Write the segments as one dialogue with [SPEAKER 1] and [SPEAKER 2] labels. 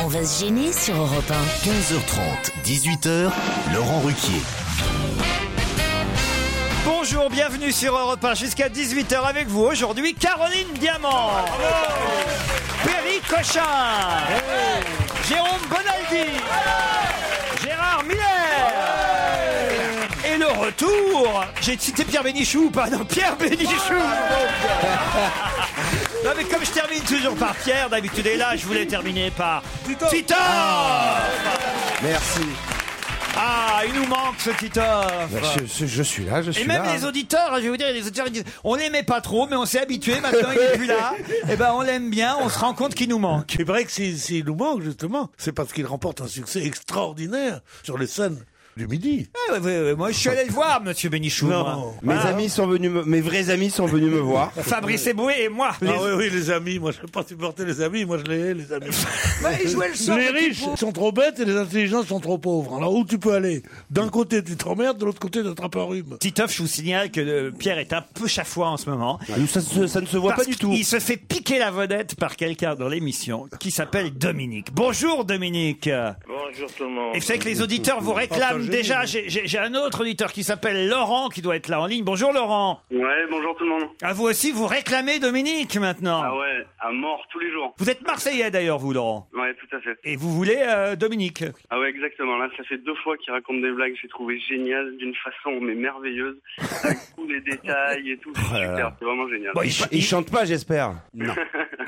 [SPEAKER 1] On va se gêner sur Europe
[SPEAKER 2] 15h30, 18h, Laurent Ruquier.
[SPEAKER 3] Bonjour, bienvenue sur Europe 1 jusqu'à 18h avec vous aujourd'hui Caroline Diamant. Perry Cochin. Jérôme Bonaldi. Gérard Miller. Et le retour. J'ai cité Pierre Bénichou ou pas Non, Pierre Bénichou. Non mais comme je termine toujours par Pierre d'habitude et là je voulais terminer par Tito.
[SPEAKER 4] Ah, Merci. Bah,
[SPEAKER 3] Ah, il nous manque ce Tito.
[SPEAKER 4] Je, je- je suis là, je suis
[SPEAKER 3] Et même
[SPEAKER 4] là.
[SPEAKER 3] les auditeurs, je vais vous dire, les auditeurs, ils disent, on l'aimait pas trop, mais on s'est habitué, maintenant il est plus là. Et ben, on l'aime bien, on se rend compte qu'il nous manque.
[SPEAKER 5] C'est vrai que s'il s'il nous manque, justement, c'est parce qu'il remporte un succès extraordinaire sur les scènes du midi.
[SPEAKER 3] Ah, ouais, ouais, ouais, moi, je suis allé le voir, monsieur Bénichou.
[SPEAKER 5] Non. Ah.
[SPEAKER 3] moi.
[SPEAKER 4] Mes amis sont venus, me- mes vrais amis sont venus me voir.
[SPEAKER 3] Fabrice Eboué et moi.
[SPEAKER 5] Ah oui, oui, les amis, moi je ne peux pas supporter les amis, moi je les hais, les amis.
[SPEAKER 3] Ouais, il jouait le sort
[SPEAKER 5] les
[SPEAKER 3] de
[SPEAKER 5] riches
[SPEAKER 3] Kipo.
[SPEAKER 5] sont trop bêtes et les intelligents sont trop pauvres. Alors où tu peux aller D'un côté tu t'emmerdes, de l'autre côté tu attrapes un rhume.
[SPEAKER 3] Titoff, Bah. je vous signale que euh, Pierre est un peu chafouin en ce moment.
[SPEAKER 4] Ah, Ça, se- ça ne se voit
[SPEAKER 3] Parce
[SPEAKER 4] pas du tout.
[SPEAKER 3] Il se fait piquer la vedette par quelqu'un dans l'émission qui s'appelle Dominique. Bonjour Dominique.
[SPEAKER 6] Bonjour tout le monde.
[SPEAKER 3] Et vous savez que les auditeurs vous réclament
[SPEAKER 5] Partagez.
[SPEAKER 3] déjà. J'ai- J'ai j'ai un autre auditeur qui s'appelle Laurent qui doit être là en ligne. Bonjour Laurent.
[SPEAKER 6] Ouais, bonjour tout le monde.
[SPEAKER 3] À vous aussi, vous réclamez Dominique maintenant.
[SPEAKER 6] Ah ouais, à mort tous les jours.
[SPEAKER 3] Vous êtes Marseillais d'ailleurs, vous Laurent.
[SPEAKER 6] Ouais, tout à fait.
[SPEAKER 3] Et vous voulez euh, Dominique.
[SPEAKER 6] Ah ouais, exactement. Là, ça fait deux fois qu'il raconte des blagues. J'ai trouvé génial d'une façon mais merveilleuse, avec tous les détails et tout. C'est
[SPEAKER 4] là là.
[SPEAKER 6] Super, c'est vraiment génial.
[SPEAKER 3] Oh Bon, il-
[SPEAKER 4] Ils chantent pas, j'espère. Non.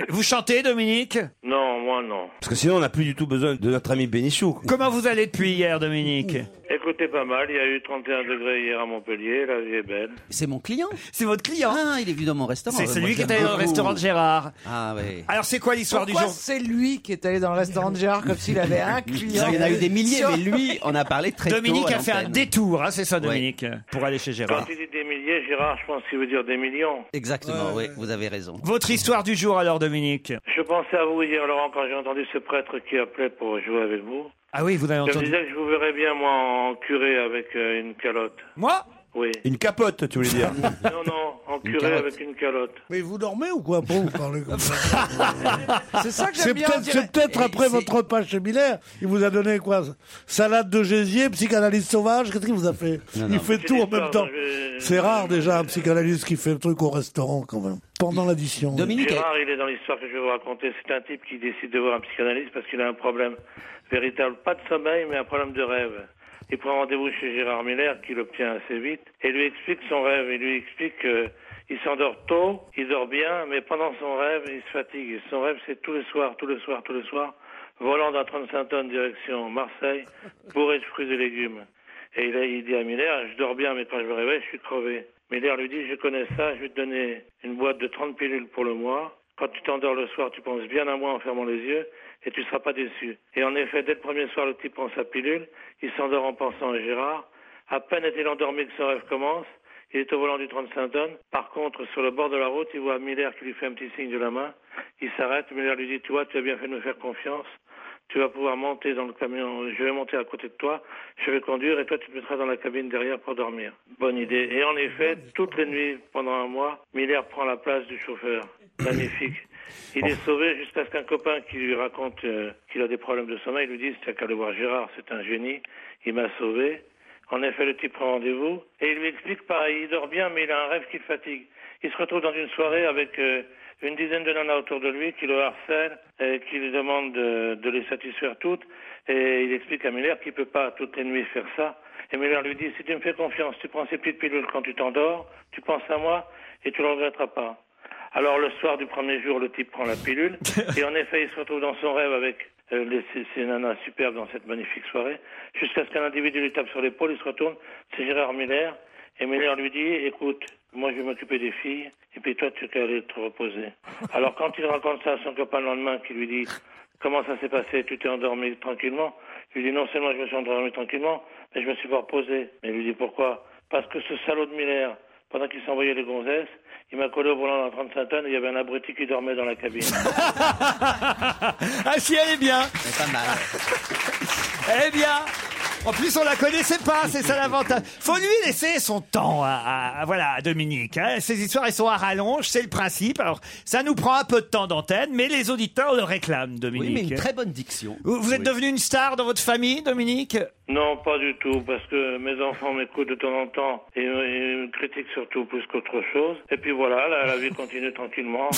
[SPEAKER 3] Vous chantez Dominique.
[SPEAKER 6] Non, moi non.
[SPEAKER 4] Parce que sinon, on n'a plus du tout besoin de notre ami Bénichou.
[SPEAKER 3] Comment vous allez depuis hier Dominique
[SPEAKER 6] Écoutez pas mal. Il y a eu 31 degrés hier à Montpellier. La vie est belle.
[SPEAKER 7] C'est mon client.
[SPEAKER 3] C'est votre client.
[SPEAKER 7] Ah, il est venu dans mon restaurant.
[SPEAKER 3] C'est
[SPEAKER 7] Euh,
[SPEAKER 3] celui
[SPEAKER 7] moi,
[SPEAKER 3] qui est
[SPEAKER 7] j'aime
[SPEAKER 3] allé dans le
[SPEAKER 7] beaucoup.
[SPEAKER 3] restaurant de Gérard.
[SPEAKER 7] Ah oui.
[SPEAKER 3] Alors c'est quoi l'histoire du
[SPEAKER 8] Pourquoi
[SPEAKER 3] jour
[SPEAKER 8] c'est lui qui est allé dans le restaurant de Gérard comme s'il avait un
[SPEAKER 7] Il
[SPEAKER 8] client
[SPEAKER 7] y en a eu des milliers,
[SPEAKER 8] Sur-
[SPEAKER 7] mais lui, on a parlé très tôt.
[SPEAKER 3] Dominique
[SPEAKER 7] à
[SPEAKER 3] a fait un
[SPEAKER 7] l'antenne.
[SPEAKER 3] détour, hein, c'est ça Dominique, pour aller chez Gérard.
[SPEAKER 6] il dit des milliers, Gérard, je pense qu'il veut dire des millions.
[SPEAKER 7] Exactement, oui, vous avez raison.
[SPEAKER 3] Votre histoire du jour alors Dominique.
[SPEAKER 6] Je pensais à vous hier, Laurent, quand j'ai entendu ce prêtre qui appelait pour jouer avec vous.
[SPEAKER 3] Ah oui, vous avez
[SPEAKER 6] Je me
[SPEAKER 3] entendu.
[SPEAKER 6] disais que je vous verrais bien, moi, en curé avec euh, une calotte.
[SPEAKER 3] Moi
[SPEAKER 6] Oui.
[SPEAKER 4] Une capote, tu voulais dire.
[SPEAKER 6] Non, non, en curé
[SPEAKER 7] carotte.
[SPEAKER 6] avec une calotte.
[SPEAKER 5] Mais vous dormez ou quoi pour vous parler comme ça
[SPEAKER 8] C'est ça que
[SPEAKER 5] C'est
[SPEAKER 8] j'aime bien. on
[SPEAKER 5] peut-être
[SPEAKER 8] dirait-
[SPEAKER 5] c'est peut-être
[SPEAKER 7] Et
[SPEAKER 5] après
[SPEAKER 7] c'est-
[SPEAKER 5] votre repas chez Miller, il vous a donné quoi Salade de gésier, psychanalyse sauvage, qu'est-ce qu'il vous a fait Il fait
[SPEAKER 6] C'est
[SPEAKER 5] tout en
[SPEAKER 6] l'histoire,
[SPEAKER 5] même temps.
[SPEAKER 6] je-
[SPEAKER 5] C'est rare déjà un psychanalyste qui fait le truc au restaurant quand même, pendant l'addition.
[SPEAKER 7] Dominique,
[SPEAKER 6] Gérard, il est dans l'histoire que je vais vous raconter. C'est un type qui décide de voir un psychanalyste parce qu'il a un problème véritable, pas de sommeil, mais un problème de rêve. Il prend rendez-vous chez Gérard Miller, qui l'obtient assez vite, et lui explique son rêve. Il lui explique qu'il s'endort tôt, il dort bien, mais pendant son rêve, il se fatigue. Et son rêve, c'est tous les soirs, tous les soirs, tous les soirs, volant d'un 35 tonnes direction Marseille, bourré de fruits et légumes. Et là, il dit à Miller, je dors bien, mais quand je me réveille, je suis crevé. Miller lui dit, je connais ça, je vais te donner une boîte de 30 pilules pour le mois. Quand tu t'endors le soir, tu penses bien à moi en fermant les yeux et tu ne seras pas déçu. Et en effet, dès le premier soir, le petit prend sa pilule, il s'endort en pensant à Gérard. À peine est-il endormi que son rêve commence. Il est au volant du 35 tonnes. Par contre, sur le bord de la route, il voit Miller qui lui fait un petit signe de la main. Il s'arrête. Miller lui dit, tu vois, tu as bien fait de me faire confiance. Tu vas pouvoir monter dans le camion. Je vais monter à côté de toi. Je vais conduire et toi, tu te mettras dans la cabine derrière pour dormir. Bonne idée. Et en effet, toutes les nuits, pendant un mois, Miller prend la place du chauffeur. Magnifique. Il est sauvé jusqu'à ce qu'un copain qui lui raconte euh, qu'il a des problèmes de sommeil lui dise, t'as qu'à aller voir Gérard, c'est un génie. Il m'a sauvé. En effet, le type prend rendez-vous et il lui explique pareil, il dort bien, mais il a un rêve qui le fatigue. Il se retrouve dans une soirée avec euh, une dizaine de nanas autour de lui qui le harcèlent et qui lui demandent de, de les satisfaire toutes. Et il explique à Miller qu'il peut pas toutes les nuits faire ça. Et Miller lui dit, si tu me fais confiance, tu prends ces petites pilules quand tu t'endors, tu penses à moi et tu ne le regretteras pas. Alors le soir du premier jour, le type prend la pilule et en effet, il se retrouve dans son rêve avec euh, les, ces, ces nanas superbes dans cette magnifique soirée, jusqu'à ce qu'un individu lui tape sur l'épaule, il se retourne, c'est Gérard Miller, et Miller lui dit, écoute, moi je vais m'occuper des filles, et puis toi tu vas aller te reposer. Alors quand il raconte ça à son copain le lendemain, qui lui dit, comment ça s'est passé, tu t'es endormi tranquillement, il lui dit, non seulement je me suis endormi tranquillement, mais je me suis pas reposé. Mais il lui dit, pourquoi Parce que ce salaud de Miller, pendant qu'il s'envoyait les gonzesses, il m'a collé au volant d'un 35 tonnes et il y avait un abruti qui dormait dans la cabine.
[SPEAKER 3] Ah si, elle est bien. Ah,
[SPEAKER 7] c'est pas mal.
[SPEAKER 3] Elle est Eh bien. En plus, on la connaissait pas, c'est ça l'avantage. Faut lui laisser son temps, à, à- à- voilà, à Dominique. hein. Ces histoires, elles sont à rallonge, c'est le principe. Alors, ça nous prend un peu de temps d'antenne, mais les auditeurs le réclament, Dominique.
[SPEAKER 7] Oui, mais une très bonne diction.
[SPEAKER 3] Vous, vous êtes devenu une star dans votre famille, Dominique
[SPEAKER 6] Non, pas du tout, parce que mes enfants m'écoutent de temps en temps et, et me critiquent surtout plus qu'autre chose. Et puis voilà, la, la vie continue tranquillement.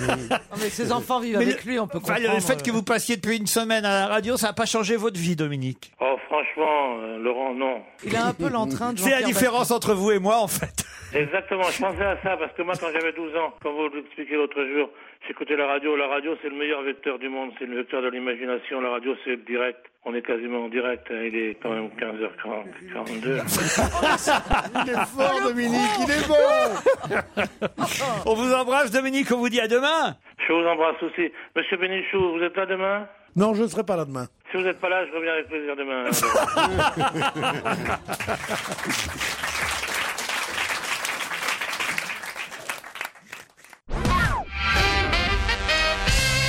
[SPEAKER 8] Non, mais ses enfants vivent
[SPEAKER 3] Mais
[SPEAKER 8] Oh, avec lui, on peut
[SPEAKER 3] Enfin,
[SPEAKER 8] comprendre. euh.
[SPEAKER 3] le fait que vous passiez depuis une semaine à la radio, ça n'a pas changé votre vie, Dominique.
[SPEAKER 6] Oh, franchement, euh, Laurent, non.
[SPEAKER 8] Il a un peu l'entrain de
[SPEAKER 3] C'est la
[SPEAKER 8] Jean-Pierre
[SPEAKER 3] différence entre vous et moi, en fait.
[SPEAKER 6] Exactement, je pensais à ça, parce que moi, quand j'avais 12 ans, comme vous l'expliquez l'autre jour, j'écoutais la radio. La radio, c'est le meilleur vecteur du monde, c'est le vecteur de l'imagination. La radio, c'est le direct. On est quasiment en direct, hein, il est quand même 15h42.
[SPEAKER 1] Fort, Dominique, il est bon
[SPEAKER 3] On vous embrasse, Dominique, on vous dit à demain.
[SPEAKER 6] Je vous embrasse aussi. Monsieur Bénichou, vous êtes là demain
[SPEAKER 5] Non, je ne serai pas là demain.
[SPEAKER 6] Si vous n'êtes pas là, je reviens avec plaisir demain.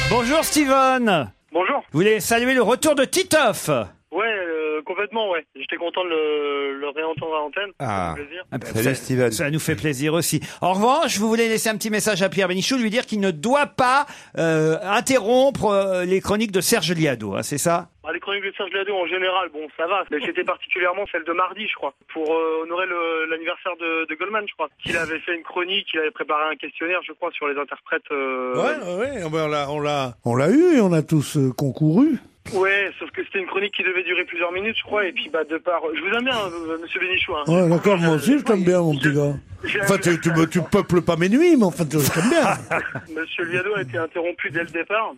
[SPEAKER 3] Bonjour, Steven.
[SPEAKER 9] Bonjour.
[SPEAKER 3] Vous voulez saluer le retour de Titoff
[SPEAKER 9] Ouais, euh, complètement, ouais. J'étais content de le, le réentendre à l'antenne.
[SPEAKER 4] Ah.
[SPEAKER 9] Ça fait plaisir.
[SPEAKER 3] Ah ben,
[SPEAKER 4] Salut,
[SPEAKER 3] ça,
[SPEAKER 4] Steven.
[SPEAKER 3] ça nous fait plaisir aussi. En revanche, vous voulez laisser un petit message à Pierre Bénichou, lui dire qu'il ne doit pas euh, interrompre euh, les chroniques de Serge Liado, hein, c'est ça
[SPEAKER 9] Bah, les chroniques de Serge Lado en général, bon, ça va. Mais c'était particulièrement celle de mardi, je crois, pour euh, honorer le- l'anniversaire de, de Goldman, je crois. Il avait fait une chronique, il avait préparé un questionnaire, je crois, sur les interprètes. euh,
[SPEAKER 5] Ouais, ouais, ouais, on l'a- on l'a, on l'a eu et on a tous euh, concouru.
[SPEAKER 9] Ouais, sauf que c'était une chronique qui devait durer plusieurs minutes, je crois. Et puis, bah, de part, je vous aime bien, euh, Monsieur Bénichou. hein.
[SPEAKER 5] Ouais, d'accord, moi aussi, je t'aime bien, mon petit gars.
[SPEAKER 9] J'ai-
[SPEAKER 5] Enfin, tu, tu, me- tu peuples pas mes nuits, mais enfin, tu- je t'aime bien.
[SPEAKER 9] Monsieur Liado a été interrompu dès le départ.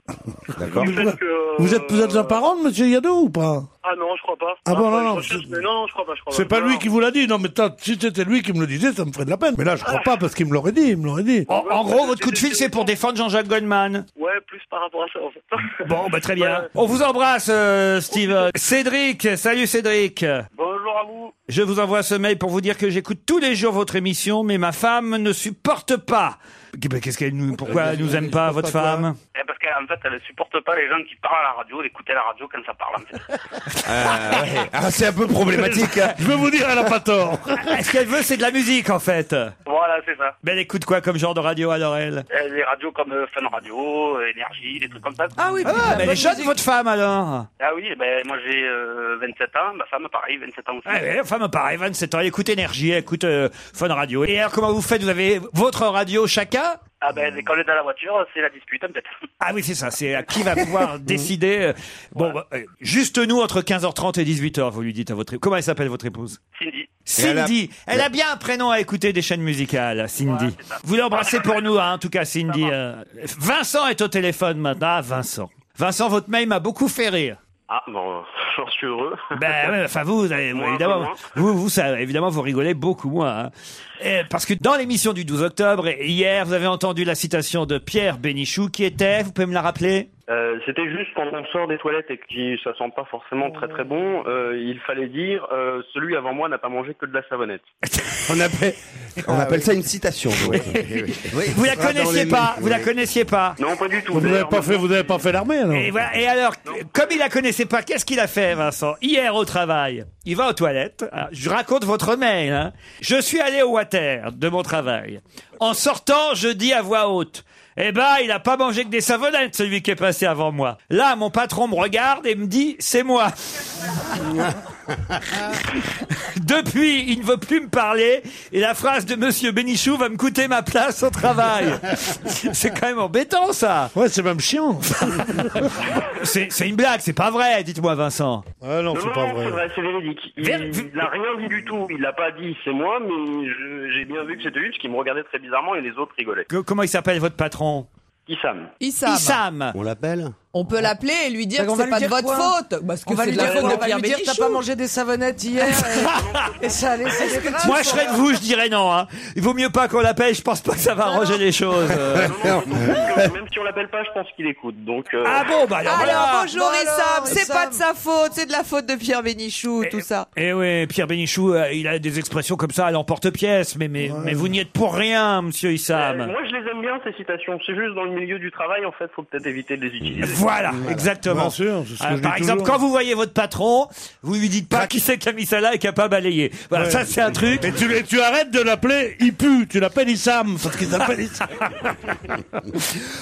[SPEAKER 4] D'accord.
[SPEAKER 9] Du fait que,
[SPEAKER 5] Vous êtes, vous êtes un
[SPEAKER 9] euh,
[SPEAKER 5] parent de Monsieur Yadot ou pas
[SPEAKER 9] Ah non, je crois pas.
[SPEAKER 5] Ah bon,
[SPEAKER 9] Enfin,
[SPEAKER 5] non,
[SPEAKER 9] je
[SPEAKER 5] non,
[SPEAKER 9] recherche,
[SPEAKER 5] c'est-
[SPEAKER 9] mais non, je crois pas. je crois
[SPEAKER 5] C'est pas
[SPEAKER 9] Non,
[SPEAKER 5] lui
[SPEAKER 9] non.
[SPEAKER 5] qui vous l'a dit. Non, mais t'as- si c'était lui qui me le disait, ça me ferait de la peine. Mais là, je crois
[SPEAKER 9] Ah.
[SPEAKER 5] pas parce qu'il me l'aurait dit. Il me l'aurait dit.
[SPEAKER 3] en, en gros, votre coup de fil, c'est pour défendre Jean-Jacques Goldman.
[SPEAKER 9] Ouais, plus par rapport à ça, en fait.
[SPEAKER 3] Bon, bah, très bien. On vous embrasse, euh, Steven. Cédric, salut Cédric.
[SPEAKER 9] Bonjour à vous.
[SPEAKER 3] Je vous envoie ce mail pour vous dire que j'écoute tous les jours votre émission, mais ma femme ne supporte pas. Bah, Qu'est-ce qu'elle nous,
[SPEAKER 4] Euh,
[SPEAKER 3] pourquoi elle nous aime pas, votre femme
[SPEAKER 10] Eh, parce qu'en fait, elle supporte pas les gens qui parlent à la radio, d'écouter la radio quand ça parle. En fait.
[SPEAKER 4] Ah, ouais. Ah, c'est un peu problématique. hein.
[SPEAKER 5] Je veux vous dire, elle a pas tort.
[SPEAKER 3] Ce qu'elle veut, c'est de la musique, en fait.
[SPEAKER 10] Voilà, c'est ça.
[SPEAKER 3] Mais elle écoute quoi comme genre de radio, alors, elle
[SPEAKER 10] Eh, Les radios comme euh, Fun Radio, euh, Énergie, des trucs comme ça.
[SPEAKER 8] Ah oui, puis
[SPEAKER 3] Ah,
[SPEAKER 8] la
[SPEAKER 3] mais elle
[SPEAKER 8] bonne
[SPEAKER 3] est jeune,
[SPEAKER 8] musique.
[SPEAKER 3] votre femme, alors
[SPEAKER 10] Ah oui, eh ben, moi j'ai euh, 27 ans, ma femme pareil, 27 ans aussi.
[SPEAKER 3] Ah ouais, enfin, me paraît, 27 ans, elle écoute énergie, elle écoute euh, Fun Radio. Et alors, comment vous faites Vous avez votre radio chacun
[SPEAKER 10] Ah ben, quand on est dans la voiture, c'est la dispute, hein, peut-être.
[SPEAKER 3] Ah oui, c'est ça, c'est à qui va pouvoir décider. euh, Bon, bah, euh, juste nous, entre 15h30 et 18h, vous lui dites à votre épouse. Comment elle s'appelle, votre épouse
[SPEAKER 10] Cindy.
[SPEAKER 3] Cindy, elle
[SPEAKER 4] elle
[SPEAKER 3] a...
[SPEAKER 4] a-
[SPEAKER 3] bien un prénom à écouter des chaînes musicales, Cindy. Vous l'embrassez pour nous, hein, en tout cas, Cindy. euh. Vincent est au téléphone maintenant. Ah, Vincent. Vincent, votre mail m'a beaucoup fait rire.
[SPEAKER 10] Ah bon, j'en suis heureux.
[SPEAKER 3] Ben, ouais, enfin, vous, vous avez-
[SPEAKER 10] Moi,
[SPEAKER 3] évidemment,
[SPEAKER 10] moi.
[SPEAKER 3] vous, vous, ça, évidemment, vous rigolez beaucoup moins. hein. Eh, parce que dans l'émission du 12 octobre, hier, vous avez entendu la citation de Pierre Bénichou qui était, vous pouvez me la rappeler
[SPEAKER 9] Euh, C'était juste quand on sort des toilettes et que ça sent pas forcément très très bon, euh, il fallait dire euh, celui avant moi n'a pas mangé que de la savonnette.
[SPEAKER 4] On appelle,
[SPEAKER 5] Ah
[SPEAKER 4] on appelle ça une citation. donc.
[SPEAKER 3] Vous la connaissiez pas, vous la connaissiez pas.
[SPEAKER 9] Non, pas du tout.
[SPEAKER 5] Vous n'avez
[SPEAKER 9] D'ailleurs,
[SPEAKER 5] pas fait, vous n'avez pas fait l'armée, alors.
[SPEAKER 3] Et, voilà. Et alors, comme il la connaissait pas, qu'est-ce qu'il a fait, Vincent Hier au travail, il va aux toilettes. Alors, je raconte votre mail. hein. Je suis allé au water de mon travail. En sortant, je dis à voix haute. Eh ben, il a pas mangé que des savonnettes, celui qui est passé avant moi. Là, mon patron me regarde et me dit, c'est moi. Depuis, il ne veut plus me parler et la phrase de Monsieur Bénichou va me coûter ma place au travail. C'est quand même embêtant, ça.
[SPEAKER 5] Ouais, c'est même chiant.
[SPEAKER 3] C'est c'est une blague, c'est pas vrai, dites-moi Vincent.
[SPEAKER 5] Ah non,
[SPEAKER 9] Non,
[SPEAKER 5] c'est pas
[SPEAKER 9] non, c'est
[SPEAKER 5] vrai.
[SPEAKER 9] vrai, c'est véridique. Il
[SPEAKER 3] Ver-
[SPEAKER 9] il n'a rien dit du tout. Il n'a pas dit c'est moi, mais je- j'ai bien vu que c'était lui parce qu'il me regardait très bizarrement et les autres rigolaient.
[SPEAKER 3] Que- comment il s'appelle votre patron
[SPEAKER 9] Issam.
[SPEAKER 11] Issam.
[SPEAKER 3] Issam.
[SPEAKER 4] On l'appelle
[SPEAKER 11] On peut l'appeler et Bah, lui dire
[SPEAKER 8] Fait qu'on
[SPEAKER 11] que
[SPEAKER 8] va
[SPEAKER 11] c'est
[SPEAKER 8] lui
[SPEAKER 11] pas de
[SPEAKER 8] dire
[SPEAKER 11] votre
[SPEAKER 8] quoi
[SPEAKER 11] faute. Parce que
[SPEAKER 8] On va
[SPEAKER 11] c'est
[SPEAKER 8] lui
[SPEAKER 11] de la
[SPEAKER 8] dire,
[SPEAKER 11] faute
[SPEAKER 8] on
[SPEAKER 11] de
[SPEAKER 8] va lui
[SPEAKER 11] Pierre
[SPEAKER 8] dire, t'as
[SPEAKER 11] Bénichou.
[SPEAKER 8] pas mangé des savonnettes hier et, et ça a laissé des traces.
[SPEAKER 3] Moi, je serais de vous, je dirais non. Hein. Il vaut mieux pas qu'on l'appelle, je pense pas que ça va arranger les choses. euh.
[SPEAKER 9] Non, non, surtout que même si on l'appelle pas, je pense qu'il écoute. Donc, euh,
[SPEAKER 3] Ah bon, bah alors
[SPEAKER 11] Alors
[SPEAKER 3] voilà.
[SPEAKER 11] bonjour
[SPEAKER 8] Bah
[SPEAKER 11] Issam,
[SPEAKER 8] alors,
[SPEAKER 11] c'est
[SPEAKER 8] Issam.
[SPEAKER 11] pas de sa faute, c'est de la faute de Pierre Bénichou, tout ça.
[SPEAKER 3] Eh oui, Pierre Bénichou, euh, il a des expressions comme ça à l'emporte-pièce, mais, mais, mais vous n'y êtes pour rien, monsieur
[SPEAKER 9] euh,
[SPEAKER 3] Issam.
[SPEAKER 9] moi, je les aime bien ces citations. C'est juste dans le milieu du travail, en fait, faut peut-être éviter de les utiliser.
[SPEAKER 3] Voilà, exactement.
[SPEAKER 5] Bien sûr, c'est ce que
[SPEAKER 3] Ah,
[SPEAKER 5] je
[SPEAKER 3] par
[SPEAKER 5] dis
[SPEAKER 3] exemple,
[SPEAKER 5] toujours. Bah,
[SPEAKER 3] quand vous voyez votre patron, vous lui dites pas qui c'est qui a mis ça là et qui a pas balayé. Voilà,
[SPEAKER 5] Ouais.
[SPEAKER 3] ça c'est un truc.
[SPEAKER 5] Et tu, et tu arrêtes de l'appeler, il pue, tu l'appelles Issam, parce qu'il s'appelle Issam.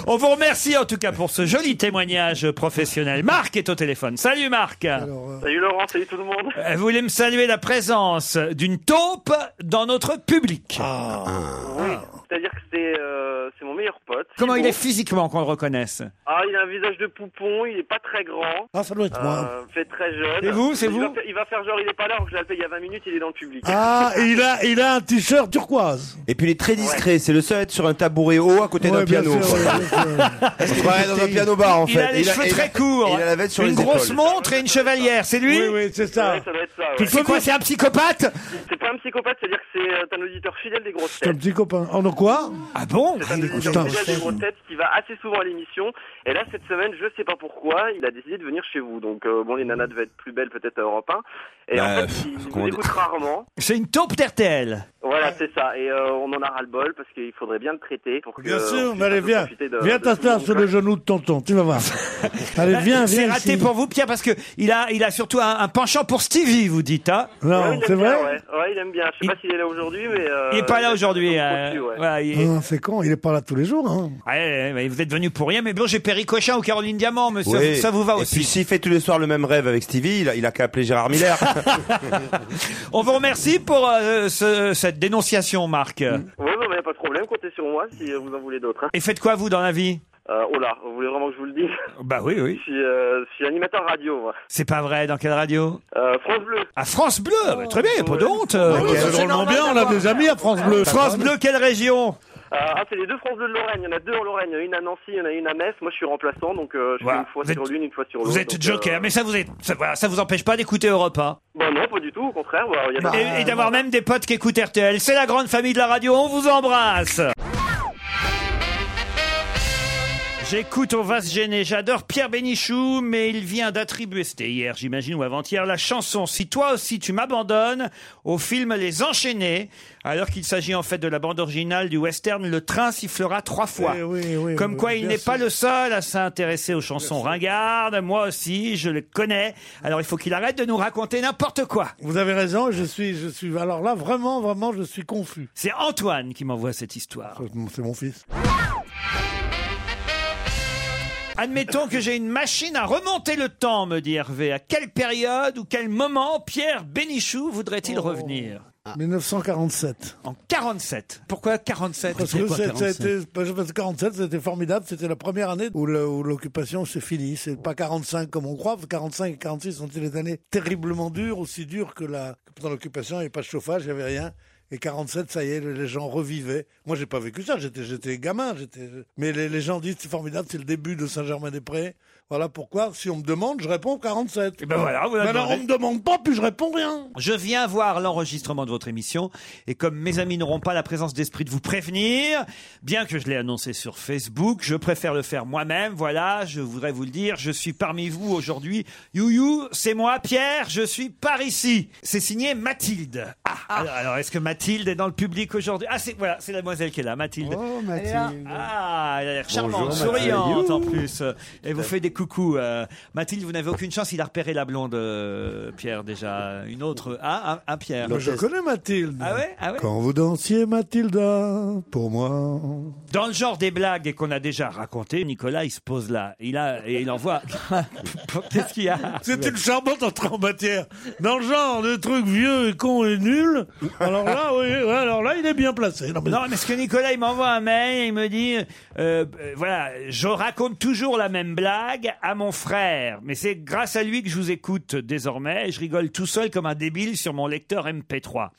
[SPEAKER 3] On vous remercie en tout cas pour ce joli témoignage professionnel. Marc est au téléphone. Salut Marc.
[SPEAKER 9] Salut Laurent, salut tout le monde.
[SPEAKER 3] Euh, Vous voulez me saluer la présence d'une taupe dans notre public.
[SPEAKER 9] Oui, c'est-à-dire que c'est euh, c'est mon meilleur pote.
[SPEAKER 3] Comment il est
[SPEAKER 9] physique
[SPEAKER 3] physiquement qu'on le reconnaisse
[SPEAKER 9] Ah, il a un visage de poupon, il est pas très grand. Euh,
[SPEAKER 5] Ah, ça doit être moi.
[SPEAKER 9] Il fait très jeune.
[SPEAKER 5] Et vous, c'est
[SPEAKER 9] Il
[SPEAKER 5] vous
[SPEAKER 9] va faire- Il va faire genre, il est pas là, alors que je l'appelle il y a 20 minutes, il est dans le public.
[SPEAKER 5] Ah, et il a, il a un t-shirt turquoise.
[SPEAKER 4] Et puis il est très discret, c'est le seul à être sur un tabouret haut à côté d'un
[SPEAKER 5] Ouais, bien
[SPEAKER 4] piano.
[SPEAKER 5] sûr,
[SPEAKER 4] quoi.
[SPEAKER 12] Ah.
[SPEAKER 4] On se croirait dans un piano bar en fait.
[SPEAKER 3] Il a les cheveux
[SPEAKER 4] il a-
[SPEAKER 3] très courts.
[SPEAKER 4] et Il a la veste sur les
[SPEAKER 3] une grosse
[SPEAKER 4] épaules.
[SPEAKER 3] montre et une chevalière, c'est lui
[SPEAKER 5] Oui, oui, c'est ça.
[SPEAKER 9] Ouais, ça doit être ça, ouais.
[SPEAKER 3] C'est quoi, c'est un psychopathe
[SPEAKER 9] C'est pas un psychopathe, c'est-à-dire que c'est euh, un auditeur fidèle des grosses
[SPEAKER 5] C'est un
[SPEAKER 9] têtes.
[SPEAKER 5] petit copain. En en quoi
[SPEAKER 3] Ah bon
[SPEAKER 9] C'est un auditeur fidèle des grosses têtes qui va assez souvent à l'émission. Et là, cette semaine, je sais pas pourquoi, il a décidé de venir chez vous. Donc, euh, bon, les nanas devaient être plus belles peut-être à Europe 1. Et en
[SPEAKER 4] Bah,
[SPEAKER 9] fait,
[SPEAKER 4] pff,
[SPEAKER 9] il vous
[SPEAKER 4] comment
[SPEAKER 9] écoute rarement.
[SPEAKER 3] C'est une taupe d'RTL.
[SPEAKER 9] Voilà, c'est ça. Et euh, on en a ras-le-bol parce qu'il faudrait bien le traiter pour que...
[SPEAKER 5] Bien
[SPEAKER 9] on
[SPEAKER 5] sûr,
[SPEAKER 9] puisse
[SPEAKER 5] mais allez,
[SPEAKER 9] un peu
[SPEAKER 5] viens.
[SPEAKER 9] profiter de-
[SPEAKER 5] Viens
[SPEAKER 9] de
[SPEAKER 5] t'asseoir
[SPEAKER 9] tout
[SPEAKER 5] sur
[SPEAKER 9] monde,
[SPEAKER 5] le genou de tonton, tu vas voir. allez, viens, viens.
[SPEAKER 3] C'est raté
[SPEAKER 5] ici.
[SPEAKER 3] pour vous, Pierre, parce que il a, il a surtout un, un penchant pour Stevie, vous dites. Hein
[SPEAKER 9] quoi. Ouais, il
[SPEAKER 5] Non,
[SPEAKER 9] aime
[SPEAKER 5] c'est
[SPEAKER 9] bien,
[SPEAKER 5] vrai
[SPEAKER 9] ouais. Ouais, il aime bien. Je sais pas s'il est là aujourd'hui, mais... euh,
[SPEAKER 3] il est pas là
[SPEAKER 9] aime
[SPEAKER 3] aujourd'hui.
[SPEAKER 9] bien
[SPEAKER 3] euh,
[SPEAKER 9] son contenu, ouais.
[SPEAKER 3] voilà, il est-
[SPEAKER 5] Ah, C'est con, il est pas là tous les jours. Hein.
[SPEAKER 3] Ouais, ouais, ouais, vous êtes venu pour rien, mais bon, j'ai Péricochin ou Caroline Diamant, monsieur.
[SPEAKER 4] Ouais.
[SPEAKER 3] Ça vous va
[SPEAKER 4] Et puis
[SPEAKER 3] aussi.
[SPEAKER 4] s'il fait tous les soirs le même rêve avec Stevie, il a, il a qu'à appeler Gérard Miller.
[SPEAKER 3] On vous remercie pour euh, ce- cette dénonciation, Marc.
[SPEAKER 9] Ouais, non, mais y a pas de problème, comptez sur moi si vous en voulez d'autres. hein.
[SPEAKER 3] Et faites quoi, vous, dans la vie
[SPEAKER 9] Euh, oh là, vous voulez vraiment que je vous le dise
[SPEAKER 3] Bah oui, oui.
[SPEAKER 9] je suis, euh, je suis animateur radio, moi.
[SPEAKER 3] C'est pas vrai, dans quelle radio
[SPEAKER 9] Euh, France Bleu,
[SPEAKER 3] À France Bleu bah, Très bien, y a pas de honte. Euh,
[SPEAKER 5] Ouais, c'est drôlement bien, on a des amis à France Bleu.
[SPEAKER 3] France Bleu, quelle région
[SPEAKER 9] Euh, ah, c'est les deux France Bleu de Lorraine. Il y en a deux en Lorraine, une à Nancy, il y en a une à Metz. Moi, je suis remplaçant, donc euh, je
[SPEAKER 3] Voilà.
[SPEAKER 9] suis une fois
[SPEAKER 3] Vous
[SPEAKER 9] sur
[SPEAKER 3] êtes-
[SPEAKER 9] l'une, une fois sur l'autre.
[SPEAKER 3] Vous êtes
[SPEAKER 9] donc,
[SPEAKER 3] joker,
[SPEAKER 9] euh,
[SPEAKER 3] mais ça vous, est, ça, voilà, ça vous empêche pas d'écouter Europe 1.
[SPEAKER 9] Bah non, pas du tout, au contraire. bah, il y a des-
[SPEAKER 3] et, et d'avoir même des potes qui écoutent RTL. C'est la grande famille de la radio, on vous embrasse J'écoute, on va se gêner. J'adore Pierre Bénichou, mais il vient d'attribuer, c'était hier, j'imagine, ou avant-hier, la chanson Si toi aussi tu m'abandonnes au film Les Enchaînés, alors qu'il s'agit en fait de la bande originale du western Le train sifflera trois fois.
[SPEAKER 5] Eh oui, oui,
[SPEAKER 3] Comme
[SPEAKER 5] oui,
[SPEAKER 3] quoi, il
[SPEAKER 5] bien
[SPEAKER 3] n'est
[SPEAKER 5] sûr.
[SPEAKER 3] pas le seul à s'intéresser aux chansons ringardes. Moi aussi, je le connais. Alors il faut qu'il arrête de nous raconter n'importe quoi.
[SPEAKER 5] Vous avez raison, je suis, je suis. Alors là, vraiment, vraiment, je suis confus.
[SPEAKER 3] C'est Antoine qui m'envoie cette histoire.
[SPEAKER 5] C'est mon- c'est mon fils.
[SPEAKER 3] Admettons que j'ai une machine à remonter le temps, me dit Hervé. À quelle période ou quel moment Pierre Bénichou voudrait-il
[SPEAKER 5] Oh.
[SPEAKER 3] revenir
[SPEAKER 5] 1947.
[SPEAKER 3] Ah. En 47. Pourquoi 47
[SPEAKER 5] Parce que c'est- c'était, parce que 47, c'était formidable. C'était la première année où, le- où l'occupation s'est finie. C'est pas 45 comme on croit. parce que 45 et 46 sont des années terriblement dures, aussi dures que, la, que pendant l'occupation. Il n'y avait pas de chauffage, il n'y avait rien. Et 47, ça y est, les les gens revivaient. Moi, j'ai pas vécu ça. J'étais, j'étais gamin. J'étais... Mais les, les gens disent c'est formidable, c'est le début de Saint-Germain-des-Prés. Voilà pourquoi, si on me demande, je réponds 47.
[SPEAKER 3] Eh ben voilà, vous l'avez
[SPEAKER 5] Maintenant,
[SPEAKER 3] demandé.
[SPEAKER 5] on me demande pas, puis je réponds rien.
[SPEAKER 3] Je viens voir l'enregistrement de votre émission et comme mes amis n'auront pas la présence d'esprit de vous prévenir, bien que je l'ai annoncé sur Facebook, je préfère le faire moi-même. Voilà, je voudrais vous le dire, je suis parmi vous aujourd'hui. You you, c'est moi Pierre, je suis par ici. C'est signé Mathilde. Ah, alors, alors, est-ce que Mathilde est dans le public aujourd'hui Ah c'est voilà, c'est la demoiselle qui est là, Mathilde.
[SPEAKER 1] Oh, Mathilde.
[SPEAKER 3] Ah, elle a l'air charmante,
[SPEAKER 4] Bonjour,
[SPEAKER 3] souriante en plus. Et vous fait des coucous. euh, Mathilde, vous n'avez aucune chance, il a repéré la blonde, euh, Pierre, déjà. Une autre. Ah, un, un Pierre.
[SPEAKER 5] Je connais Mathilde.
[SPEAKER 3] Ah ouais, ah ouais
[SPEAKER 5] Quand vous dansiez Mathilda, pour moi.
[SPEAKER 3] Dans le genre des blagues qu'on a déjà racontées, Nicolas, il se pose là. Il a, et il envoie. Qu'est-ce qu'il y a
[SPEAKER 5] C'est une charmante entrée en matière. Dans le genre de truc vieux et con et nul, alors là, oui, ouais, alors là, il est bien placé. Non, mais-
[SPEAKER 3] Non, mais ce que Nicolas, il m'envoie un mail et il me dit euh, euh, voilà, je raconte toujours la même blague à mon frère, mais c'est grâce à lui que je vous écoute désormais. et Je rigole tout seul comme un débile sur mon lecteur MP3.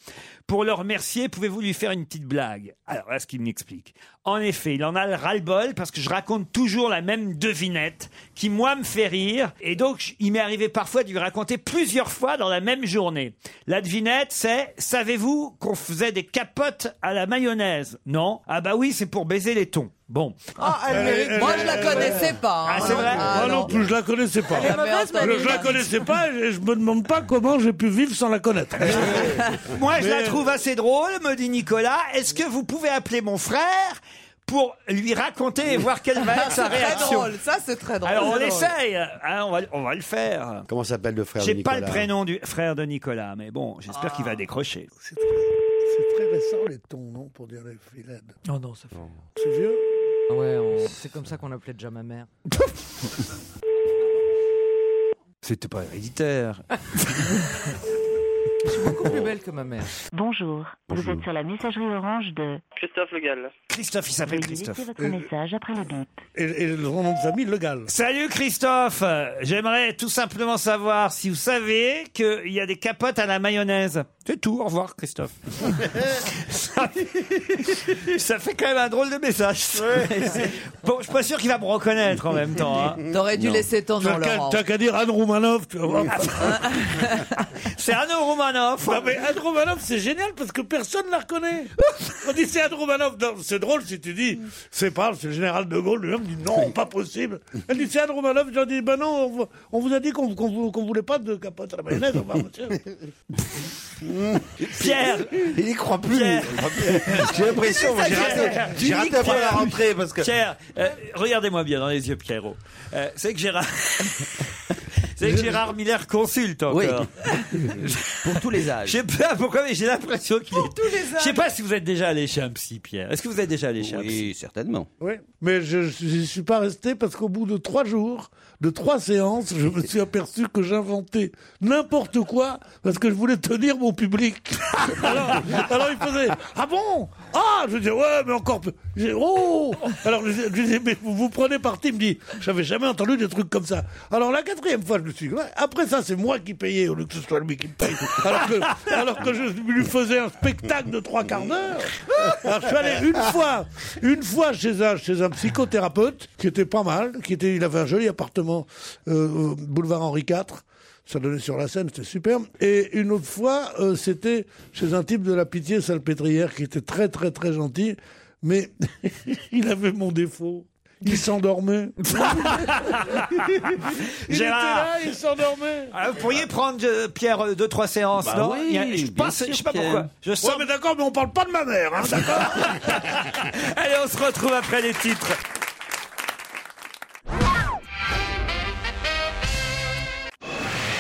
[SPEAKER 3] Pour le remercier, pouvez-vous lui faire une petite blague Alors, voilà ce qu'il m'explique. En effet, il en a le ras-le-bol parce que je raconte toujours la même devinette qui, moi, me fait rire. Et donc, je- il m'est arrivé parfois de lui raconter plusieurs fois dans la même journée. La devinette, c'est Savez-vous qu'on faisait des capotes à la mayonnaise Non Ah, bah oui, c'est pour baiser les tons. Bon.
[SPEAKER 11] Ah, elle mérite. Moi, je la connaissais pas. hein.
[SPEAKER 3] Ah, c'est vrai
[SPEAKER 5] Ah non, plus je la connaissais pas.
[SPEAKER 11] est mauvaise, ma
[SPEAKER 5] Je, je la
[SPEAKER 11] Linda.
[SPEAKER 5] connaissais pas et je me demande pas comment j'ai pu vivre sans la connaître.
[SPEAKER 3] Moi, je la trouve assez drôle, me dit Nicolas. Est-ce que vous pouvez appeler mon frère pour lui raconter et voir quelle va être sa
[SPEAKER 11] C'est très
[SPEAKER 3] réaction.
[SPEAKER 11] drôle, ça c'est très drôle.
[SPEAKER 3] Alors on
[SPEAKER 11] C'est drôle.
[SPEAKER 3] essaye, hein, on, va, on va le faire.
[SPEAKER 1] Comment s'appelle le frère de
[SPEAKER 3] J'ai pas le
[SPEAKER 1] Nicolas
[SPEAKER 3] prénom du frère de Nicolas, mais bon, j'espère
[SPEAKER 11] Ah.
[SPEAKER 3] qu'il va décrocher.
[SPEAKER 5] C'est très récent les tons, non Pour dire les filades.
[SPEAKER 13] Oh non, ça fait.
[SPEAKER 5] C'est vieux
[SPEAKER 13] Ouais, on- c'est comme ça qu'on appelait déjà ma mère.
[SPEAKER 3] C'était pas héréditaire.
[SPEAKER 13] Je suis beaucoup plus belle que ma mère.
[SPEAKER 14] Bonjour, vous êtes sur la messagerie orange de...
[SPEAKER 9] Christophe Le Gall.
[SPEAKER 3] Christophe, il s'appelle
[SPEAKER 14] Veuillez
[SPEAKER 3] Christophe. Euh,
[SPEAKER 14] laisser votre message après le bip.
[SPEAKER 5] Euh, Et, et son nom de famille, Le Gall.
[SPEAKER 3] Salut Christophe, j'aimerais tout simplement savoir si vous savez qu'il y a des capotes à la mayonnaise. C'est tout, au revoir Christophe. ça, ça fait quand même un drôle de message. bon, je suis pas sûr qu'il va me reconnaître en même temps. hein.
[SPEAKER 11] T'aurais dû laisser ton nom,
[SPEAKER 5] T'as qu'à-
[SPEAKER 11] Laurent.
[SPEAKER 5] T'as qu'à dire Anne Roumanoff, tu vas voir. Ah,
[SPEAKER 3] c'est Anne Roumanoff.
[SPEAKER 5] Non, mais Anne Roumanoff, c'est génial parce que personne ne la reconnaît. On dit c'est Anne Roumanoff. Non, C'est drôle si tu dis, c'est pas, c'est le général de Gaulle lui-même. dit non, pas possible. Elle dit c'est Anne Roumanoff. J'en dis, ben non, on, vous- on vous a dit qu'on qu'on vous- qu'on voulait pas de capote à la mayonnaise. on va, monsieur.
[SPEAKER 3] Pierre
[SPEAKER 1] Il y croit plus. il y croit plus. J'ai l'impression, moi, j'ai raté, j'ai raté après la rentrée parce que.
[SPEAKER 3] Pierre, euh, regardez-moi bien dans les yeux, Pierrot. Euh, c'est que Gérard. c'est que Gérard Miller consulte encore.
[SPEAKER 7] Pour tous les âges.
[SPEAKER 3] Je sais pas pourquoi, mais j'ai l'impression qu'il est.
[SPEAKER 11] les âges.
[SPEAKER 3] Je sais pas si vous êtes déjà allé chez un psy, Pierre. Est-ce que vous êtes déjà allé chez un psy Oui, certainement.
[SPEAKER 5] Oui, mais je ne suis pas resté parce qu'au bout de trois jours, de trois séances, je me suis aperçu que j'inventais n'importe quoi parce que je voulais tenir mon public. alors, alors il faisait Ah bon Ah Je dis Ouais, mais encore peu. Je dis, Oh Alors je, je dis Mais vous, vous prenez parti, il me dit J'avais jamais entendu des trucs comme ça. Alors la quatrième fois, je me suis dit Ouais, Après ça, c'est moi qui payais au lieu que ce soit lui qui me paye. Alors que, alors que je lui faisais un spectacle de trois quarts d'heure. Alors je suis allé une fois, une fois chez un, chez un psychothérapeute qui était pas mal, qui était, il avait un joli appartement euh, au boulevard Henri IV. Ça donnait sur la scène, c'était superbe. Et une autre fois, euh, c'était chez un type de la pitié salpêtrière qui était très très très gentil, mais il avait mon défaut. Il s'endormait. il
[SPEAKER 3] Gérard.
[SPEAKER 5] était là, il s'endormait.
[SPEAKER 3] Ah, vous pourriez prendre euh, Pierre euh, deux trois séances,
[SPEAKER 5] Bah
[SPEAKER 3] non
[SPEAKER 5] oui,
[SPEAKER 3] Il y a- Je
[SPEAKER 5] bien
[SPEAKER 3] pense,
[SPEAKER 5] sûr,
[SPEAKER 3] je sais pas
[SPEAKER 5] Pierre.
[SPEAKER 3] pourquoi. Je sens.
[SPEAKER 5] Ouais, mais d'accord, mais on parle pas de ma mère, hein, d'accord
[SPEAKER 3] Allez, on se retrouve après les titres.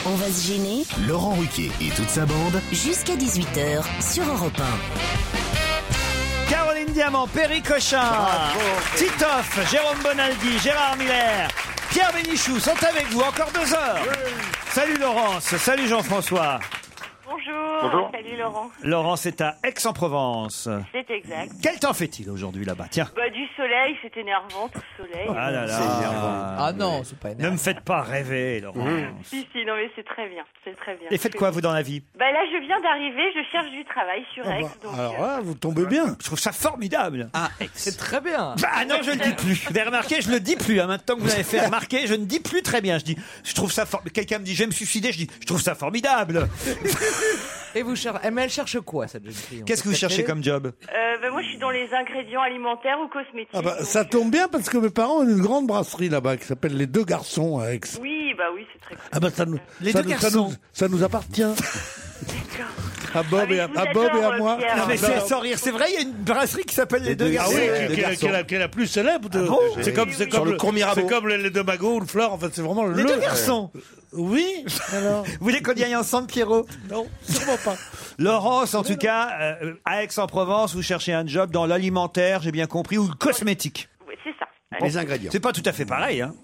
[SPEAKER 2] On va se gêner. Laurent Ruquier et toute sa bande.
[SPEAKER 14] Jusqu'à 18h sur Europe
[SPEAKER 3] Caroline Diamant, Perry Cochin, Titoff, Jérôme Bonaldi, Gérard Miller, Pierre Bénichou sont avec vous encore deux heures. Salut Laurence, salut Jean-François.
[SPEAKER 15] Bonjour.
[SPEAKER 3] Bonjour.
[SPEAKER 15] Salut Laurent.
[SPEAKER 3] Laurence est à Aix-en-Provence.
[SPEAKER 15] C'est exact.
[SPEAKER 3] Quel temps fait-il aujourd'hui là-bas Tiens.
[SPEAKER 15] Bah, du soleil, c'est énervant, tout le soleil.
[SPEAKER 3] Ah là là.
[SPEAKER 11] Ah non, c'est pas
[SPEAKER 3] Ne me faites pas rêver, Laurent.
[SPEAKER 15] Si, si, non, mais c'est très bien. C'est très bien.
[SPEAKER 3] Et faites quoi, vous, dans la vie
[SPEAKER 15] Bah, là, je viens d'arriver, je cherche du travail
[SPEAKER 3] Ah
[SPEAKER 15] sur
[SPEAKER 3] bah,
[SPEAKER 15] Aix. donc, euh,
[SPEAKER 5] là, vous tombez bien.
[SPEAKER 3] Je trouve ça formidable. Ah, c'est
[SPEAKER 13] très bien.
[SPEAKER 3] Ah non, je le dis plus. Vous avez remarqué, je le dis plus. hein. Maintenant que vous l'avez fait remarquer, je ne dis plus très bien. Je dis, je trouve ça formidable. Quelqu'un me dit, je vais me suicider. Je dis, je trouve ça formidable.
[SPEAKER 13] Et vous cherchez. Mais elle cherche quoi, cette jeune fille
[SPEAKER 3] Qu'est-ce que vous cherchez comme job
[SPEAKER 15] euh, bah, moi, je suis dans les ingrédients alimentaires ou cosmétiques.
[SPEAKER 5] Ah bah,
[SPEAKER 15] donc-
[SPEAKER 5] ça tombe bien parce que mes parents ont une grande brasserie là-bas qui s'appelle Les Deux Garçons à Aix.
[SPEAKER 15] Oui, bah oui, c'est très cool.
[SPEAKER 5] Ah bah ça nous,
[SPEAKER 15] Les
[SPEAKER 5] ça
[SPEAKER 15] Deux
[SPEAKER 5] nous- ça
[SPEAKER 15] Garçons.
[SPEAKER 5] nous, ça nous appartient. à Bob et à,
[SPEAKER 3] Ah,
[SPEAKER 15] vous
[SPEAKER 5] à Bob et
[SPEAKER 15] adore,
[SPEAKER 5] à moi.
[SPEAKER 15] Pierre.
[SPEAKER 3] Non, mais c'est
[SPEAKER 5] Non,
[SPEAKER 3] sans rire. C'est vrai, il y a une brasserie qui s'appelle Les Deux
[SPEAKER 5] Ah
[SPEAKER 3] Garçons.
[SPEAKER 5] oui, qui, qui- qui- qui est la, qui est la plus célèbre. de-
[SPEAKER 3] Ah bon
[SPEAKER 5] c'est comme, c'est
[SPEAKER 3] Oui, oui.
[SPEAKER 5] comme,
[SPEAKER 3] Sur le cours Mirabeau.
[SPEAKER 5] c'est comme les, les deux magots ou le fleur. En fait, c'est vraiment le.
[SPEAKER 3] Les Deux Garçons.
[SPEAKER 5] Oui. Alors.
[SPEAKER 3] Vous voulez qu'on y aille ensemble, Pierrot
[SPEAKER 5] Non, sûrement pas.
[SPEAKER 3] Laurence, en tout cas, euh, à Aix-en-Provence, vous cherchez un job dans l'alimentaire, j'ai bien compris, ou le cosmétique.
[SPEAKER 15] Oui, c'est ça.
[SPEAKER 3] C'est pas tout à fait pareil, hein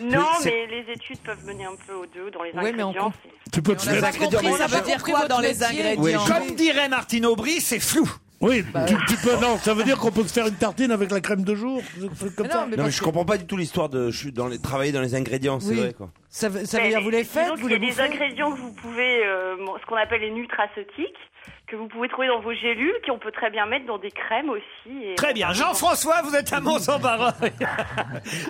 [SPEAKER 15] Non,
[SPEAKER 3] Oui, c'est-
[SPEAKER 15] mais les études peuvent mener un peu aux deux dans les
[SPEAKER 13] Oui, mais on
[SPEAKER 15] ingrédients.
[SPEAKER 13] comprend-
[SPEAKER 5] Tu peux te
[SPEAKER 15] on a pas compris, ça veut dire quoi dans les ingrédients
[SPEAKER 3] Comme dirait Martine Aubry, c'est flou.
[SPEAKER 5] Oui,
[SPEAKER 3] Bah.
[SPEAKER 5] tu, tu peux. Non, ça veut dire qu'on peut se faire une tartine avec la crème de jour, un truc comme ça.
[SPEAKER 4] Non, mais je comprends pas du tout l'histoire de je suis dans les, travailler dans les ingrédients, c'est
[SPEAKER 5] Oui.
[SPEAKER 4] vrai quoi.
[SPEAKER 13] Ça veut, ça
[SPEAKER 15] Mais
[SPEAKER 13] veut dire vous les faites,
[SPEAKER 15] disons
[SPEAKER 13] vous
[SPEAKER 15] qu'il y a
[SPEAKER 13] les
[SPEAKER 15] des
[SPEAKER 13] bouffez
[SPEAKER 15] ingrédients que vous pouvez, euh, ce qu'on appelle les nutraceutiques, que vous pouvez trouver dans vos gélules, qu'on peut très bien mettre dans des crèmes aussi. et-
[SPEAKER 3] Très bien. Jean-François, vous êtes à Mont-en-Barœil,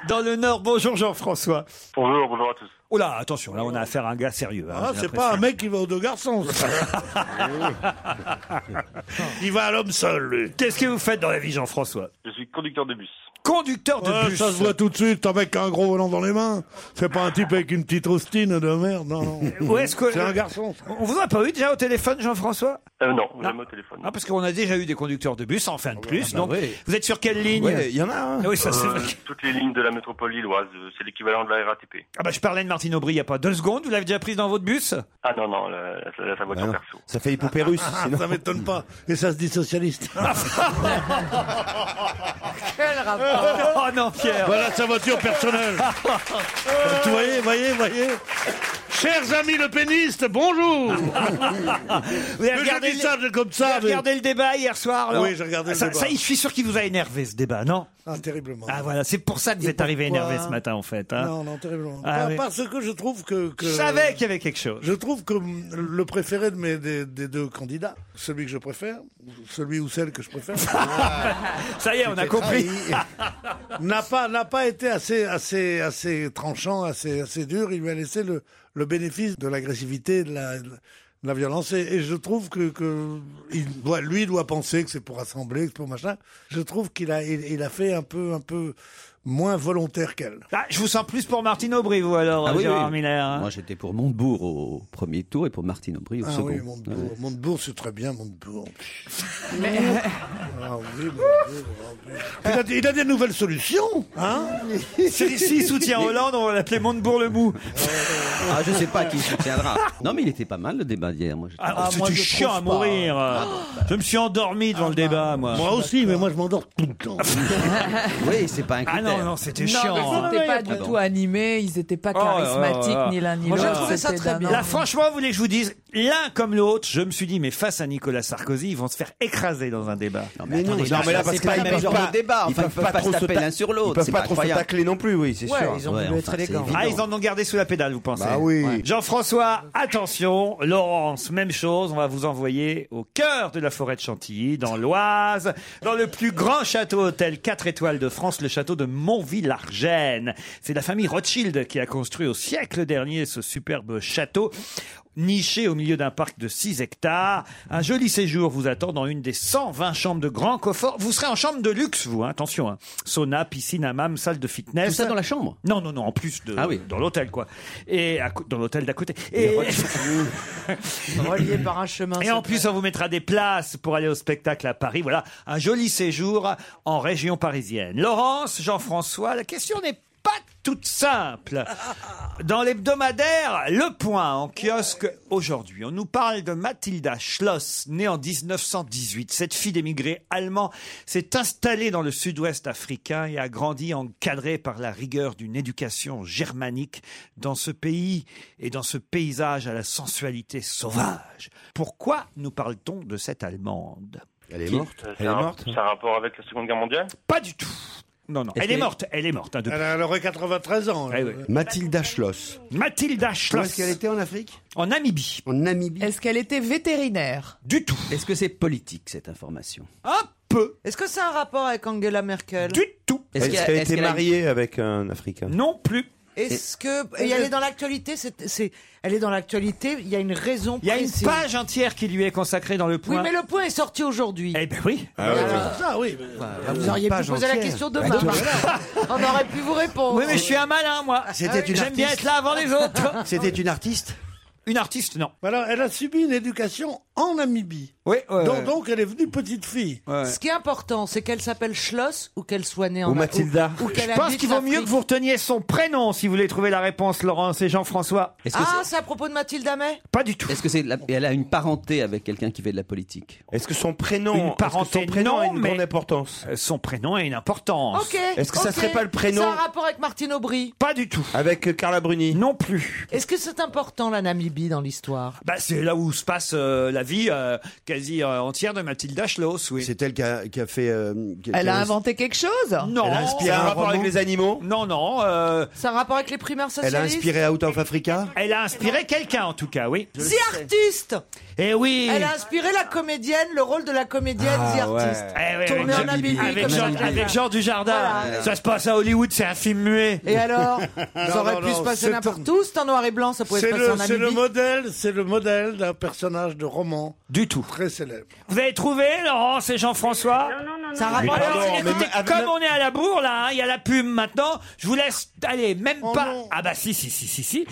[SPEAKER 3] dans le Nord. Bonjour Jean-François.
[SPEAKER 10] Bonjour, bonjour à tous.
[SPEAKER 3] Oh là, attention, là on a affaire à un gars sérieux. hein,
[SPEAKER 5] Ah,
[SPEAKER 3] j'ai
[SPEAKER 5] c'est pas un
[SPEAKER 3] l'impression.
[SPEAKER 5] mec qui va aux deux garçons. ça. Il va à l'homme seul, lui.
[SPEAKER 3] Qu'est-ce que vous faites dans la vie, Jean-François
[SPEAKER 10] Je suis conducteur de bus.
[SPEAKER 3] conducteur de
[SPEAKER 5] Ouais,
[SPEAKER 3] bus.
[SPEAKER 5] Ah, ça se voit tout de suite, un mec qui a un gros volant dans les mains. C'est pas un type avec une petite rustine de merde, non, non.
[SPEAKER 3] Où est-ce que
[SPEAKER 5] C'est un garçon.
[SPEAKER 3] On vous a pas eu déjà au téléphone, Jean-François
[SPEAKER 10] Euh,
[SPEAKER 9] non, jamais au téléphone.
[SPEAKER 3] Ah, parce qu'on a déjà eu des conducteurs de bus, enfin
[SPEAKER 5] Ah
[SPEAKER 3] de plus.
[SPEAKER 9] bah
[SPEAKER 3] donc,
[SPEAKER 9] oui.
[SPEAKER 3] vous êtes sur quelle ligne
[SPEAKER 9] Ouais, il y en hein.
[SPEAKER 3] a. oui, ça
[SPEAKER 10] Euh,
[SPEAKER 3] c'est vrai.
[SPEAKER 9] Euh, Toutes les lignes de la métropole lilloise, euh, c'est l'équivalent de la RATP.
[SPEAKER 3] Ah bah, je parlais de Martine Aubry il y a pas deux secondes. Vous l'avez déjà prise dans votre bus
[SPEAKER 9] Ah non, Bah non, la, la, la- sa voiture perso.
[SPEAKER 4] Ça fait poupée russe.
[SPEAKER 5] Ah, Ça m'étonne pas. Et ça se dit socialiste.
[SPEAKER 3] Ah,
[SPEAKER 13] Quel
[SPEAKER 3] rapport Oh non, Pierre
[SPEAKER 5] Voilà sa voiture personnelle. Vous voyez, voyez, voyez. Chers amis le péniste, bonjour.
[SPEAKER 3] Vous
[SPEAKER 5] Mais
[SPEAKER 3] avez
[SPEAKER 5] je
[SPEAKER 3] regardé
[SPEAKER 5] dis
[SPEAKER 3] le-
[SPEAKER 5] ça de- comme
[SPEAKER 3] vous
[SPEAKER 5] ça.
[SPEAKER 3] avez regardé le débat hier soir
[SPEAKER 5] Ah
[SPEAKER 3] Laurent
[SPEAKER 5] oui, j'ai regardé
[SPEAKER 3] Ah,
[SPEAKER 5] le
[SPEAKER 3] ça,
[SPEAKER 5] débat.
[SPEAKER 3] ça, je suis sûr qu'il vous a énervé ce débat, non
[SPEAKER 5] Ah, terriblement.
[SPEAKER 3] Ah voilà, c'est pour ça que vous
[SPEAKER 5] Et
[SPEAKER 3] êtes arrivé
[SPEAKER 5] pourquoi
[SPEAKER 3] énervé ce matin en fait. hein.
[SPEAKER 5] Non, non, terriblement.
[SPEAKER 3] Ah,
[SPEAKER 5] Pas-
[SPEAKER 3] oui.
[SPEAKER 5] Parce que je trouve que, que-
[SPEAKER 3] Je savais qu'il y avait quelque chose.
[SPEAKER 5] Je trouve que mm, le préféré de mes, des, des deux candidats, celui que je préfère, celui ou celle que je préfère,
[SPEAKER 3] Ça y est, on a compris.
[SPEAKER 5] n'a pas n'a pas été assez assez assez tranchant, assez assez dur. Il lui a laissé le le bénéfice de l'agressivité, de la de la violence. Et, et je trouve que, que il doit lui doit penser que c'est pour assembler, que c'est pour machin. Je trouve qu'il a il, il a fait un peu un peu moins volontaire qu'elle.
[SPEAKER 3] Ah, je vous sens plus pour Martine Aubry, vous alors,
[SPEAKER 7] Ah oui,
[SPEAKER 3] Gérard
[SPEAKER 7] oui.
[SPEAKER 3] Miller. hein.
[SPEAKER 7] Moi, j'étais pour Montebourg au premier tour et pour Martine Aubry au
[SPEAKER 5] Ah
[SPEAKER 7] second.
[SPEAKER 5] oui, Montebourg.
[SPEAKER 7] Ouais.
[SPEAKER 5] Montebourg, c'est très bien, Montebourg.
[SPEAKER 13] Mais-
[SPEAKER 5] Ah oui, Montebourg, ah oui. il, a, des- il a des nouvelles solutions, hein
[SPEAKER 3] Si- S'il soutient Hollande, on va l'appeler Montebourg le Mou.
[SPEAKER 7] Ah, je sais pas qui soutiendra. Non, mais il était pas mal le débat d'hier. Moi, j'étais-
[SPEAKER 3] Ah, C'était chiant à mourir.
[SPEAKER 5] Ah,
[SPEAKER 3] Je me suis endormi devant le débat, moi.
[SPEAKER 5] bah. Moi aussi, mais moi je m'endors tout le temps.
[SPEAKER 7] Oui, c'est pas un
[SPEAKER 3] Ah
[SPEAKER 7] critère.
[SPEAKER 3] non, non, c'était
[SPEAKER 11] Non,
[SPEAKER 3] chiant.
[SPEAKER 11] mais
[SPEAKER 3] hein.
[SPEAKER 11] c'était pas du tout animé, ils étaient pas
[SPEAKER 3] Oh,
[SPEAKER 11] charismatiques,
[SPEAKER 3] oh, oh.
[SPEAKER 11] ni l'un ni
[SPEAKER 3] Moi,
[SPEAKER 11] l'autre.
[SPEAKER 3] j'ai trouvé ça
[SPEAKER 11] c'était
[SPEAKER 3] très
[SPEAKER 11] d'un
[SPEAKER 3] bien. Là, franchement, vous voulez que je vous dise, l'un comme l'autre, je me suis dit, mais face à Nicolas Sarkozy, ils vont se faire écraser dans un débat.
[SPEAKER 7] mais attendez, non, là, mais là, c'est parce pas que le là, même ils genre peuvent de pas- débat. ils Enfin, peuvent ils peuvent pas pas trop se se taper ta- l'un sur l'autre,
[SPEAKER 4] Ils peuvent
[SPEAKER 7] c'est
[SPEAKER 4] pas
[SPEAKER 7] pas
[SPEAKER 4] trop se
[SPEAKER 7] incroyable.
[SPEAKER 4] tacler non plus, oui, c'est
[SPEAKER 7] Ouais,
[SPEAKER 4] sûr.
[SPEAKER 7] ils ont voulu Ouais, être enfin, élégants. c'est évident.
[SPEAKER 3] Ah, ils en ont gardé sous la pédale, vous pensez
[SPEAKER 4] Bah oui.
[SPEAKER 3] Ouais. Jean-François, attention. Laurence, même chose. On va vous envoyer au cœur de la forêt de Chantilly, dans l'Oise, dans le plus grand château-hôtel 4 étoiles de France, le château de Montville-Argène. C'est la famille Rothschild qui a construit au siècle dernier ce superbe château. Niché au milieu d'un parc de 6 hectares, un joli séjour vous attend dans une des 120 chambres de grand confort. Vous serez en chambre de luxe, vous, hein, attention. hein. Sauna, piscine, hammam, salle de fitness.
[SPEAKER 7] Tout ça dans la chambre Ah
[SPEAKER 3] Non, non, non, en plus de, dans l'hôtel, quoi. Et à cô- dans l'hôtel d'à côté.
[SPEAKER 13] Les
[SPEAKER 3] Et,
[SPEAKER 13] Relié par un chemin.
[SPEAKER 3] et en plus, on vous mettra des places pour aller au spectacle à Paris. Voilà, un joli séjour en région parisienne. Laurence, Jean-François, la question n'est pas toute simple. Dans l'hebdomadaire Le Point en kiosque aujourd'hui, on nous parle de Mathilda Schloss, née en 1918. Cette fille d'émigrés allemands s'est installée dans le sud-ouest africain et a grandi encadrée par la rigueur d'une éducation germanique dans ce pays et dans ce paysage à la sensualité sauvage. Pourquoi nous parle-t-on de cette Allemande Elle
[SPEAKER 9] Qui Euh, c'est un- C'est un rapport avec la Seconde Guerre mondiale
[SPEAKER 3] Pas du tout. Non, non.
[SPEAKER 9] Est-ce
[SPEAKER 3] Elle est
[SPEAKER 9] qu'elle-
[SPEAKER 3] morte. Elle est morte. hein, depuis.
[SPEAKER 5] Elle, a- elle aurait 93 ans. euh.
[SPEAKER 3] Eh oui.
[SPEAKER 16] Mathilda Schloss.
[SPEAKER 3] Mathilda
[SPEAKER 16] Où
[SPEAKER 3] Schloss.
[SPEAKER 16] est-ce qu'elle était en Afrique
[SPEAKER 3] En Namibie.
[SPEAKER 16] En Namibie.
[SPEAKER 11] Est-ce qu'elle était vétérinaire
[SPEAKER 3] Du tout.
[SPEAKER 7] Est-ce que c'est politique cette information
[SPEAKER 3] Un peu.
[SPEAKER 13] Est-ce que c'est un rapport avec Angela Merkel
[SPEAKER 3] Du tout.
[SPEAKER 4] Est-ce qu'elle a été mariée avec un Africain
[SPEAKER 3] Non plus.
[SPEAKER 13] Est-ce que et elle est dans l'actualité C'est, c'est- elle est dans l'actualité. Il y a une raison.
[SPEAKER 3] Il y a une page entière qui lui est consacrée dans le
[SPEAKER 13] Oui,
[SPEAKER 3] point.
[SPEAKER 13] mais le point est sorti aujourd'hui.
[SPEAKER 3] Eh ben oui.
[SPEAKER 13] Ah oui, Alors, oui.
[SPEAKER 5] ça, oui.
[SPEAKER 4] Bah,
[SPEAKER 13] vous auriez pu poser la question demain. On aurait pu vous répondre. Ah,
[SPEAKER 3] Oui, mais je suis un malin, moi. Ah
[SPEAKER 13] C'était une
[SPEAKER 3] J'aime bien
[SPEAKER 13] artiste.
[SPEAKER 3] être là avant les autres.
[SPEAKER 16] C'était une artiste
[SPEAKER 3] Une artiste, non.
[SPEAKER 5] Voilà, elle a subi une éducation en Namibie.
[SPEAKER 3] Oui,
[SPEAKER 5] donc, donc elle est venue petite fille.
[SPEAKER 13] Ce qui est important, c'est qu'elle s'appelle Schloss ou qu'elle soit née en
[SPEAKER 5] Ou Mathilda.
[SPEAKER 13] Ou, ou qu'elle
[SPEAKER 3] Je pense
[SPEAKER 13] habite
[SPEAKER 3] qu'il vaut
[SPEAKER 13] l'Afrique.
[SPEAKER 3] mieux que vous reteniez son prénom si vous voulez trouver la réponse, Laurence et Jean-François.
[SPEAKER 13] Ah, c'est à propos de Mathilda May
[SPEAKER 3] Pas du tout.
[SPEAKER 7] Est-ce que c'est la- elle a une parenté avec quelqu'un qui fait de la politique
[SPEAKER 4] Est-ce que son prénom,
[SPEAKER 7] Une parenté,
[SPEAKER 4] est-ce que son prénom
[SPEAKER 7] non,
[SPEAKER 4] a une
[SPEAKER 7] mais-
[SPEAKER 4] grande importance
[SPEAKER 3] Euh, Son prénom a une importance.
[SPEAKER 13] Ok. ok. C'est un rapport avec Martine Aubry.
[SPEAKER 3] Pas du tout.
[SPEAKER 4] Avec euh, Carla Bruni
[SPEAKER 3] Non plus.
[SPEAKER 13] Est-ce que c'est important la Namibie dans l'histoire
[SPEAKER 3] Bah, c'est là où se passe euh, la vie euh, quasi euh, entière de Mathilda Schloss, oui.
[SPEAKER 16] C'est elle qui a, qui a fait. euh, qui- qui
[SPEAKER 11] Elle a inventé quelque chose
[SPEAKER 3] Non.
[SPEAKER 16] Elle a inspiré
[SPEAKER 3] Ça
[SPEAKER 16] un
[SPEAKER 3] a
[SPEAKER 16] roman
[SPEAKER 4] animaux
[SPEAKER 3] Non, non. euh,
[SPEAKER 13] C'est un rapport avec les primaires socialistes
[SPEAKER 16] Elle a inspiré Out of Africa
[SPEAKER 3] elle a inspiré quelqu'un, en tout cas, oui.
[SPEAKER 13] The Artist
[SPEAKER 3] Eh oui
[SPEAKER 13] Elle a inspiré la comédienne, le rôle de la comédienne
[SPEAKER 3] Ah,
[SPEAKER 13] The Artist.
[SPEAKER 3] ouais. Eh oui,
[SPEAKER 13] Tournée
[SPEAKER 3] avec
[SPEAKER 13] en Namibie.
[SPEAKER 3] Avec
[SPEAKER 13] comme
[SPEAKER 3] Jean,
[SPEAKER 13] Mathilda.
[SPEAKER 3] avec Jean Dujardin.
[SPEAKER 13] Voilà.
[SPEAKER 3] Ça se passe à Hollywood, c'est un film muet.
[SPEAKER 13] Et alors Ça aurait
[SPEAKER 5] non,
[SPEAKER 13] pu
[SPEAKER 5] non,
[SPEAKER 13] se passer
[SPEAKER 5] c'est
[SPEAKER 13] n'importe où, c'est en noir et blanc, ça pouvait se
[SPEAKER 5] C'est
[SPEAKER 13] passer
[SPEAKER 5] le,
[SPEAKER 13] en
[SPEAKER 5] c'est le
[SPEAKER 13] Namibie.
[SPEAKER 5] modèle, c'est le modèle d'un personnage de roman gourmand.
[SPEAKER 3] Du tout.
[SPEAKER 5] Très célèbre.
[SPEAKER 3] Vous avez trouvé, Laurence et Jean-François Non, non, non.
[SPEAKER 5] Ça non. rapporte-
[SPEAKER 3] Alors,
[SPEAKER 5] Mais pardon,
[SPEAKER 3] écoutez,
[SPEAKER 5] mais-
[SPEAKER 3] comme on est à la bourre, là, hein, il y a la pub maintenant, je vous laisse aller, même pas... Ah bah si, si, si, si, si.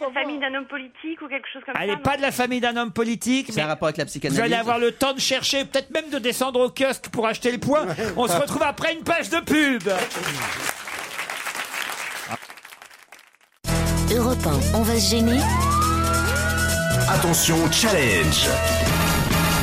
[SPEAKER 15] La famille d'un homme politique ou quelque chose comme
[SPEAKER 3] Elle
[SPEAKER 15] ça.
[SPEAKER 3] n'est pas de la famille d'un homme politique. C'est un rapport avec la
[SPEAKER 7] psychanalyse.
[SPEAKER 3] Vous allez avoir le temps de chercher, peut-être même de descendre au kiosque pour acheter le point. On se retrouve après une page de pub.
[SPEAKER 14] Europe 1, on va se gêner.
[SPEAKER 2] Attention, challenge.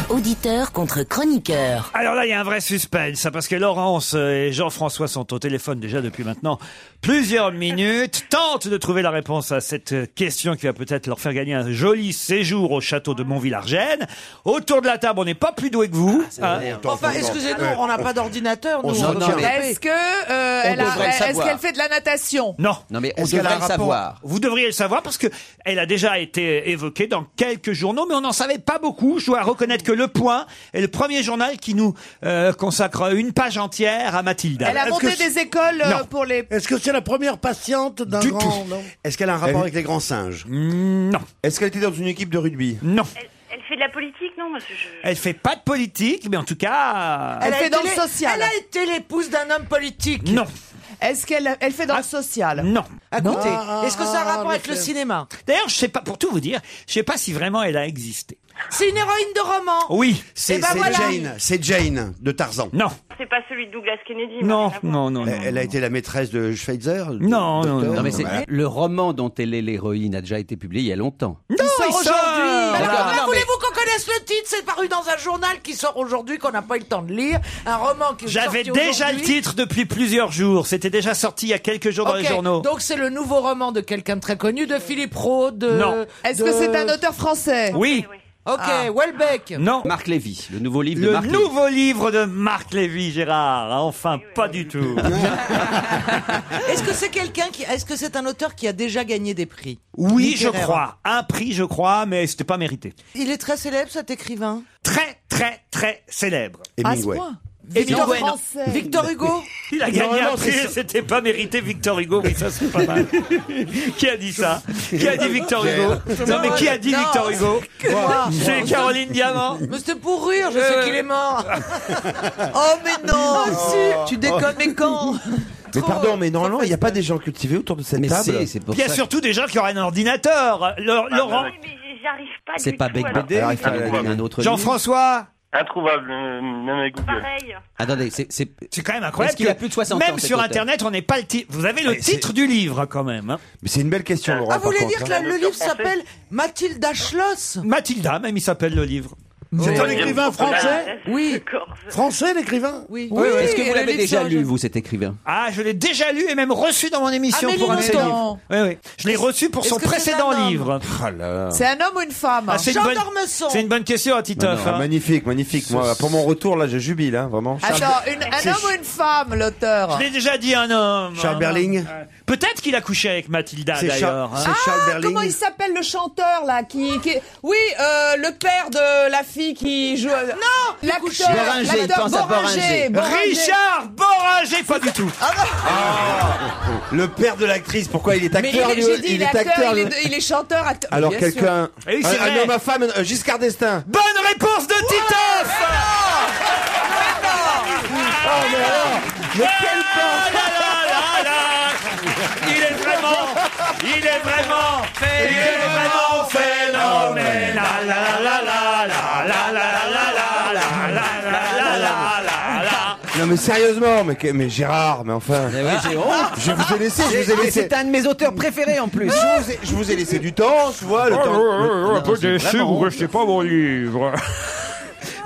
[SPEAKER 14] Auditeur contre chroniqueur.
[SPEAKER 3] Alors là, il y a un vrai suspense, hein, parce que Laurence et Jean-François sont au téléphone déjà depuis maintenant plusieurs minutes, tentent de trouver la réponse à cette question qui va peut-être leur faire gagner un joli séjour au château de Montville-Argennes. Autour de la table, on n'est pas plus doué que vous. hein.
[SPEAKER 13] Enfin, excusez-nous, on n'a pas d'ordinateur, nous.
[SPEAKER 3] On s'en
[SPEAKER 13] peut
[SPEAKER 3] tient.
[SPEAKER 13] pas taper.
[SPEAKER 11] Est-ce que euh,
[SPEAKER 3] On
[SPEAKER 11] elle a-
[SPEAKER 3] devrait le
[SPEAKER 11] est-ce
[SPEAKER 3] savoir.
[SPEAKER 11] qu'elle fait de la natation
[SPEAKER 3] Non. Non, mais
[SPEAKER 7] on Est-ce qu'elle devrait a un le rapport savoir.
[SPEAKER 3] Vous devriez le savoir parce que elle a déjà été évoquée dans quelques journaux, mais on n'en savait pas beaucoup. Je dois reconnaître que Le Point est le premier journal qui nous euh, consacre une page entière à Mathilde.
[SPEAKER 11] Elle a monté des écoles euh,
[SPEAKER 3] Non.
[SPEAKER 11] pour les.
[SPEAKER 5] Est-ce que c'est la première patiente d'un
[SPEAKER 3] Du
[SPEAKER 5] grand
[SPEAKER 3] tout.
[SPEAKER 5] non
[SPEAKER 16] Est-ce qu'elle a un rapport avec les grands singes
[SPEAKER 3] Mm, Non.
[SPEAKER 4] Est-ce qu'elle était dans une équipe de rugby
[SPEAKER 3] Non.
[SPEAKER 15] Elle fait de la politique, non moi, je- je-
[SPEAKER 3] Elle fait pas de politique, mais en tout cas. euh,
[SPEAKER 11] Elle fait dans le
[SPEAKER 13] été-
[SPEAKER 11] social.
[SPEAKER 13] Elle a été l'épouse d'un homme politique.
[SPEAKER 3] Non.
[SPEAKER 11] Est-ce qu'elle elle fait dans le social
[SPEAKER 3] Ah. Non.
[SPEAKER 13] Écoutez,
[SPEAKER 11] Ah,
[SPEAKER 13] est-ce que ça a un rapport avec le cinéma
[SPEAKER 3] D'ailleurs, je sais pas, pour tout vous dire, je sais pas si vraiment elle a existé.
[SPEAKER 13] C'est une héroïne de roman.
[SPEAKER 3] Oui.
[SPEAKER 16] C'est
[SPEAKER 13] Eh ben
[SPEAKER 16] c'est
[SPEAKER 13] voilà.
[SPEAKER 16] Jane, c'est Jane de Tarzan.
[SPEAKER 3] Non.
[SPEAKER 15] C'est pas celui de Douglas Kennedy. moi,
[SPEAKER 16] Non,
[SPEAKER 15] rien à voir.
[SPEAKER 3] non, non.
[SPEAKER 16] Elle, elle a été la maîtresse de Schweitzer
[SPEAKER 3] Non,
[SPEAKER 16] non,
[SPEAKER 7] Non, mais c'est le roman dont elle est l'héroïne a déjà été publié il y a longtemps.
[SPEAKER 3] Non,
[SPEAKER 13] sort
[SPEAKER 3] il sort.
[SPEAKER 13] aujourd'hui. Alors,
[SPEAKER 7] D'accord,
[SPEAKER 13] comment
[SPEAKER 7] non, mais-
[SPEAKER 13] voulez-vous qu'on connaisse le titre C'est paru dans un journal qui sort aujourd'hui qu'on n'a pas eu le temps de lire. Un roman qui est
[SPEAKER 3] J'avais
[SPEAKER 13] sorti
[SPEAKER 3] déjà le
[SPEAKER 13] aujourd'hui.
[SPEAKER 3] titre depuis plusieurs jours. C'était déjà sorti il y a quelques jours dans les
[SPEAKER 13] Ok,
[SPEAKER 3] journaux.
[SPEAKER 13] Donc c'est le nouveau roman de quelqu'un de très connu, de Philippe Rowe, de...
[SPEAKER 3] Non.
[SPEAKER 11] Est-ce que
[SPEAKER 13] de-
[SPEAKER 11] c'est un auteur Ah. français
[SPEAKER 13] Eh
[SPEAKER 3] Oui.
[SPEAKER 13] Ok, Welbeck.
[SPEAKER 3] Non.
[SPEAKER 7] Marc Lévy, le nouveau livre de
[SPEAKER 3] Le
[SPEAKER 7] Marc Lévy.
[SPEAKER 3] nouveau livre de Marc Lévy, Gérard. Ah, Enfin,
[SPEAKER 13] Eh
[SPEAKER 3] pas du tout.
[SPEAKER 13] Est-ce que c'est quelqu'un qui... Est-ce que c'est un auteur qui a déjà gagné des prix
[SPEAKER 3] Oui, je
[SPEAKER 13] littéraires
[SPEAKER 3] crois. Un prix, je crois, mais c'était pas mérité.
[SPEAKER 13] Il est très célèbre cet écrivain.
[SPEAKER 3] Très, très, très célèbre.
[SPEAKER 13] Hemingway. point. Ah, Victor
[SPEAKER 3] Hemingway, non.
[SPEAKER 13] Français. Victor Hugo
[SPEAKER 3] Il a
[SPEAKER 13] Non,
[SPEAKER 3] gagné
[SPEAKER 13] non,
[SPEAKER 3] un prix,
[SPEAKER 13] c'est-
[SPEAKER 3] c'était pas mérité Victor Hugo, oui, ça c'est pas mal. qui a dit ça Qui a dit Victor Hugo Non, mais qui a dit
[SPEAKER 13] Non,
[SPEAKER 3] Victor Hugo
[SPEAKER 13] Oh, que moi. Oh,
[SPEAKER 3] C'est Caroline Diamant.
[SPEAKER 13] Mais c'était pour rire, je
[SPEAKER 3] Euh.
[SPEAKER 13] sais qu'il est mort. oh mais non Tu déconnes, mais quand
[SPEAKER 4] Mais pardon, mais normalement, il n'y a pas des gens cultivés autour de cette
[SPEAKER 7] Mais
[SPEAKER 4] table.
[SPEAKER 7] si, c'est pour
[SPEAKER 3] Il y a
[SPEAKER 7] ça.
[SPEAKER 3] surtout des gens qui auraient un ordinateur. Le-
[SPEAKER 7] Ah,
[SPEAKER 3] Laurent,
[SPEAKER 15] Mais J'arrive pas
[SPEAKER 7] C'est
[SPEAKER 15] du
[SPEAKER 7] pas
[SPEAKER 15] tout
[SPEAKER 7] Beck
[SPEAKER 15] à la-
[SPEAKER 7] Bédé,
[SPEAKER 15] Alors,
[SPEAKER 7] il fallait
[SPEAKER 15] c'est
[SPEAKER 7] donner un autre
[SPEAKER 3] Jean-François
[SPEAKER 10] Introuvable, euh, même avec Google.
[SPEAKER 15] Pareil.
[SPEAKER 7] Attendez, c'est c'est
[SPEAKER 3] c'est quand même incroyable.
[SPEAKER 7] Est-ce qu'il
[SPEAKER 3] que
[SPEAKER 7] a plus de 60 ans
[SPEAKER 3] Même
[SPEAKER 7] cet
[SPEAKER 3] sur
[SPEAKER 7] auteur
[SPEAKER 3] Internet, on n'est pas le titre. Vous avez le
[SPEAKER 4] Et Ah, c'est-
[SPEAKER 3] titre du livre quand même. hein.
[SPEAKER 4] Mais c'est une belle question, Laurent.
[SPEAKER 13] Ah, vous
[SPEAKER 4] par
[SPEAKER 13] voulez
[SPEAKER 4] contre,
[SPEAKER 13] dire que
[SPEAKER 4] hein.
[SPEAKER 13] la- le livre s'appelle Mathilda Schloss Ah,
[SPEAKER 3] Mathilda, même il s'appelle le livre.
[SPEAKER 5] C'est
[SPEAKER 7] Oh.
[SPEAKER 5] un écrivain français
[SPEAKER 13] Oui.
[SPEAKER 5] Français, l'écrivain
[SPEAKER 13] Oui.
[SPEAKER 7] Oui, Est-ce que vous
[SPEAKER 13] elle
[SPEAKER 7] l'avez
[SPEAKER 13] est
[SPEAKER 7] déjà
[SPEAKER 13] sage.
[SPEAKER 7] lu, vous, cet écrivain
[SPEAKER 3] Ah, je l'ai déjà lu et même reçu dans mon
[SPEAKER 7] Ah,
[SPEAKER 3] émission
[SPEAKER 11] Amélie
[SPEAKER 3] pour un de ses livres.
[SPEAKER 11] Nothomb.
[SPEAKER 3] Oui, oui. Je l'ai reçu pour
[SPEAKER 11] Est-ce
[SPEAKER 3] son
[SPEAKER 11] que c'est un
[SPEAKER 3] précédent
[SPEAKER 11] homme
[SPEAKER 3] livre.
[SPEAKER 4] Ah
[SPEAKER 11] C'est un homme ou une femme
[SPEAKER 3] Ah, c'est une
[SPEAKER 11] Jean
[SPEAKER 3] bonne-
[SPEAKER 11] Dormesson.
[SPEAKER 3] C'est une bonne
[SPEAKER 7] Bah
[SPEAKER 3] question, Titoff.
[SPEAKER 4] Ah,
[SPEAKER 3] hein.
[SPEAKER 4] magnifique, magnifique. Moi, pour mon retour, là, je jubile, hein, vraiment.
[SPEAKER 17] Ah,
[SPEAKER 11] Attends, une- un homme ou une femme, l'auteur
[SPEAKER 3] Je l'ai déjà dit hein, un homme.
[SPEAKER 4] Charles Berling
[SPEAKER 3] Ouais. Peut-être qu'il a couché avec Mathilda
[SPEAKER 4] C'est Char-
[SPEAKER 3] d'ailleurs. hein.
[SPEAKER 4] c'est Charles
[SPEAKER 11] Ah, comment il s'appelle le chanteur là qui, qui- Oui, euh, le père de la fille qui joue.
[SPEAKER 17] euh,
[SPEAKER 11] Non, l'acteur.
[SPEAKER 7] Boringer, il
[SPEAKER 11] l'acteur
[SPEAKER 7] pense à Boringer.
[SPEAKER 3] Richard Boringer, pas du tout.
[SPEAKER 17] Ah
[SPEAKER 4] Ah. Le père de l'actrice, pourquoi il est
[SPEAKER 11] Mais
[SPEAKER 4] acteur
[SPEAKER 11] il est,
[SPEAKER 4] lui,
[SPEAKER 11] j'ai dit, il est acteur, il, est,
[SPEAKER 4] lui.
[SPEAKER 11] il est chanteur. acteur-
[SPEAKER 4] Alors
[SPEAKER 11] Bien
[SPEAKER 4] quelqu'un, Ah,
[SPEAKER 11] sûr.
[SPEAKER 3] Eh oui, c'est
[SPEAKER 4] un, un
[SPEAKER 3] vrai.
[SPEAKER 4] homme à femme, euh, Giscard d'Estaing.
[SPEAKER 3] Bonne réponse de Titoff
[SPEAKER 11] Ah,
[SPEAKER 4] Oh mais alors, mais quel
[SPEAKER 3] Ah là là là là Il est vraiment, il est vraiment, il est vraiment phénoménal. La la la la la la la la la la la la la la la
[SPEAKER 11] Ah.
[SPEAKER 3] la.
[SPEAKER 4] Non mais sérieusement, mais, que- mais Gérard, mais enfin. Ah.
[SPEAKER 7] Eh oui, j'ai honte. Ah,
[SPEAKER 4] Je vous ai laissé, je vous ai
[SPEAKER 7] C'est-
[SPEAKER 4] laissé.
[SPEAKER 7] C'est un de mes auteurs préférés en plus.
[SPEAKER 4] Je vous ai, je vous ai laissé du temps, tu vois,
[SPEAKER 11] Oh,
[SPEAKER 4] le temps.
[SPEAKER 3] Un peu déçu, vous restez pas mon livre.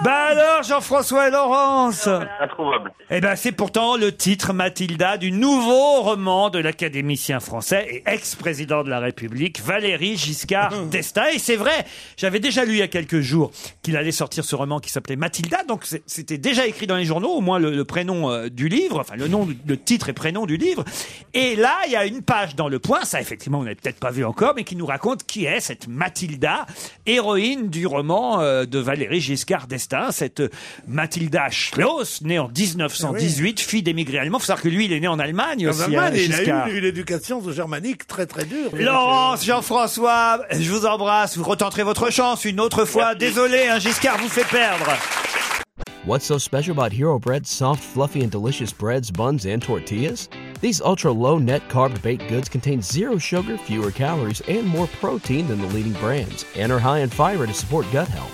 [SPEAKER 3] Bah alors, Jean-François et Laurence
[SPEAKER 10] Introuvable.
[SPEAKER 3] Eh ben, c'est pourtant le titre Mathilda du nouveau roman de l'académicien français et ex-président de la République, Valéry Giscard d'Estaing. Et c'est vrai, j'avais déjà lu il y a quelques jours qu'il allait sortir ce roman qui s'appelait Mathilda, donc c'est- c'était déjà écrit dans les journaux, au moins le, le prénom euh, du livre, enfin le nom, du- le titre et prénom du livre. Et là, il y a une page dans le point, ça effectivement, on n'avait peut-être pas vu encore, mais qui nous raconte qui est cette Mathilda, héroïne du roman euh, de Valéry Giscard d'Estaing. destin, cette Mathilda Schloss, née en 1918, fille d'émigrés allemands. Faut savoir que lui, il est né en Allemagne
[SPEAKER 5] En
[SPEAKER 3] aussi.
[SPEAKER 5] Allemagne,
[SPEAKER 3] hein,
[SPEAKER 5] il
[SPEAKER 3] Giscard.
[SPEAKER 5] a eu une éducation germanique très très dure.
[SPEAKER 3] Laurence, Jean-François, je vous embrasse, vous retenterez votre chance une autre fois. Désolé, hein, Giscard vous fait perdre.
[SPEAKER 18] What's so special about Hero Bread's soft, fluffy, and delicious breads, buns, and tortillas? These ultra low net carb baked goods contain zero sugar, fewer calories, and more protein than the leading brands, and are high in fiber to support gut health.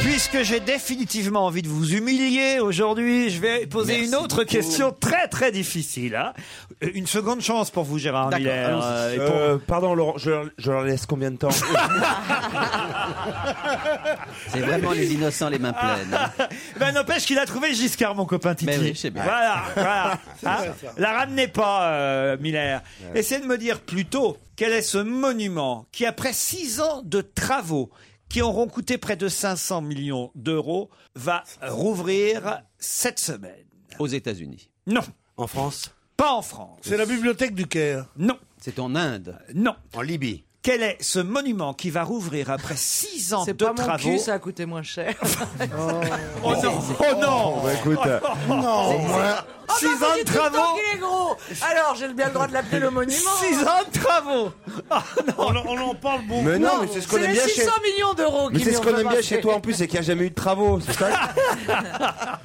[SPEAKER 3] Puisque j'ai définitivement envie de vous humilier aujourd'hui, je vais poser
[SPEAKER 17] Merci
[SPEAKER 3] une autre
[SPEAKER 17] beaucoup.
[SPEAKER 3] question très très difficile. hein. Euh, Une seconde chance pour vous, Gérard
[SPEAKER 7] Ah,
[SPEAKER 3] Miller. euh, et pour-
[SPEAKER 4] pardon, Laurent, je, leur- je leur laisse combien de temps
[SPEAKER 7] C'est vraiment les innocents les mains
[SPEAKER 11] Ah.
[SPEAKER 7] pleines. hein.
[SPEAKER 3] Ben n'empêche qu'il a trouvé Giscard, mon copain Titi.
[SPEAKER 7] Mais oui, je sais bien.
[SPEAKER 3] Voilà, voilà.
[SPEAKER 7] C'est
[SPEAKER 3] Hein
[SPEAKER 7] vrai, ça.
[SPEAKER 3] La ramenez pas, euh, Miller.
[SPEAKER 7] Ouais.
[SPEAKER 3] Essayez de me dire plutôt quel est ce monument qui, après six ans de travaux qui auront coûté près de 500 millions d'euros, va rouvrir cette semaine.
[SPEAKER 7] Aux États-Unis.
[SPEAKER 3] Non.
[SPEAKER 7] En France
[SPEAKER 3] Pas en France.
[SPEAKER 5] C'est la bibliothèque du Caire.
[SPEAKER 3] Non. Euh,
[SPEAKER 7] C'est en Inde.
[SPEAKER 3] Non.
[SPEAKER 7] En Libye.
[SPEAKER 3] Quel est ce monument qui va rouvrir après six ans de
[SPEAKER 8] C'est pas mon
[SPEAKER 3] travaux
[SPEAKER 8] cul, ça a coûté moins cher.
[SPEAKER 3] Oh non Oh non
[SPEAKER 1] Bah, écoute, euh,
[SPEAKER 8] Non,
[SPEAKER 1] au moins-
[SPEAKER 3] Six
[SPEAKER 13] Oh,
[SPEAKER 3] ans de travaux.
[SPEAKER 8] Il est gros. Alors, j'ai bien le droit de l'appeler le monument.
[SPEAKER 3] Six
[SPEAKER 13] hein.
[SPEAKER 3] ans de travaux.
[SPEAKER 13] Oh,
[SPEAKER 5] on, en- on en parle beaucoup.
[SPEAKER 4] Mais non, mais c'est ce qu'on aime bien
[SPEAKER 8] les
[SPEAKER 4] chez
[SPEAKER 8] 600 millions
[SPEAKER 11] Oh,
[SPEAKER 8] d'euros
[SPEAKER 4] Mais
[SPEAKER 8] qui
[SPEAKER 4] c'est ce
[SPEAKER 8] m'ont
[SPEAKER 4] qu'on
[SPEAKER 8] fait
[SPEAKER 4] aime bien
[SPEAKER 8] marcher.
[SPEAKER 4] chez toi en plus, c'est qu'il n'y a jamais eu de travaux, c'est ça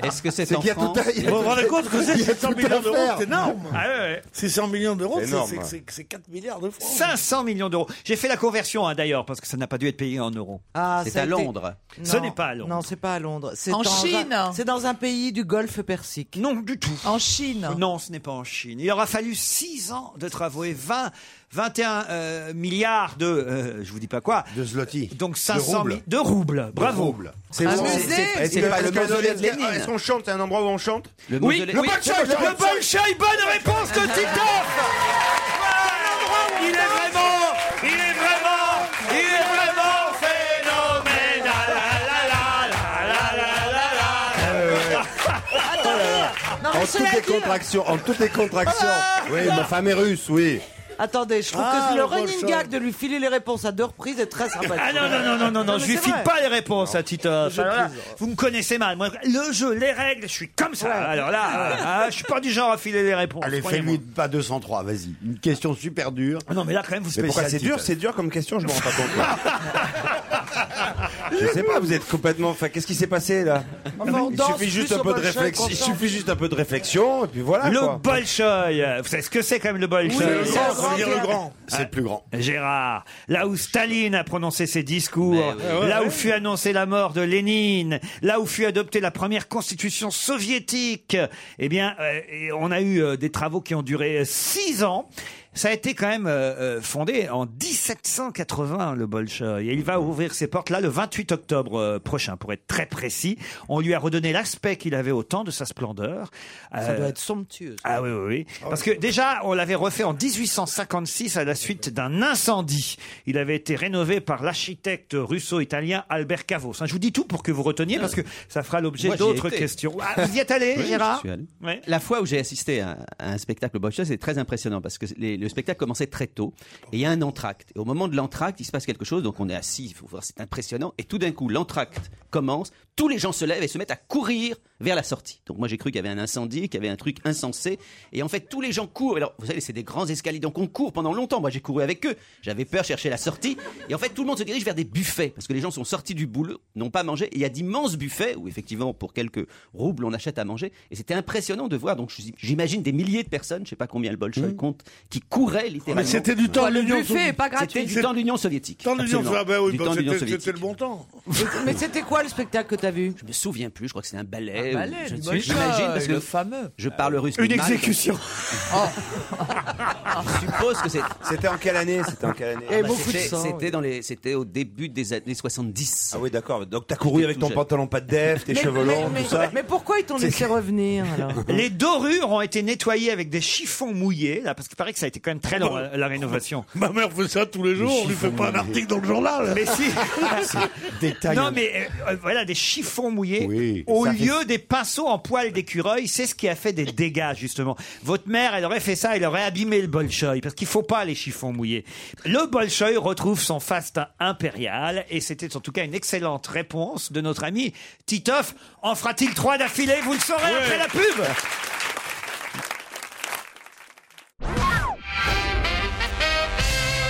[SPEAKER 7] Est-ce que c'est
[SPEAKER 4] C'est
[SPEAKER 7] en
[SPEAKER 4] qu'il y a tout
[SPEAKER 7] France
[SPEAKER 4] à- il y a
[SPEAKER 5] Vous vous rendez compte que c'est
[SPEAKER 4] Il y a
[SPEAKER 5] 700
[SPEAKER 4] tout à
[SPEAKER 5] millions d'euros
[SPEAKER 4] faire.
[SPEAKER 5] C'est énorme.
[SPEAKER 3] Ah ouais, ouais.
[SPEAKER 5] 600 millions d'euros,
[SPEAKER 3] C'est
[SPEAKER 5] c'est-
[SPEAKER 3] énorme.
[SPEAKER 5] c'est- c'est c'est 4 milliards de francs.
[SPEAKER 3] 500 millions d'euros. J'ai fait la conversion hein, d'ailleurs parce que ça n'a pas dû être payé en euros.
[SPEAKER 13] Ah, ça a été-
[SPEAKER 3] Ce
[SPEAKER 13] Non.
[SPEAKER 3] n'est pas à Londres.
[SPEAKER 13] Non, c'est pas à Londres. C'est
[SPEAKER 3] En
[SPEAKER 13] dans un-
[SPEAKER 3] Chine.
[SPEAKER 13] C'est dans un pays du Golfe Persique.
[SPEAKER 3] Non, du tout.
[SPEAKER 13] En Chine.
[SPEAKER 3] Non, ce n'est pas en Chine. Il aura fallu 6 ans de travaux et 20, 21 euh, milliards de, euh, je vous dis pas quoi. De zloty. Donc 500
[SPEAKER 4] roubles.
[SPEAKER 3] mi- de roubles.
[SPEAKER 4] De
[SPEAKER 3] Bravo. Ah,
[SPEAKER 4] roubles. C'est Un bon. musée.
[SPEAKER 3] c'est-
[SPEAKER 4] Est-ce
[SPEAKER 3] c'est
[SPEAKER 4] que-
[SPEAKER 3] pas
[SPEAKER 4] est-ce
[SPEAKER 3] le
[SPEAKER 4] que-
[SPEAKER 3] mausolée de
[SPEAKER 4] est-ce que-
[SPEAKER 3] Lénine.
[SPEAKER 4] est-ce qu'on chante C'est un endroit où on chante
[SPEAKER 7] Le
[SPEAKER 3] Oui,
[SPEAKER 4] mausolée- bah
[SPEAKER 3] le
[SPEAKER 4] Oui,
[SPEAKER 3] Bolshoï,
[SPEAKER 4] c'est bon,
[SPEAKER 3] le Bolshoï, bonne réponse de Titoff Il est vraiment, il est vraiment, il est vraiment phénoménal
[SPEAKER 7] bah
[SPEAKER 4] Euh, Oh
[SPEAKER 13] Non,
[SPEAKER 1] en
[SPEAKER 13] mais
[SPEAKER 1] toutes
[SPEAKER 13] cela
[SPEAKER 1] les
[SPEAKER 13] dit-
[SPEAKER 1] contractions, en toutes les contractions. Oui, ma femme est russe, oui.
[SPEAKER 13] Attendez, je trouve
[SPEAKER 1] Ah,
[SPEAKER 13] que
[SPEAKER 1] le
[SPEAKER 13] le running
[SPEAKER 1] Bolshoï.
[SPEAKER 13] gag de lui filer les réponses à deux reprises est très sympathique.
[SPEAKER 3] Ah non, non, non, non, non, non, je lui file pas les réponses à Titoff.
[SPEAKER 13] Je
[SPEAKER 3] Alors là,
[SPEAKER 13] plaisante.
[SPEAKER 3] Vous me connaissez mal. Moi, le jeu, les règles, je suis comme ça. Alors là, ah, je suis pas du genre à filer les réponses.
[SPEAKER 16] Allez,
[SPEAKER 3] croyez-moi.
[SPEAKER 16] fais-lui pas 203, vas-y. Une question super dure.
[SPEAKER 3] Non, mais là, quand même, vous
[SPEAKER 16] Mais pourquoi
[SPEAKER 4] C'est dur, c'est dur comme question, je me rends pas compte. je sais pas, vous êtes complètement. Enfin, qu'est-ce qui s'est passé là
[SPEAKER 3] Enfin, on
[SPEAKER 4] Il
[SPEAKER 3] danse
[SPEAKER 4] suffit juste
[SPEAKER 3] plus
[SPEAKER 4] un
[SPEAKER 3] au
[SPEAKER 4] peu de
[SPEAKER 3] Bolshoï
[SPEAKER 4] réflexion.
[SPEAKER 3] qu'au
[SPEAKER 4] Il
[SPEAKER 3] chant.
[SPEAKER 4] suffit juste un peu de réflexion et puis voilà.
[SPEAKER 3] le
[SPEAKER 4] quoi.
[SPEAKER 3] Bolshoï. Vous savez ce que c'est quand même le Bolshoï
[SPEAKER 4] Oui, le grand, c'est le grand.
[SPEAKER 3] C'est le plus grand. Gérard, là où Staline a prononcé ses discours,
[SPEAKER 17] oui.
[SPEAKER 3] là
[SPEAKER 4] Ah
[SPEAKER 17] Ouais,
[SPEAKER 3] où
[SPEAKER 17] ouais.
[SPEAKER 3] fut annoncée la mort de Lénine, là où fut adoptée la première constitution soviétique, eh bien, euh, et on a eu euh, des travaux qui ont duré euh, six ans. Ça a été quand même euh, euh, fondé en 1780, le Bolshoï. Et il va ouvrir ses portes là le 28 octobre euh, prochain, pour être très précis. On lui a redonné l'aspect qu'il avait au temps de sa splendeur.
[SPEAKER 13] Ça
[SPEAKER 3] Euh,
[SPEAKER 13] doit être somptueux.
[SPEAKER 3] ah oui, oui, oui. Parce que déjà, on l'avait refait en 1856 à la suite d'un incendie. Il avait été rénové par l'architecte russo-italien Albert Cavos. Je vous dis tout pour que vous reteniez parce que ça fera l'objet
[SPEAKER 7] Moi, j'y ai
[SPEAKER 3] d'autres
[SPEAKER 7] été.
[SPEAKER 3] questions. Ah, vous y êtes allé,
[SPEAKER 7] Oui,
[SPEAKER 3] Gérard
[SPEAKER 7] j'y suis allé.
[SPEAKER 3] Ouais.
[SPEAKER 7] La fois où j'ai assisté à, à un spectacle Bolshoi, c'est très impressionnant parce que les- le spectacle commençait très tôt et il y a un entracte. Et au moment de l'entracte, il se passe quelque chose, donc on est assis, il faut voir, c'est impressionnant. Et tout d'un coup, l'entracte commence, tous les gens se lèvent et se mettent à courir vers la sortie. Donc moi j'ai cru qu'il y avait un incendie, qu'il y avait un truc insensé. Et en fait, tous les gens courent. Et Alors vous savez, c'est des grands escaliers, donc on court pendant longtemps. Moi j'ai couru avec eux, j'avais peur, chercher la sortie. Et en fait, tout le monde se dirige vers des buffets parce que les gens sont sortis du boulot, n'ont pas mangé. Et il y a d'immenses buffets où effectivement, pour quelques roubles, on achète à manger. Et c'était impressionnant de voir. Donc je- j'imagine des milliers de personnes, je sais pas combien le Bolshoi compte, qui couraient littéralement.
[SPEAKER 5] Mmh. Mais c'était du temps de l'Union soviétique.
[SPEAKER 7] C'était du temps de l'Union soviétique.
[SPEAKER 5] Temps de l'Union
[SPEAKER 7] Absolument.
[SPEAKER 5] soviétique. Ah bah oui,
[SPEAKER 7] Du
[SPEAKER 5] bah
[SPEAKER 7] temps de l'Union
[SPEAKER 5] c'était-
[SPEAKER 7] soviétique.
[SPEAKER 5] c'était le bon temps.
[SPEAKER 13] Mais c'était quoi le spectacle que t'as vu
[SPEAKER 7] Je me souviens plus, je crois que c'était un ballet.
[SPEAKER 13] Un ballet,
[SPEAKER 7] ou- je ne
[SPEAKER 13] du
[SPEAKER 7] sais-
[SPEAKER 13] Bolshoi,
[SPEAKER 7] j'imagine, parce que
[SPEAKER 13] le fameux.
[SPEAKER 7] Je parle russe.
[SPEAKER 3] Une
[SPEAKER 7] mais mal. Ah.
[SPEAKER 3] exécution.
[SPEAKER 13] Ah.
[SPEAKER 7] Je suppose que c'est.
[SPEAKER 4] C'était en quelle année C'était en quelle année
[SPEAKER 13] Eh,
[SPEAKER 7] Ah bah, c'était- C'était dans les, c'était au début des années 70. Ah
[SPEAKER 4] oui, d'accord. Donc t'as couru avec ton pantalon pas de def, tes
[SPEAKER 13] Mais-
[SPEAKER 4] cheveux
[SPEAKER 13] mais-
[SPEAKER 4] longs,
[SPEAKER 13] mais-
[SPEAKER 4] tout ça.
[SPEAKER 13] Mais pourquoi ils t'ont
[SPEAKER 4] C'est-
[SPEAKER 13] laissé revenir alors
[SPEAKER 3] Les dorures ont été nettoyées avec des chiffons mouillés, là, parce qu'il paraît que ça a été quand même très long, la, la rénovation.
[SPEAKER 5] Ma mère fait ça tous les jours, on lui fait pas un article dans le journal.
[SPEAKER 3] Mais si
[SPEAKER 5] Détail.
[SPEAKER 3] Non, mais euh, euh, voilà, des chiffons mouillés
[SPEAKER 5] Oui.
[SPEAKER 3] au
[SPEAKER 5] Ça
[SPEAKER 3] lieu des pinceaux en poils d'écureuil. C'est ce qui a fait des dégâts, justement. Votre mère mère, elle aurait fait ça, elle aurait abîmé le bolchoï, parce qu'il faut pas les chiffons mouillés. Le bolchoï retrouve son faste impérial, et c'était en tout cas une excellente réponse de notre ami Titoff. En fera-t-il trois d'affilée Vous le saurez après la pub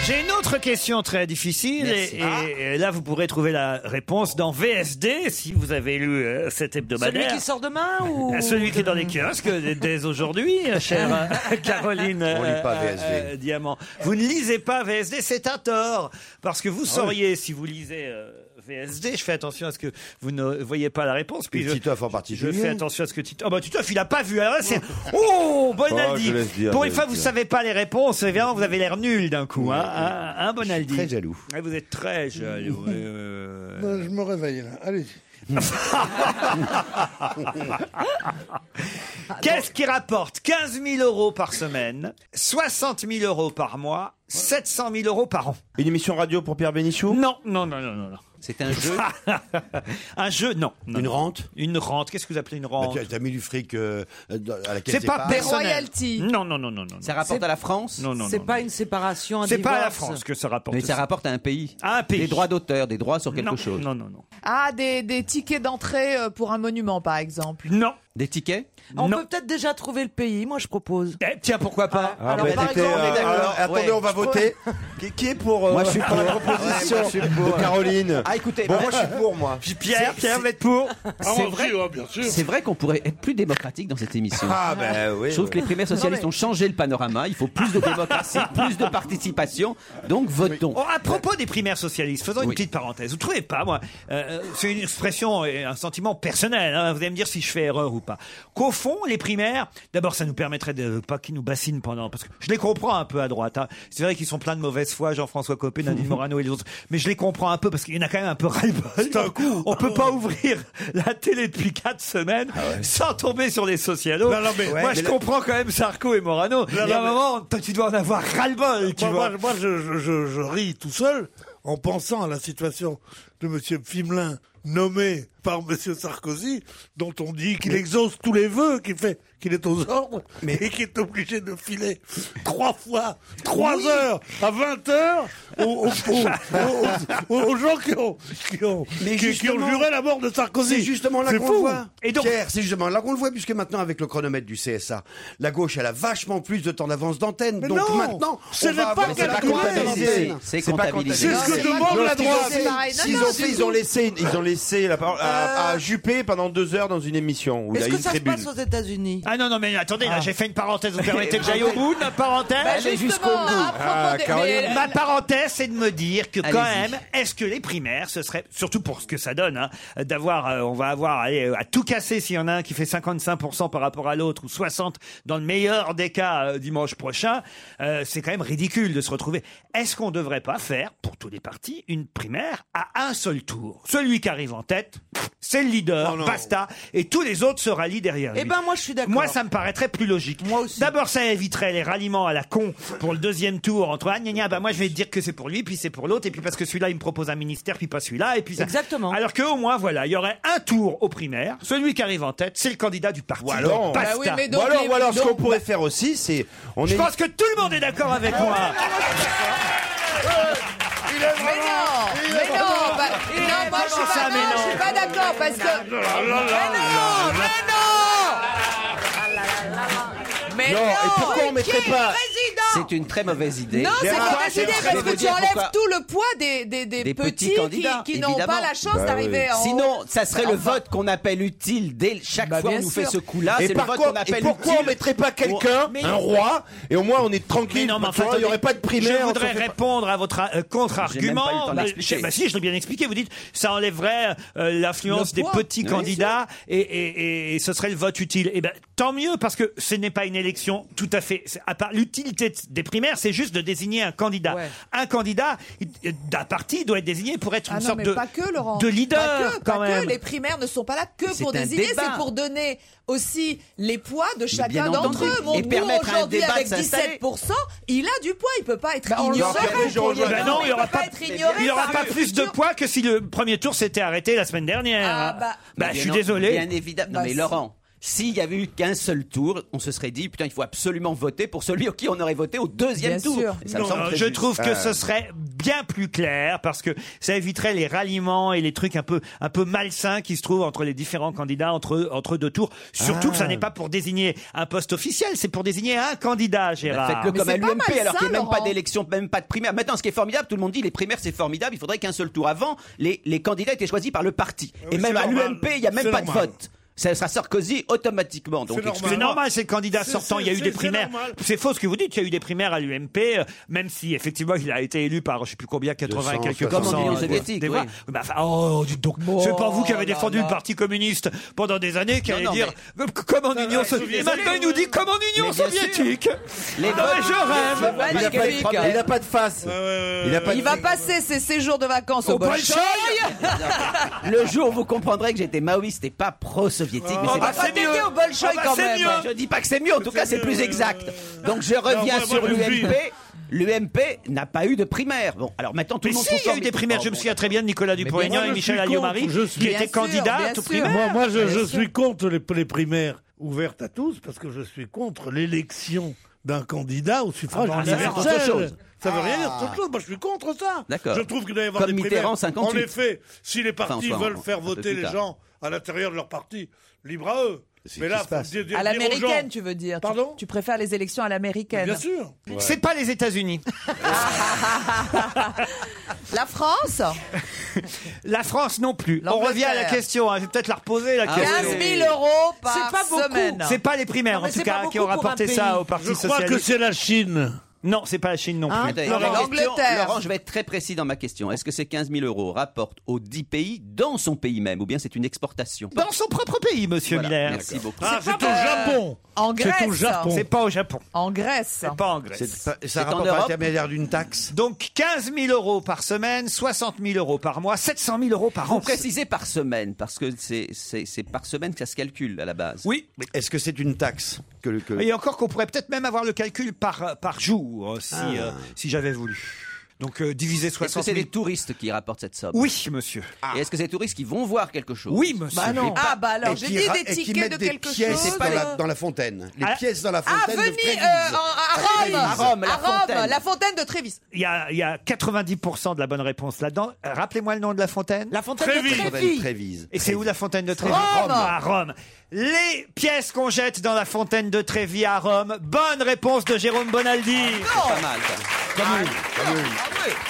[SPEAKER 3] J'ai une autre question très difficile
[SPEAKER 17] Merci.
[SPEAKER 3] et,
[SPEAKER 5] Ah,
[SPEAKER 3] et- et là vous pourrez trouver la réponse dans VSD si vous avez lu euh, cet hebdomadaire.
[SPEAKER 13] Celui qui sort demain ou
[SPEAKER 3] Euh, Celui qui est dans les kiosques euh, dès aujourd'hui, euh, chère euh, Caroline
[SPEAKER 16] On lit pas
[SPEAKER 3] euh,
[SPEAKER 16] VSD.
[SPEAKER 3] euh, Diamant. Vous ne lisez pas VSD, c'est un tort. Parce que vous
[SPEAKER 16] Ah
[SPEAKER 3] sauriez, si vous lisez euh, VSD, je fais attention à ce que vous ne voyez pas la réponse. Puis je,
[SPEAKER 16] Titoff en
[SPEAKER 3] je
[SPEAKER 16] particulier.
[SPEAKER 3] fais attention à ce que Titoff... Oh bah Titoff, il a pas vu. Alors là, c'est... Oh,
[SPEAKER 16] Oh,
[SPEAKER 3] Bonaldi
[SPEAKER 16] je laisse dire,
[SPEAKER 3] Pour
[SPEAKER 16] je
[SPEAKER 3] une fois,
[SPEAKER 16] laisse
[SPEAKER 3] vous
[SPEAKER 16] dire.
[SPEAKER 3] savez pas les réponses. Évidemment, vous avez l'air nul d'un coup. Hein, hein, hein, Bonaldi
[SPEAKER 16] très jaloux.
[SPEAKER 3] Ouais, vous êtes très jaloux. euh, ouais, ouais, ouais.
[SPEAKER 5] Non, je me réveille là. Allez.
[SPEAKER 3] Qu'est-ce qui rapporte 15 000 euros par semaine, 60 000 euros par mois, 700 000 euros par an Une émission radio pour Pierre Bénichou Non, non, non, non, non. non. C'est un jeu Un jeu, non. une rente Une rente. Qu'est-ce que vous appelez une rente
[SPEAKER 16] Bah, T'as mis du fric euh, dans- à laquelle
[SPEAKER 3] C'est
[SPEAKER 16] t'es
[SPEAKER 3] pas personnel.
[SPEAKER 16] personnel.
[SPEAKER 3] Non, non, non, non, non.
[SPEAKER 7] Ça rapporte
[SPEAKER 3] C'est-
[SPEAKER 7] à la France
[SPEAKER 3] Non, non,
[SPEAKER 13] C'est
[SPEAKER 3] non,
[SPEAKER 13] pas une séparation, un
[SPEAKER 3] C'est pas à la
[SPEAKER 13] divorce.
[SPEAKER 3] France que ça rapporte.
[SPEAKER 7] Mais ça rapporte à un pays. Des droits d'auteur, des droits sur quelque chose.
[SPEAKER 3] Non, non, non.
[SPEAKER 17] Ah, des, des tickets d'entrée euh, pour un monument, par exemple.
[SPEAKER 3] Non.
[SPEAKER 7] Des tickets
[SPEAKER 13] Ah, On peut peut-être déjà trouver le pays, moi je propose.
[SPEAKER 3] Eh, tiens, pourquoi pas
[SPEAKER 7] Ah, bah, écoutez, euh, alors, attendez, on va voter.
[SPEAKER 1] Qui, qui est pour, euh,
[SPEAKER 7] Moi, je suis
[SPEAKER 1] pour la
[SPEAKER 7] pour.
[SPEAKER 1] proposition
[SPEAKER 7] Ouais, moi, je suis pour.
[SPEAKER 1] de Caroline
[SPEAKER 7] Ah, écoutez,
[SPEAKER 1] bon,
[SPEAKER 7] bah-
[SPEAKER 1] moi je suis pour moi.
[SPEAKER 3] Pierre, Pierre, vous êtes pour
[SPEAKER 16] Ah,
[SPEAKER 7] C'est vrai,
[SPEAKER 16] hein,
[SPEAKER 7] c'est vrai qu'on pourrait être plus démocratique dans cette émission.
[SPEAKER 1] Ah, ben oui,
[SPEAKER 7] Je trouve
[SPEAKER 1] oui.
[SPEAKER 7] que les primaires socialistes
[SPEAKER 1] Non, mais-
[SPEAKER 7] ont changé le panorama. Il faut plus de démocratie, plus de participation. Donc votons.
[SPEAKER 3] Oh, à propos des primaires socialistes, faisons une petite parenthèse. Vous trouvez pas, moi, euh, c'est une expression et un sentiment personnel. hein, vous allez me dire si je fais erreur ou pas. Qu'au fond, les primaires, d'abord, ça nous permettrait de pas qu'ils nous bassinent pendant, parce que je les comprends un peu à droite. hein. C'est vrai qu'ils sont pleins de mauvaise foi, Jean-François Copé, Nadine Morano et les autres, mais je les comprends un peu parce qu'il y en a quand même un peu ras-le-bol. On peut pas ouvrir la télé depuis quatre semaines sans tomber sur les socialos.
[SPEAKER 5] Non, non, mais-
[SPEAKER 3] moi,
[SPEAKER 5] Ouais,
[SPEAKER 3] je
[SPEAKER 5] mais là-
[SPEAKER 3] comprends quand même Sarko et Morano. Il y a
[SPEAKER 5] non,
[SPEAKER 3] un
[SPEAKER 5] mais-
[SPEAKER 3] moment, toi, tu dois en avoir ras-le-bol, tu
[SPEAKER 5] moi,
[SPEAKER 3] vois.
[SPEAKER 5] moi, moi, je, je- je- je ris tout seul en pensant à la situation de M. Fimelin nommé par M. Sarkozy, dont on dit qu'il exauce tous les vœux, qu'il fait, qu'il est aux ordres, et qu'il est obligé de filer trois fois, trois heures, à 20 heures, aux, aux- aux- aux- aux gens qui ont, qui ont, qui- qui ont juré la mort de Sarkozy.
[SPEAKER 16] C'est justement là
[SPEAKER 5] C'est
[SPEAKER 16] qu'on
[SPEAKER 5] fou.
[SPEAKER 16] le voit. Pierre, c'est justement là qu'on le voit, puisque maintenant, avec le chronomètre du CSA, la gauche, elle a vachement plus de temps d'avance d'antenne.
[SPEAKER 5] Mais
[SPEAKER 16] Donc
[SPEAKER 5] non,
[SPEAKER 16] maintenant,
[SPEAKER 5] ce
[SPEAKER 16] on
[SPEAKER 5] n'est
[SPEAKER 16] va
[SPEAKER 5] pas
[SPEAKER 16] avoir-
[SPEAKER 5] C'est pas calculé. comptabilisé.
[SPEAKER 7] C'est
[SPEAKER 16] pas comptabilisé.
[SPEAKER 7] comptabilisé.
[SPEAKER 16] C'est ce que
[SPEAKER 1] Non,
[SPEAKER 16] demande
[SPEAKER 1] non,
[SPEAKER 16] la
[SPEAKER 1] ce qu'ils
[SPEAKER 16] droite.
[SPEAKER 1] ont fait,
[SPEAKER 16] Pareil.
[SPEAKER 1] ce
[SPEAKER 16] Non,
[SPEAKER 1] qu'ils
[SPEAKER 16] non,
[SPEAKER 1] ont fait,
[SPEAKER 16] c'est
[SPEAKER 1] ils ont
[SPEAKER 16] tout.
[SPEAKER 1] laissé, ils ont laissé la parole à, à Juppé pendant deux heures dans une émission où il y a
[SPEAKER 13] Est-ce
[SPEAKER 1] une
[SPEAKER 13] que ça se
[SPEAKER 1] tribune.
[SPEAKER 13] passe aux États-Unis
[SPEAKER 3] Ah non, non, mais attendez, là, j'ai fait une parenthèse. Vous permettez que j'aille au bout de ma parenthèse
[SPEAKER 17] Bah, Allez jusqu'au justement, bout. à propos Ah, des- Caroline. mais-
[SPEAKER 3] Ma parenthèse, c'est de me dire que quand
[SPEAKER 17] Allez-y.
[SPEAKER 3] même, est-ce que les primaires, ce serait, surtout pour ce que ça donne, hein, d'avoir, euh, on va avoir allez, euh, à tout casser s'il y en a un qui fait 55% par rapport à l'autre ou 60% dans le meilleur des cas euh, dimanche prochain, euh, c'est quand même ridicule de se retrouver. Est-ce qu'on ne devrait pas faire, pour tous les partis, une primaire à un seul tour Celui qui arrive en tête, c'est le leader, basta, et tous les autres se rallient derrière lui.
[SPEAKER 13] Eh ben moi je suis d'accord.
[SPEAKER 3] Moi, ça me paraîtrait plus logique. D'abord, ça éviterait les ralliements à la con pour le deuxième tour entre ah, gna, gna, bah moi je vais te dire que c'est pour lui, puis c'est pour l'autre, et puis parce que celui-là il me propose un ministère, puis pas celui-là, et puis ça. Exactement. Alors que au moins, voilà, il y aurait un tour aux primaires. Celui qui arrive en tête, c'est le candidat du parti.
[SPEAKER 1] Ou alors,
[SPEAKER 13] Bah
[SPEAKER 3] Basta.
[SPEAKER 1] Ah Ou alors, ou alors, ce qu'on pourrait faire aussi, c'est on
[SPEAKER 3] Je
[SPEAKER 1] est-
[SPEAKER 3] pense que tout le monde est d'accord avec moi.
[SPEAKER 17] Il est mais non,
[SPEAKER 3] il est
[SPEAKER 17] mais
[SPEAKER 3] vraiment-
[SPEAKER 17] non, bah,
[SPEAKER 3] il est
[SPEAKER 17] non, moi je suis
[SPEAKER 3] vraiment ça,
[SPEAKER 17] pas,
[SPEAKER 3] mais
[SPEAKER 17] non, je
[SPEAKER 3] non.
[SPEAKER 17] suis pas d'accord parce que.
[SPEAKER 3] Non, non, non,
[SPEAKER 17] mais non, mais non. Mais
[SPEAKER 7] Non,
[SPEAKER 17] non.
[SPEAKER 7] et pourquoi on
[SPEAKER 17] Qui
[SPEAKER 7] mettrait
[SPEAKER 17] est
[SPEAKER 7] pas-
[SPEAKER 17] le président
[SPEAKER 7] C'est une très mauvaise idée.
[SPEAKER 17] Non, c'est pas cette idée parce que tu enlèves tout le poids des, des, des,
[SPEAKER 7] Des petits
[SPEAKER 17] petits, qui,
[SPEAKER 7] candidats,
[SPEAKER 17] qui n'ont
[SPEAKER 7] évidemment. Bah
[SPEAKER 17] pas la
[SPEAKER 1] Bah
[SPEAKER 17] chance d'arriver en haut. Bah,
[SPEAKER 7] Sinon, ça serait le
[SPEAKER 17] Enfin, Bah,
[SPEAKER 7] vote qu'on appelle utile dès chaque fois
[SPEAKER 17] bien
[SPEAKER 7] on nous
[SPEAKER 17] sûr.
[SPEAKER 7] fait ce coup-là.
[SPEAKER 1] Et
[SPEAKER 7] C'est le
[SPEAKER 1] par
[SPEAKER 7] vote
[SPEAKER 1] contre-
[SPEAKER 7] qu'on appelle
[SPEAKER 1] et pourquoi
[SPEAKER 7] utile.
[SPEAKER 1] on mettrait pas quelqu'un,
[SPEAKER 7] Mais-
[SPEAKER 1] un roi, et au moins on est
[SPEAKER 3] Mais
[SPEAKER 1] tranquille.
[SPEAKER 3] non, mais
[SPEAKER 1] tu
[SPEAKER 3] enfin,
[SPEAKER 1] vois, il n'y aurait pas de primaire.
[SPEAKER 3] Je
[SPEAKER 1] on
[SPEAKER 3] voudrais
[SPEAKER 1] s'en fait pas-
[SPEAKER 3] répondre à votre euh,
[SPEAKER 1] J'ai même pas eu le
[SPEAKER 3] contre-argument.
[SPEAKER 1] temps de l'expliquer.
[SPEAKER 3] Je- bah si, je l'ai bien expliqué. Vous dites, ça enlèverait euh, l'influence
[SPEAKER 1] Le
[SPEAKER 3] des
[SPEAKER 1] poids.
[SPEAKER 3] petits
[SPEAKER 1] Oui,
[SPEAKER 3] candidats et, et- et ce serait le vote utile. Eh ben, tant mieux parce que ce n'est pas une élection tout à fait. c'est- À part l'utilité de- des primaires, c'est juste de désigner un candidat. Un candidat il- d'un parti doit être désigné pour être une
[SPEAKER 17] Ah non,
[SPEAKER 3] sorte
[SPEAKER 17] mais
[SPEAKER 3] de,
[SPEAKER 17] pas que, Laurent.
[SPEAKER 3] de
[SPEAKER 17] Pas
[SPEAKER 3] leader
[SPEAKER 17] que,
[SPEAKER 3] quand
[SPEAKER 17] pas
[SPEAKER 3] même.
[SPEAKER 17] que. Les primaires ne sont pas là que
[SPEAKER 3] C'est
[SPEAKER 17] pour
[SPEAKER 3] un
[SPEAKER 17] désigner,
[SPEAKER 3] débat.
[SPEAKER 17] c'est pour donner aussi les poids de
[SPEAKER 3] bien
[SPEAKER 17] chacun
[SPEAKER 3] entendu.
[SPEAKER 17] d'entre eux. Mon
[SPEAKER 3] Et
[SPEAKER 17] goût
[SPEAKER 3] permettre à un
[SPEAKER 17] aujourd'hui
[SPEAKER 3] débat de
[SPEAKER 17] avec
[SPEAKER 3] s'installer. Bah,
[SPEAKER 17] 17%, il a du poids, il peut pas être
[SPEAKER 3] on
[SPEAKER 17] ignoré.
[SPEAKER 3] Ben non, il n'y aura
[SPEAKER 17] peut
[SPEAKER 3] pas,
[SPEAKER 17] être ignoré
[SPEAKER 3] il y aura
[SPEAKER 17] par
[SPEAKER 3] pas
[SPEAKER 17] le-
[SPEAKER 3] plus de poids que si le premier tour s'était arrêté la semaine dernière.
[SPEAKER 17] Ah bah-
[SPEAKER 3] Ben, je
[SPEAKER 7] Mais bien
[SPEAKER 3] suis
[SPEAKER 7] en-
[SPEAKER 3] désolé.
[SPEAKER 7] Bien évidemment. Non, mais Laurent. S'il y avait eu qu'un seul tour, on se serait dit putain, il faut absolument voter pour celui au qui on aurait voté au deuxième
[SPEAKER 3] Bien
[SPEAKER 7] tour.
[SPEAKER 3] sûr.
[SPEAKER 7] Et ça me
[SPEAKER 3] Non,
[SPEAKER 7] semble
[SPEAKER 3] non,
[SPEAKER 7] très
[SPEAKER 3] je
[SPEAKER 7] juste.
[SPEAKER 3] trouve que
[SPEAKER 7] Euh,
[SPEAKER 3] ce serait bien plus clair parce que ça éviterait les ralliements et les trucs un peu un peu malsains qui se trouvent entre les différents candidats entre entre deux tours. Surtout
[SPEAKER 7] Ah.
[SPEAKER 3] que ça n'est pas pour désigner un poste officiel, c'est pour désigner un candidat, Gérard.
[SPEAKER 7] Bah, Faites-le comme à l'UMP, alors qu'il n'y a même pas d'élection, même pas de primaire. Maintenant, ce qui est formidable, tout le monde dit les primaires c'est formidable, il faudrait qu'un seul tour avant, les, les candidats étaient choisis par le parti. Et même à
[SPEAKER 3] normal.
[SPEAKER 7] l'UMP, il n'y a
[SPEAKER 3] C'est
[SPEAKER 7] même pas
[SPEAKER 3] normal.
[SPEAKER 7] de vote. Ça sera Sarkozy automatiquement. Donc,
[SPEAKER 3] C'est
[SPEAKER 7] excusez-moi.
[SPEAKER 3] normal, c'est le candidat
[SPEAKER 7] C'est-
[SPEAKER 3] sortant. Il y a
[SPEAKER 7] c'est-
[SPEAKER 3] eu des
[SPEAKER 7] c'est
[SPEAKER 3] primaires.
[SPEAKER 7] normal.
[SPEAKER 3] C'est faux ce que vous dites. Il y a eu des primaires à l'UMP, euh, même si effectivement il a été élu par je sais plus combien, 80 et quelques
[SPEAKER 7] Comme en
[SPEAKER 3] pourcents,
[SPEAKER 7] Union
[SPEAKER 3] euh,
[SPEAKER 7] soviétique,
[SPEAKER 3] des
[SPEAKER 7] oui.
[SPEAKER 3] voix. Bah, enfin, oh, dites donc. c'est pas vous qui avez
[SPEAKER 7] là
[SPEAKER 3] défendu
[SPEAKER 7] là.
[SPEAKER 3] le Parti communiste pendant des années, qui
[SPEAKER 7] Non,
[SPEAKER 3] allez
[SPEAKER 7] non,
[SPEAKER 3] dire euh, comme en Union soviétique. Et maintenant il nous dit comme en Union
[SPEAKER 7] Mais bien sûr.
[SPEAKER 3] soviétique.
[SPEAKER 7] Les
[SPEAKER 3] Ah, mais
[SPEAKER 7] votes-
[SPEAKER 3] je rêve.
[SPEAKER 1] Il a pas de- il a pas de face. Il a pas de
[SPEAKER 17] Il va passer ses séjours de vacances au,
[SPEAKER 7] Au Bolchoï Le jour où vous comprendrez que j'étais maoïste et pas pro-soviétique, mais
[SPEAKER 3] Ah
[SPEAKER 17] Oh,
[SPEAKER 7] c'est
[SPEAKER 17] bah,
[SPEAKER 7] pas
[SPEAKER 17] c'est
[SPEAKER 7] grave.
[SPEAKER 17] mieux.
[SPEAKER 7] au Bolchoï
[SPEAKER 17] Oh, bah,
[SPEAKER 7] quand
[SPEAKER 17] c'est
[SPEAKER 7] même.
[SPEAKER 17] mieux.
[SPEAKER 7] Je dis pas que c'est mieux, en tout cas c'est plus exact. Donc je reviens
[SPEAKER 3] Ah, moi,
[SPEAKER 7] sur
[SPEAKER 3] moi, je
[SPEAKER 7] l'UMP.
[SPEAKER 3] suis.
[SPEAKER 7] L'UMP n'a pas eu de primaire. Bon, alors maintenant tout
[SPEAKER 3] Mais
[SPEAKER 7] le monde
[SPEAKER 3] si, il y a
[SPEAKER 7] transforme-
[SPEAKER 3] eu des primaires.
[SPEAKER 7] Oh,
[SPEAKER 3] Je me souviens très bien de Nicolas Dupont-Aignan et Michel Alliot-Marie,
[SPEAKER 5] Alliomari
[SPEAKER 3] qui étaient candidats aux primaires.
[SPEAKER 5] Moi, moi, je, je suis contre les, les primaires ouvertes à tous parce que je suis contre l'élection d'un candidat au suffrage
[SPEAKER 7] Ah bon, ça, c'est autre
[SPEAKER 5] universel.
[SPEAKER 7] chose.
[SPEAKER 5] Ça veut rien dire,
[SPEAKER 7] Ah.
[SPEAKER 5] c'est autre chose. Moi, je suis contre ça.
[SPEAKER 7] D'accord.
[SPEAKER 5] Je trouve qu'il doit y avoir
[SPEAKER 7] Comme
[SPEAKER 5] des
[SPEAKER 7] Mitterrand,
[SPEAKER 5] primaires.
[SPEAKER 7] 58.
[SPEAKER 5] En effet, si les partis
[SPEAKER 7] Enfin, enfin,
[SPEAKER 5] veulent faire
[SPEAKER 7] un peu
[SPEAKER 5] voter
[SPEAKER 7] plus
[SPEAKER 5] les
[SPEAKER 7] tard.
[SPEAKER 5] gens à l'intérieur de leur parti, libre à eux. Mais là, faut dire- dire
[SPEAKER 17] À
[SPEAKER 5] aux gens-
[SPEAKER 17] l'américaine, tu veux dire. Pardon tu, tu préfères les élections à l'américaine.
[SPEAKER 5] Bien sûr.
[SPEAKER 3] C'est pas les États-Unis.
[SPEAKER 17] La France
[SPEAKER 3] La France non plus. On revient à la question. hein. Je vais peut-être la reposer la
[SPEAKER 17] Ah,
[SPEAKER 3] question.
[SPEAKER 17] 15 000 euros par
[SPEAKER 13] C'est pas beaucoup.
[SPEAKER 17] semaine.
[SPEAKER 3] C'est pas les primaires
[SPEAKER 13] Non,
[SPEAKER 3] en
[SPEAKER 13] mais
[SPEAKER 3] tout
[SPEAKER 13] c'est pas
[SPEAKER 3] cas qui
[SPEAKER 13] beaucoup
[SPEAKER 3] ont
[SPEAKER 13] pour un
[SPEAKER 3] rapporté
[SPEAKER 13] pays.
[SPEAKER 3] ça au Parti
[SPEAKER 5] Je crois
[SPEAKER 3] socialiste.
[SPEAKER 5] que c'est la Chine.
[SPEAKER 3] Non, c'est pas la Chine non
[SPEAKER 17] Ah,
[SPEAKER 7] Attends,
[SPEAKER 3] plus.
[SPEAKER 7] attends, attends. Hein Laurent, je vais être très précis dans ma question. Est-ce que ces 15 000 euros rapportent aux 10 pays dans son pays même, ou bien c'est une exportation
[SPEAKER 3] Dans son propre pays, monsieur
[SPEAKER 7] Voilà,
[SPEAKER 3] Miller.
[SPEAKER 7] merci beaucoup.
[SPEAKER 3] Ah,
[SPEAKER 7] C'est
[SPEAKER 3] c'est
[SPEAKER 7] pas
[SPEAKER 3] au
[SPEAKER 7] vrai.
[SPEAKER 3] Japon.
[SPEAKER 17] En
[SPEAKER 3] C'est au
[SPEAKER 17] Grèce.
[SPEAKER 3] Japon. C'est pas au Japon.
[SPEAKER 17] En Grèce.
[SPEAKER 3] C'est pas en Grèce.
[SPEAKER 16] C'est pas- ça rapporte par l'intermédiaire d'une taxe.
[SPEAKER 3] Donc 15 000 euros par semaine, 60 000 euros par mois, 700 000 euros par
[SPEAKER 7] Vous
[SPEAKER 3] an.
[SPEAKER 7] précisez par semaine, parce que c'est- c'est c'est par semaine que ça se calcule à la base.
[SPEAKER 3] Oui.
[SPEAKER 16] Est-ce que c'est une taxe que, le- que-
[SPEAKER 3] Et encore qu'on pourrait peut-être même avoir le calcul par, euh, par jour, si,
[SPEAKER 16] Ah.
[SPEAKER 3] euh, si j'avais voulu. Donc euh, diviser
[SPEAKER 7] Est-ce que
[SPEAKER 3] 60
[SPEAKER 7] c'est
[SPEAKER 3] 000.
[SPEAKER 7] les touristes qui rapportent cette somme
[SPEAKER 3] Oui, monsieur.
[SPEAKER 7] Et est-ce que c'est les touristes qui vont voir quelque chose
[SPEAKER 3] Oui, monsieur. Bah non.
[SPEAKER 7] Et pas-
[SPEAKER 17] Ah, bah alors,
[SPEAKER 16] Et
[SPEAKER 17] j'ai
[SPEAKER 16] qui
[SPEAKER 17] dit
[SPEAKER 16] ra-
[SPEAKER 17] des
[SPEAKER 16] et qui
[SPEAKER 17] tickets
[SPEAKER 16] mettent
[SPEAKER 17] de
[SPEAKER 16] des
[SPEAKER 17] quelque
[SPEAKER 16] pièces
[SPEAKER 17] chose.
[SPEAKER 16] dans, la, dans la fontaine. Les pièces dans la fontaine.
[SPEAKER 17] Ah,
[SPEAKER 16] de
[SPEAKER 17] venez
[SPEAKER 16] Frévise.
[SPEAKER 17] euh, en- à, Rome,
[SPEAKER 16] À Rome, la
[SPEAKER 17] À Rome,
[SPEAKER 16] fontaine.
[SPEAKER 17] la fontaine de Trévis.
[SPEAKER 3] Il y a, il y a 90% de la bonne réponse là-dedans. Euh, Rappelez-moi le nom de la fontaine. La
[SPEAKER 17] fontaine de Trévis.
[SPEAKER 16] Fontaine de Trévise.
[SPEAKER 3] Et c'est où la fontaine de Trévis
[SPEAKER 16] Rome.
[SPEAKER 3] À Rome. Les pièces qu'on jette dans la fontaine de Trévis à Rome. Bonne réponse de Jérôme Bonaldi.
[SPEAKER 7] Ah, C'est pas mal, ça.
[SPEAKER 3] Ah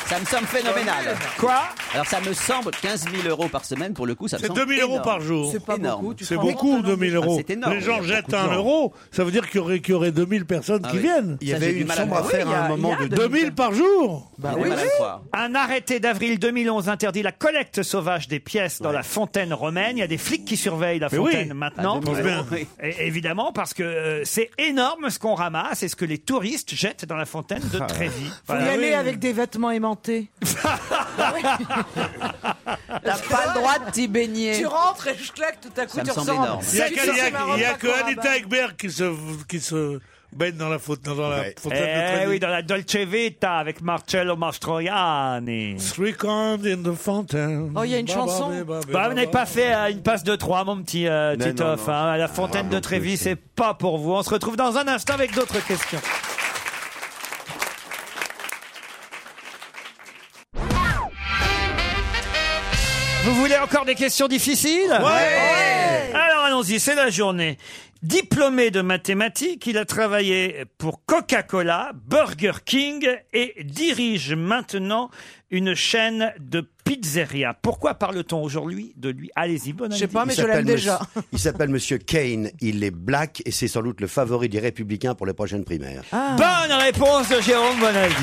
[SPEAKER 7] Ça me semble phénoménal.
[SPEAKER 3] Quoi
[SPEAKER 7] Alors ça me semble 15 000 euros par semaine pour le coup. ça me
[SPEAKER 5] C'est
[SPEAKER 7] semble
[SPEAKER 5] 2 000 euros
[SPEAKER 7] énorme.
[SPEAKER 5] par jour.
[SPEAKER 7] Énorme.
[SPEAKER 5] C'est beaucoup, 2 000 euros.
[SPEAKER 7] Ah, c'est énorme.
[SPEAKER 5] Les
[SPEAKER 7] Il y a
[SPEAKER 5] gens
[SPEAKER 7] beaucoup
[SPEAKER 5] jettent
[SPEAKER 7] de gens.
[SPEAKER 5] un euro. Ça veut dire qu'il y aurait, qu'il y aurait 2 000 personnes
[SPEAKER 7] Ah
[SPEAKER 5] qui
[SPEAKER 7] oui.
[SPEAKER 5] viennent.
[SPEAKER 7] Il y Ça, avait j'ai du une mal à sombre croire. affaire à un Oui, il y a- moment il y a de-
[SPEAKER 5] 2 000 par jour
[SPEAKER 7] J'ai du mal à le croire.
[SPEAKER 3] Bah Un arrêté d'avril 2011 interdit la collecte sauvage des pièces dans la fontaine romaine. Il y a des flics qui surveillent la
[SPEAKER 5] Mais
[SPEAKER 3] fontaine
[SPEAKER 5] oui.
[SPEAKER 3] maintenant.
[SPEAKER 5] Ah, de bien.
[SPEAKER 3] Et- évidemment, parce que euh, c'est énorme ce qu'on ramasse et ce que les touristes jettent dans la fontaine
[SPEAKER 5] Ah
[SPEAKER 3] de Trévis.
[SPEAKER 13] Faut
[SPEAKER 5] Bah
[SPEAKER 13] y
[SPEAKER 3] Voilà.
[SPEAKER 13] aller avec des vêtements aimantés.
[SPEAKER 17] T'as pas le droit de t'y baigner.
[SPEAKER 13] Tu rentres et je claque tout à coup,
[SPEAKER 5] Ça me
[SPEAKER 13] tu
[SPEAKER 5] semble
[SPEAKER 13] ressors en-
[SPEAKER 5] énorme. Il y a
[SPEAKER 13] Tu
[SPEAKER 5] qu'à-
[SPEAKER 13] sors,
[SPEAKER 5] il y a-
[SPEAKER 13] c'est marrant,
[SPEAKER 5] il y a
[SPEAKER 13] pas
[SPEAKER 5] que
[SPEAKER 13] encore
[SPEAKER 5] Anita
[SPEAKER 13] là-bas.
[SPEAKER 5] Ekberg qui se, qui se baigne dans la fontaine, dans la fontaine de
[SPEAKER 3] Eh
[SPEAKER 5] Trevi.
[SPEAKER 3] oui, dans la Dolce Vita avec Marcello Mastroianni.
[SPEAKER 5] Three coins in the fountain.
[SPEAKER 13] Oh, il y a une
[SPEAKER 5] Ba, ba,
[SPEAKER 13] chanson.
[SPEAKER 5] ba, ba, ba,
[SPEAKER 3] Bah,
[SPEAKER 5] ba,
[SPEAKER 3] vous n'avez
[SPEAKER 5] ba.
[SPEAKER 3] pas fait euh, une passe de 3, mon petit euh,
[SPEAKER 5] Non,
[SPEAKER 3] Titoff.
[SPEAKER 5] non, non.
[SPEAKER 3] hein. La fontaine de Trévis, c'est pas pour vous. On se retrouve dans un instant avec d'autres questions. Vous voulez encore des questions difficiles
[SPEAKER 2] Ouais
[SPEAKER 3] Alors allons-y, c'est la journée. Diplômé de mathématiques, il a travaillé pour Coca-Cola, Burger King et dirige maintenant une chaîne de pizzeria. Pourquoi parle-t-on aujourd'hui de lui Allez-y, bonne année.
[SPEAKER 16] Il s'appelle monsieur- il s'appelle Monsieur Kane. Il est black et c'est sans doute le favori des Républicains pour les prochaines primaires.
[SPEAKER 3] Bonne réponse de Jérôme Bonaldi.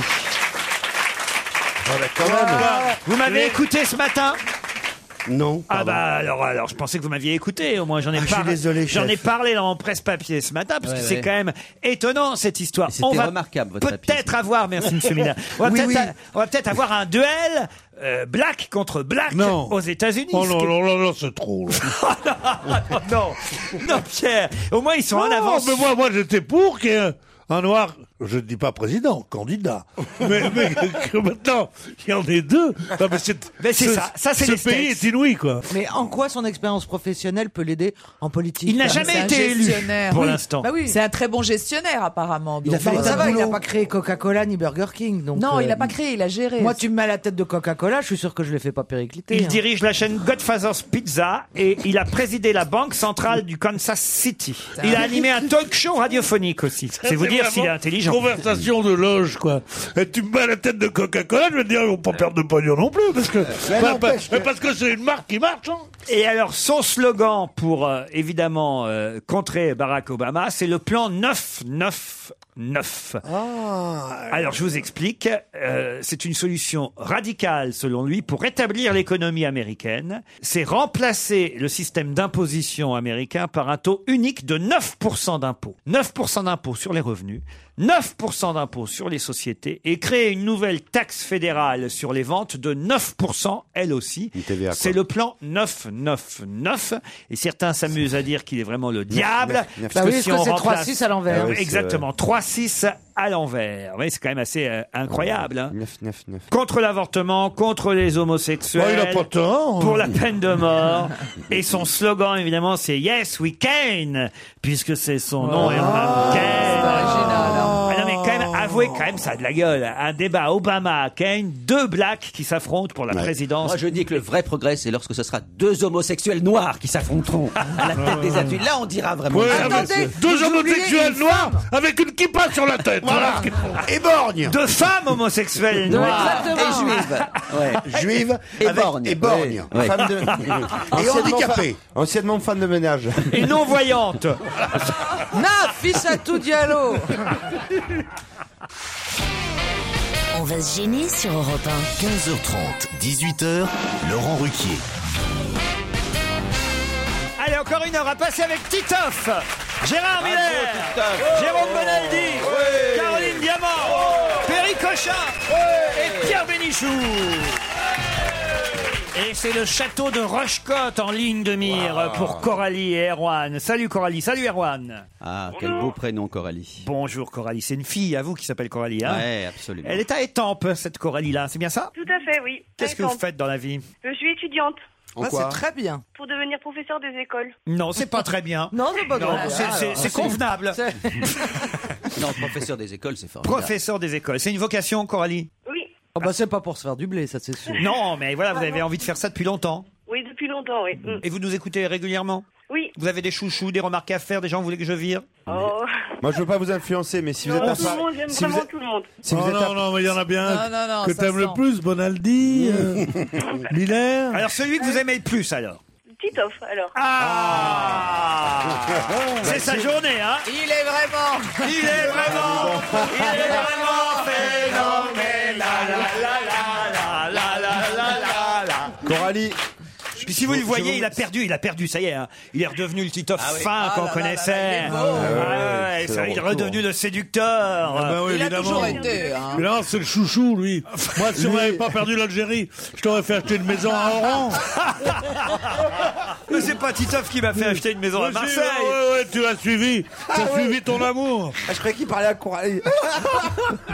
[SPEAKER 3] Ah. Vous m'avez écouté ce matin
[SPEAKER 16] Non.
[SPEAKER 3] Ah bah alors alors je pensais que vous m'aviez écouté au moins j'en ai
[SPEAKER 16] Ah, je suis
[SPEAKER 3] par-
[SPEAKER 16] désolé, chef.
[SPEAKER 3] j'en ai parlé dans presse papier ce matin parce
[SPEAKER 7] Ouais,
[SPEAKER 3] que
[SPEAKER 7] ouais.
[SPEAKER 3] c'est quand même étonnant cette histoire.
[SPEAKER 7] c'était remarquable, votre papier.
[SPEAKER 3] peut-être avoir merci monsieur Miller. On va
[SPEAKER 7] Oui,
[SPEAKER 3] peut-être
[SPEAKER 7] oui.
[SPEAKER 3] on va peut-être avoir un duel euh, black contre black
[SPEAKER 5] Non.
[SPEAKER 3] aux États-Unis.
[SPEAKER 5] Oh
[SPEAKER 3] ce
[SPEAKER 5] non,
[SPEAKER 3] qui-
[SPEAKER 5] non, non, non, c'est trop. là.
[SPEAKER 3] Oh, non non Pierre, au moins ils sont en
[SPEAKER 5] Non,
[SPEAKER 3] avance.
[SPEAKER 5] mais moi, moi j'étais pour qu'un un noir je ne dis pas président, candidat. mais, mais que maintenant, il y en ait deux. Non, mais c'est,
[SPEAKER 3] Mais c'est
[SPEAKER 5] ce-
[SPEAKER 3] ça, ça, c'est
[SPEAKER 5] Ce
[SPEAKER 3] les
[SPEAKER 5] pays
[SPEAKER 3] States.
[SPEAKER 5] est inouï, quoi.
[SPEAKER 13] Mais en quoi son expérience professionnelle peut l'aider en politique
[SPEAKER 5] Il n'a
[SPEAKER 13] Ah, mais
[SPEAKER 5] jamais
[SPEAKER 13] c'est un
[SPEAKER 5] été élu,
[SPEAKER 13] gestionnaire.
[SPEAKER 5] pour
[SPEAKER 13] Oui.
[SPEAKER 5] l'instant.
[SPEAKER 13] Bah oui.
[SPEAKER 17] C'est un très bon gestionnaire, apparemment.
[SPEAKER 13] Il
[SPEAKER 17] donc,
[SPEAKER 13] a fait
[SPEAKER 17] euh,
[SPEAKER 13] ça va, il n'a pas créé Coca-Cola ni Burger King. Donc
[SPEAKER 17] Non,
[SPEAKER 13] euh,
[SPEAKER 17] il n'a pas créé, il a géré.
[SPEAKER 13] Moi, tu me mets à la tête de Coca-Cola, je suis sûr que je ne l'ai fait pas péricliter.
[SPEAKER 3] Il
[SPEAKER 13] hein.
[SPEAKER 3] dirige la chaîne Godfather's Pizza et il a présidé la banque centrale du Kansas City. Il a animé un talk show radiophonique aussi. C'est vous dire s'il est
[SPEAKER 5] vraiment
[SPEAKER 3] intelligent.
[SPEAKER 5] Conversation de loge, quoi. Et tu me mets à la tête de Coca-Cola, je vais te dire, on peut perdre de pognon non plus, parce que.
[SPEAKER 3] Mais
[SPEAKER 5] pas-
[SPEAKER 3] n'empêche
[SPEAKER 5] pas- mais parce que c'est une marque qui marche, hein.
[SPEAKER 3] Et alors, son slogan pour euh, évidemment euh, contrer Barack Obama, c'est le plan 999. Alors, je vous explique. Euh, c'est une solution radicale, selon lui, pour rétablir l'économie américaine. C'est remplacer le système d'imposition américain par un taux unique de 9% d'impôt. 9% d'impôt sur les revenus, 9% d'impôt sur les sociétés et créer une nouvelle taxe fédérale sur les ventes de 9%, elle aussi. C'est le plan 999. Et certains s'amusent à dire qu'il est vraiment le diable. puisque
[SPEAKER 13] neuf, neuf. Bah oui, parce que
[SPEAKER 3] on
[SPEAKER 13] c'est
[SPEAKER 3] remplace- Bah
[SPEAKER 13] 3-6 à l'envers. Ah oui, c'est
[SPEAKER 3] Exactement, 3-6 à l'envers. Oui, c'est quand même assez euh, incroyable. hein. Contre l'avortement, contre les homosexuels.
[SPEAKER 5] Bah, il a pas tort.
[SPEAKER 3] Pour la peine de mort. Et son slogan, évidemment, c'est Yes, we can, puisque c'est son
[SPEAKER 5] Ah.
[SPEAKER 3] nom. Herman Cain. Ah non, mais quand même, avouez quand même, ça a de la gueule. Un débat Obama-Kane, deux blacks qui s'affrontent pour la présidence.
[SPEAKER 7] Moi, je dis que le vrai progrès, c'est lorsque ce sera deux homosexuels noirs qui s'affronteront à la tête des adultes. Là, on dira vraiment.
[SPEAKER 5] Ah, Ouais,
[SPEAKER 7] Ah,
[SPEAKER 5] avec
[SPEAKER 7] monsieur.
[SPEAKER 5] deux homosexuels noirs avec une kippa sur la tête.
[SPEAKER 7] Voilà.
[SPEAKER 5] Voilà. ce qu'ils font. Et borgne.
[SPEAKER 3] Deux femmes homosexuelles
[SPEAKER 5] Ouais,
[SPEAKER 3] noires
[SPEAKER 5] exactement.
[SPEAKER 3] et juives.
[SPEAKER 16] Ouais. Juive
[SPEAKER 3] Et
[SPEAKER 16] avec-
[SPEAKER 3] borgne.
[SPEAKER 16] et borgne.
[SPEAKER 3] Ouais.
[SPEAKER 16] Femme de- Et handicapée.
[SPEAKER 4] Anciennement fan de ménage.
[SPEAKER 3] Et non-voyante.
[SPEAKER 13] Naf, fils à tout diallo
[SPEAKER 5] Ah,
[SPEAKER 14] On va se gêner sur Europe 1.
[SPEAKER 2] 15h30, 18h, Laurent Ruquier.
[SPEAKER 3] Allez, encore une heure à passer avec Titoff, Gérard Miller, Jérôme Bonaldi, Caroline Diamant, Perry Cochin et Pierre Bénichou. Et c'est le château de Rochecotte en ligne de mire
[SPEAKER 7] Wow.
[SPEAKER 3] pour Coralie et Erwan. Salut Coralie, salut Erwan.
[SPEAKER 7] Ah, quel beau prénom, Coralie.
[SPEAKER 3] Bonjour Coralie, c'est une fille à vous qui s'appelle Coralie. hein
[SPEAKER 7] Ouais, absolument.
[SPEAKER 3] Elle est à Étampes, cette Coralie-là, c'est bien ça
[SPEAKER 15] Tout à fait, oui.
[SPEAKER 3] Qu'est-ce que
[SPEAKER 15] Attends.
[SPEAKER 3] vous faites dans la vie
[SPEAKER 15] Euh, Je suis étudiante
[SPEAKER 3] En Ah, quoi c'est très
[SPEAKER 13] bien.
[SPEAKER 15] pour devenir professeur des écoles.
[SPEAKER 3] Non, c'est pas très bien.
[SPEAKER 13] Non, c'est pas grave.
[SPEAKER 3] Ah, c'est- c'est-
[SPEAKER 13] Alors,
[SPEAKER 3] C'est
[SPEAKER 13] c'est-
[SPEAKER 3] convenable.
[SPEAKER 7] Ah, Non, professeur des écoles, c'est formidable.
[SPEAKER 3] Professeur des écoles, c'est une vocation Coralie
[SPEAKER 15] Oui,
[SPEAKER 13] Ah bah c'est pas pour se faire du blé, ça c'est sûr.
[SPEAKER 3] Non, mais voilà, vous avez envie de faire ça depuis longtemps.
[SPEAKER 15] oui, depuis longtemps, oui. Mm.
[SPEAKER 3] Et vous nous écoutez régulièrement
[SPEAKER 15] Oui.
[SPEAKER 3] Vous avez des chouchous, des remarques à faire, des gens vous voulez que je vire
[SPEAKER 15] Oh.
[SPEAKER 4] Moi, je veux pas vous influencer, mais si vous
[SPEAKER 15] Non,
[SPEAKER 4] êtes un
[SPEAKER 15] tout le monde, j'aime
[SPEAKER 4] si vous
[SPEAKER 15] vraiment
[SPEAKER 4] êtes-
[SPEAKER 15] tout le monde.
[SPEAKER 4] si vous
[SPEAKER 3] Oh
[SPEAKER 5] non,
[SPEAKER 4] êtes
[SPEAKER 5] Oh non,
[SPEAKER 4] un-
[SPEAKER 5] non, mais il y en a bien
[SPEAKER 15] Non, non, non,
[SPEAKER 5] que
[SPEAKER 15] ça
[SPEAKER 5] t'aimes
[SPEAKER 15] sent.
[SPEAKER 5] le plus, Bonaldi,
[SPEAKER 1] Mmh.
[SPEAKER 5] euh, Miller.
[SPEAKER 3] Alors celui que vous aimez le plus alors
[SPEAKER 15] Titoff, alors.
[SPEAKER 3] Ah.
[SPEAKER 4] Ah.
[SPEAKER 5] Ah bah,
[SPEAKER 3] C'est sa journée, hein
[SPEAKER 17] Il est vraiment.
[SPEAKER 3] Il est vraiment. Il est vraiment phénoménal. La, la, la, la, la, la.
[SPEAKER 4] Coralie,
[SPEAKER 3] Puis si vous le voyez, il a perdu, il a perdu, ça y est. hein. Il est redevenu le Titoff
[SPEAKER 5] Ah
[SPEAKER 3] fin qu'on connaissait. Ah ouais,
[SPEAKER 5] c'est
[SPEAKER 3] ça,
[SPEAKER 5] le
[SPEAKER 3] il est
[SPEAKER 5] retour.
[SPEAKER 3] redevenu le séducteur.
[SPEAKER 5] Ah bah oui,
[SPEAKER 17] Il a
[SPEAKER 5] évidemment.
[SPEAKER 17] toujours été, hein.
[SPEAKER 5] Mais non, c'est le chouchou, lui. Moi, si on n'avait pas perdu l'Algérie, je t'aurais fait acheter une maison à Oran.
[SPEAKER 3] Mais c'est pas Titoff qui m'a fait acheter une maison à
[SPEAKER 5] Monsieur,
[SPEAKER 3] Marseille.
[SPEAKER 5] Ouais, ouais, tu l'as suivi. T'as
[SPEAKER 3] Ah ouais.
[SPEAKER 5] suivi ton amour.
[SPEAKER 13] Ah, Je croyais qu'il parlait à Coralie.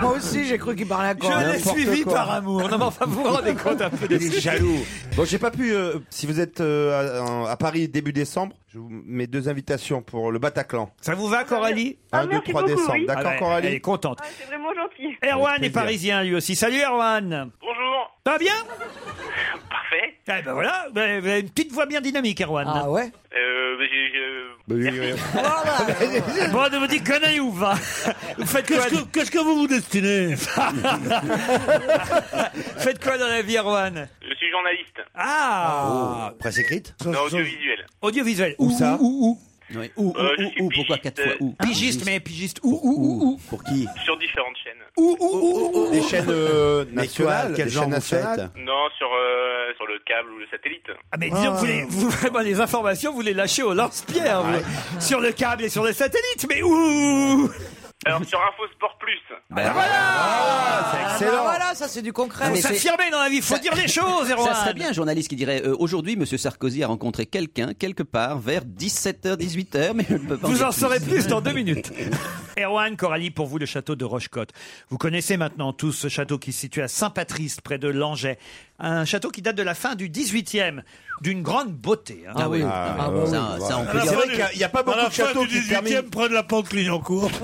[SPEAKER 13] Moi aussi, j'ai cru qu'il parlait à Coralie.
[SPEAKER 3] Je l'ai suivi par amour. Non, mais enfin, vous vous
[SPEAKER 4] hein.
[SPEAKER 3] rendez compte un peu de
[SPEAKER 4] Il est jaloux. Bon, j'ai pas pu. euh, si vous êtes euh, à, en- à Paris début décembre, je vous mets deux invitations pour le Bataclan.
[SPEAKER 3] Ça vous va, Coralie
[SPEAKER 4] Un, deux, trois décembre. D'accord,
[SPEAKER 3] Ah ouais,
[SPEAKER 4] Coralie
[SPEAKER 3] Elle est contente.
[SPEAKER 15] C'est vraiment gentil.
[SPEAKER 3] Erwan est parisien lui aussi. Salut Erwan
[SPEAKER 15] Bonjour.
[SPEAKER 3] Pas bien Parfait. Eh ben voilà, vous avez vous avez une petite voix bien dynamique, Erwan. Ah
[SPEAKER 13] ouais
[SPEAKER 10] Euh, mais j'ai- j'ai-
[SPEAKER 5] Bah
[SPEAKER 3] Bon, ne vous dites conneries ou pas Vous faites quoi
[SPEAKER 5] Qu'est-ce que, qu'est-ce que vous vous destinez
[SPEAKER 3] Faites quoi dans la vie, Erwan
[SPEAKER 10] je suis journaliste.
[SPEAKER 3] Ah
[SPEAKER 16] Oh, Presse écrite
[SPEAKER 10] Non, audiovisuel.
[SPEAKER 3] Audiovisuel. Où, ça Où, où, où
[SPEAKER 7] Oui, Où, où,
[SPEAKER 10] Euh, je
[SPEAKER 7] où, où, pourquoi quatre fois où
[SPEAKER 3] Pigiste, mais pigiste. Où, où, où, où
[SPEAKER 7] Pour qui
[SPEAKER 10] Sur différentes chaînes.
[SPEAKER 3] Où, où, où, où, où
[SPEAKER 4] Des chaînes euh,
[SPEAKER 16] Mais
[SPEAKER 4] nationales,
[SPEAKER 16] quoi, quel
[SPEAKER 4] des
[SPEAKER 16] genre
[SPEAKER 4] chaînes
[SPEAKER 16] vous faites
[SPEAKER 4] nationales.
[SPEAKER 10] Non, sur, euh, sur le câble ou le satellite.
[SPEAKER 3] Ah, mais disons que vous, les, vous- vraiment, les informations, vous les lâchez au lance-pierre, vous. sur le câble et sur le satellite, mais où
[SPEAKER 10] Alors sur Info Sport Plus.
[SPEAKER 1] Ben
[SPEAKER 13] Excellent. Ah, bah voilà, ça c'est du concret.
[SPEAKER 7] mais c'est- Ça- Ça serait
[SPEAKER 13] Erwan.
[SPEAKER 7] bien un journaliste qui dirait euh, aujourd'hui, Monsieur Sarkozy a rencontré quelqu'un quelque part vers 17h, 18h, mais je ne peux pas.
[SPEAKER 3] Vous
[SPEAKER 7] dire
[SPEAKER 3] en saurez plus dans deux minutes. Erwan, Coralie, pour vous, le château de Rochecotte. Vous connaissez maintenant tous ce château qui se situe à Saint-Patrice, près de Langeais. Un château qui date de la fin du 18e, d'une grande beauté. hein.
[SPEAKER 7] Ah oui, Ah,
[SPEAKER 5] bah
[SPEAKER 7] ah bon, ça- ça, on peut
[SPEAKER 3] C'est
[SPEAKER 7] dire.
[SPEAKER 3] vrai qu'il y a- il n'y a, pas
[SPEAKER 5] À la
[SPEAKER 3] beaucoup de
[SPEAKER 5] fin
[SPEAKER 3] châteaux
[SPEAKER 5] du
[SPEAKER 3] qui
[SPEAKER 5] 18e,
[SPEAKER 3] terminent.
[SPEAKER 5] près de la pente Clignancourt.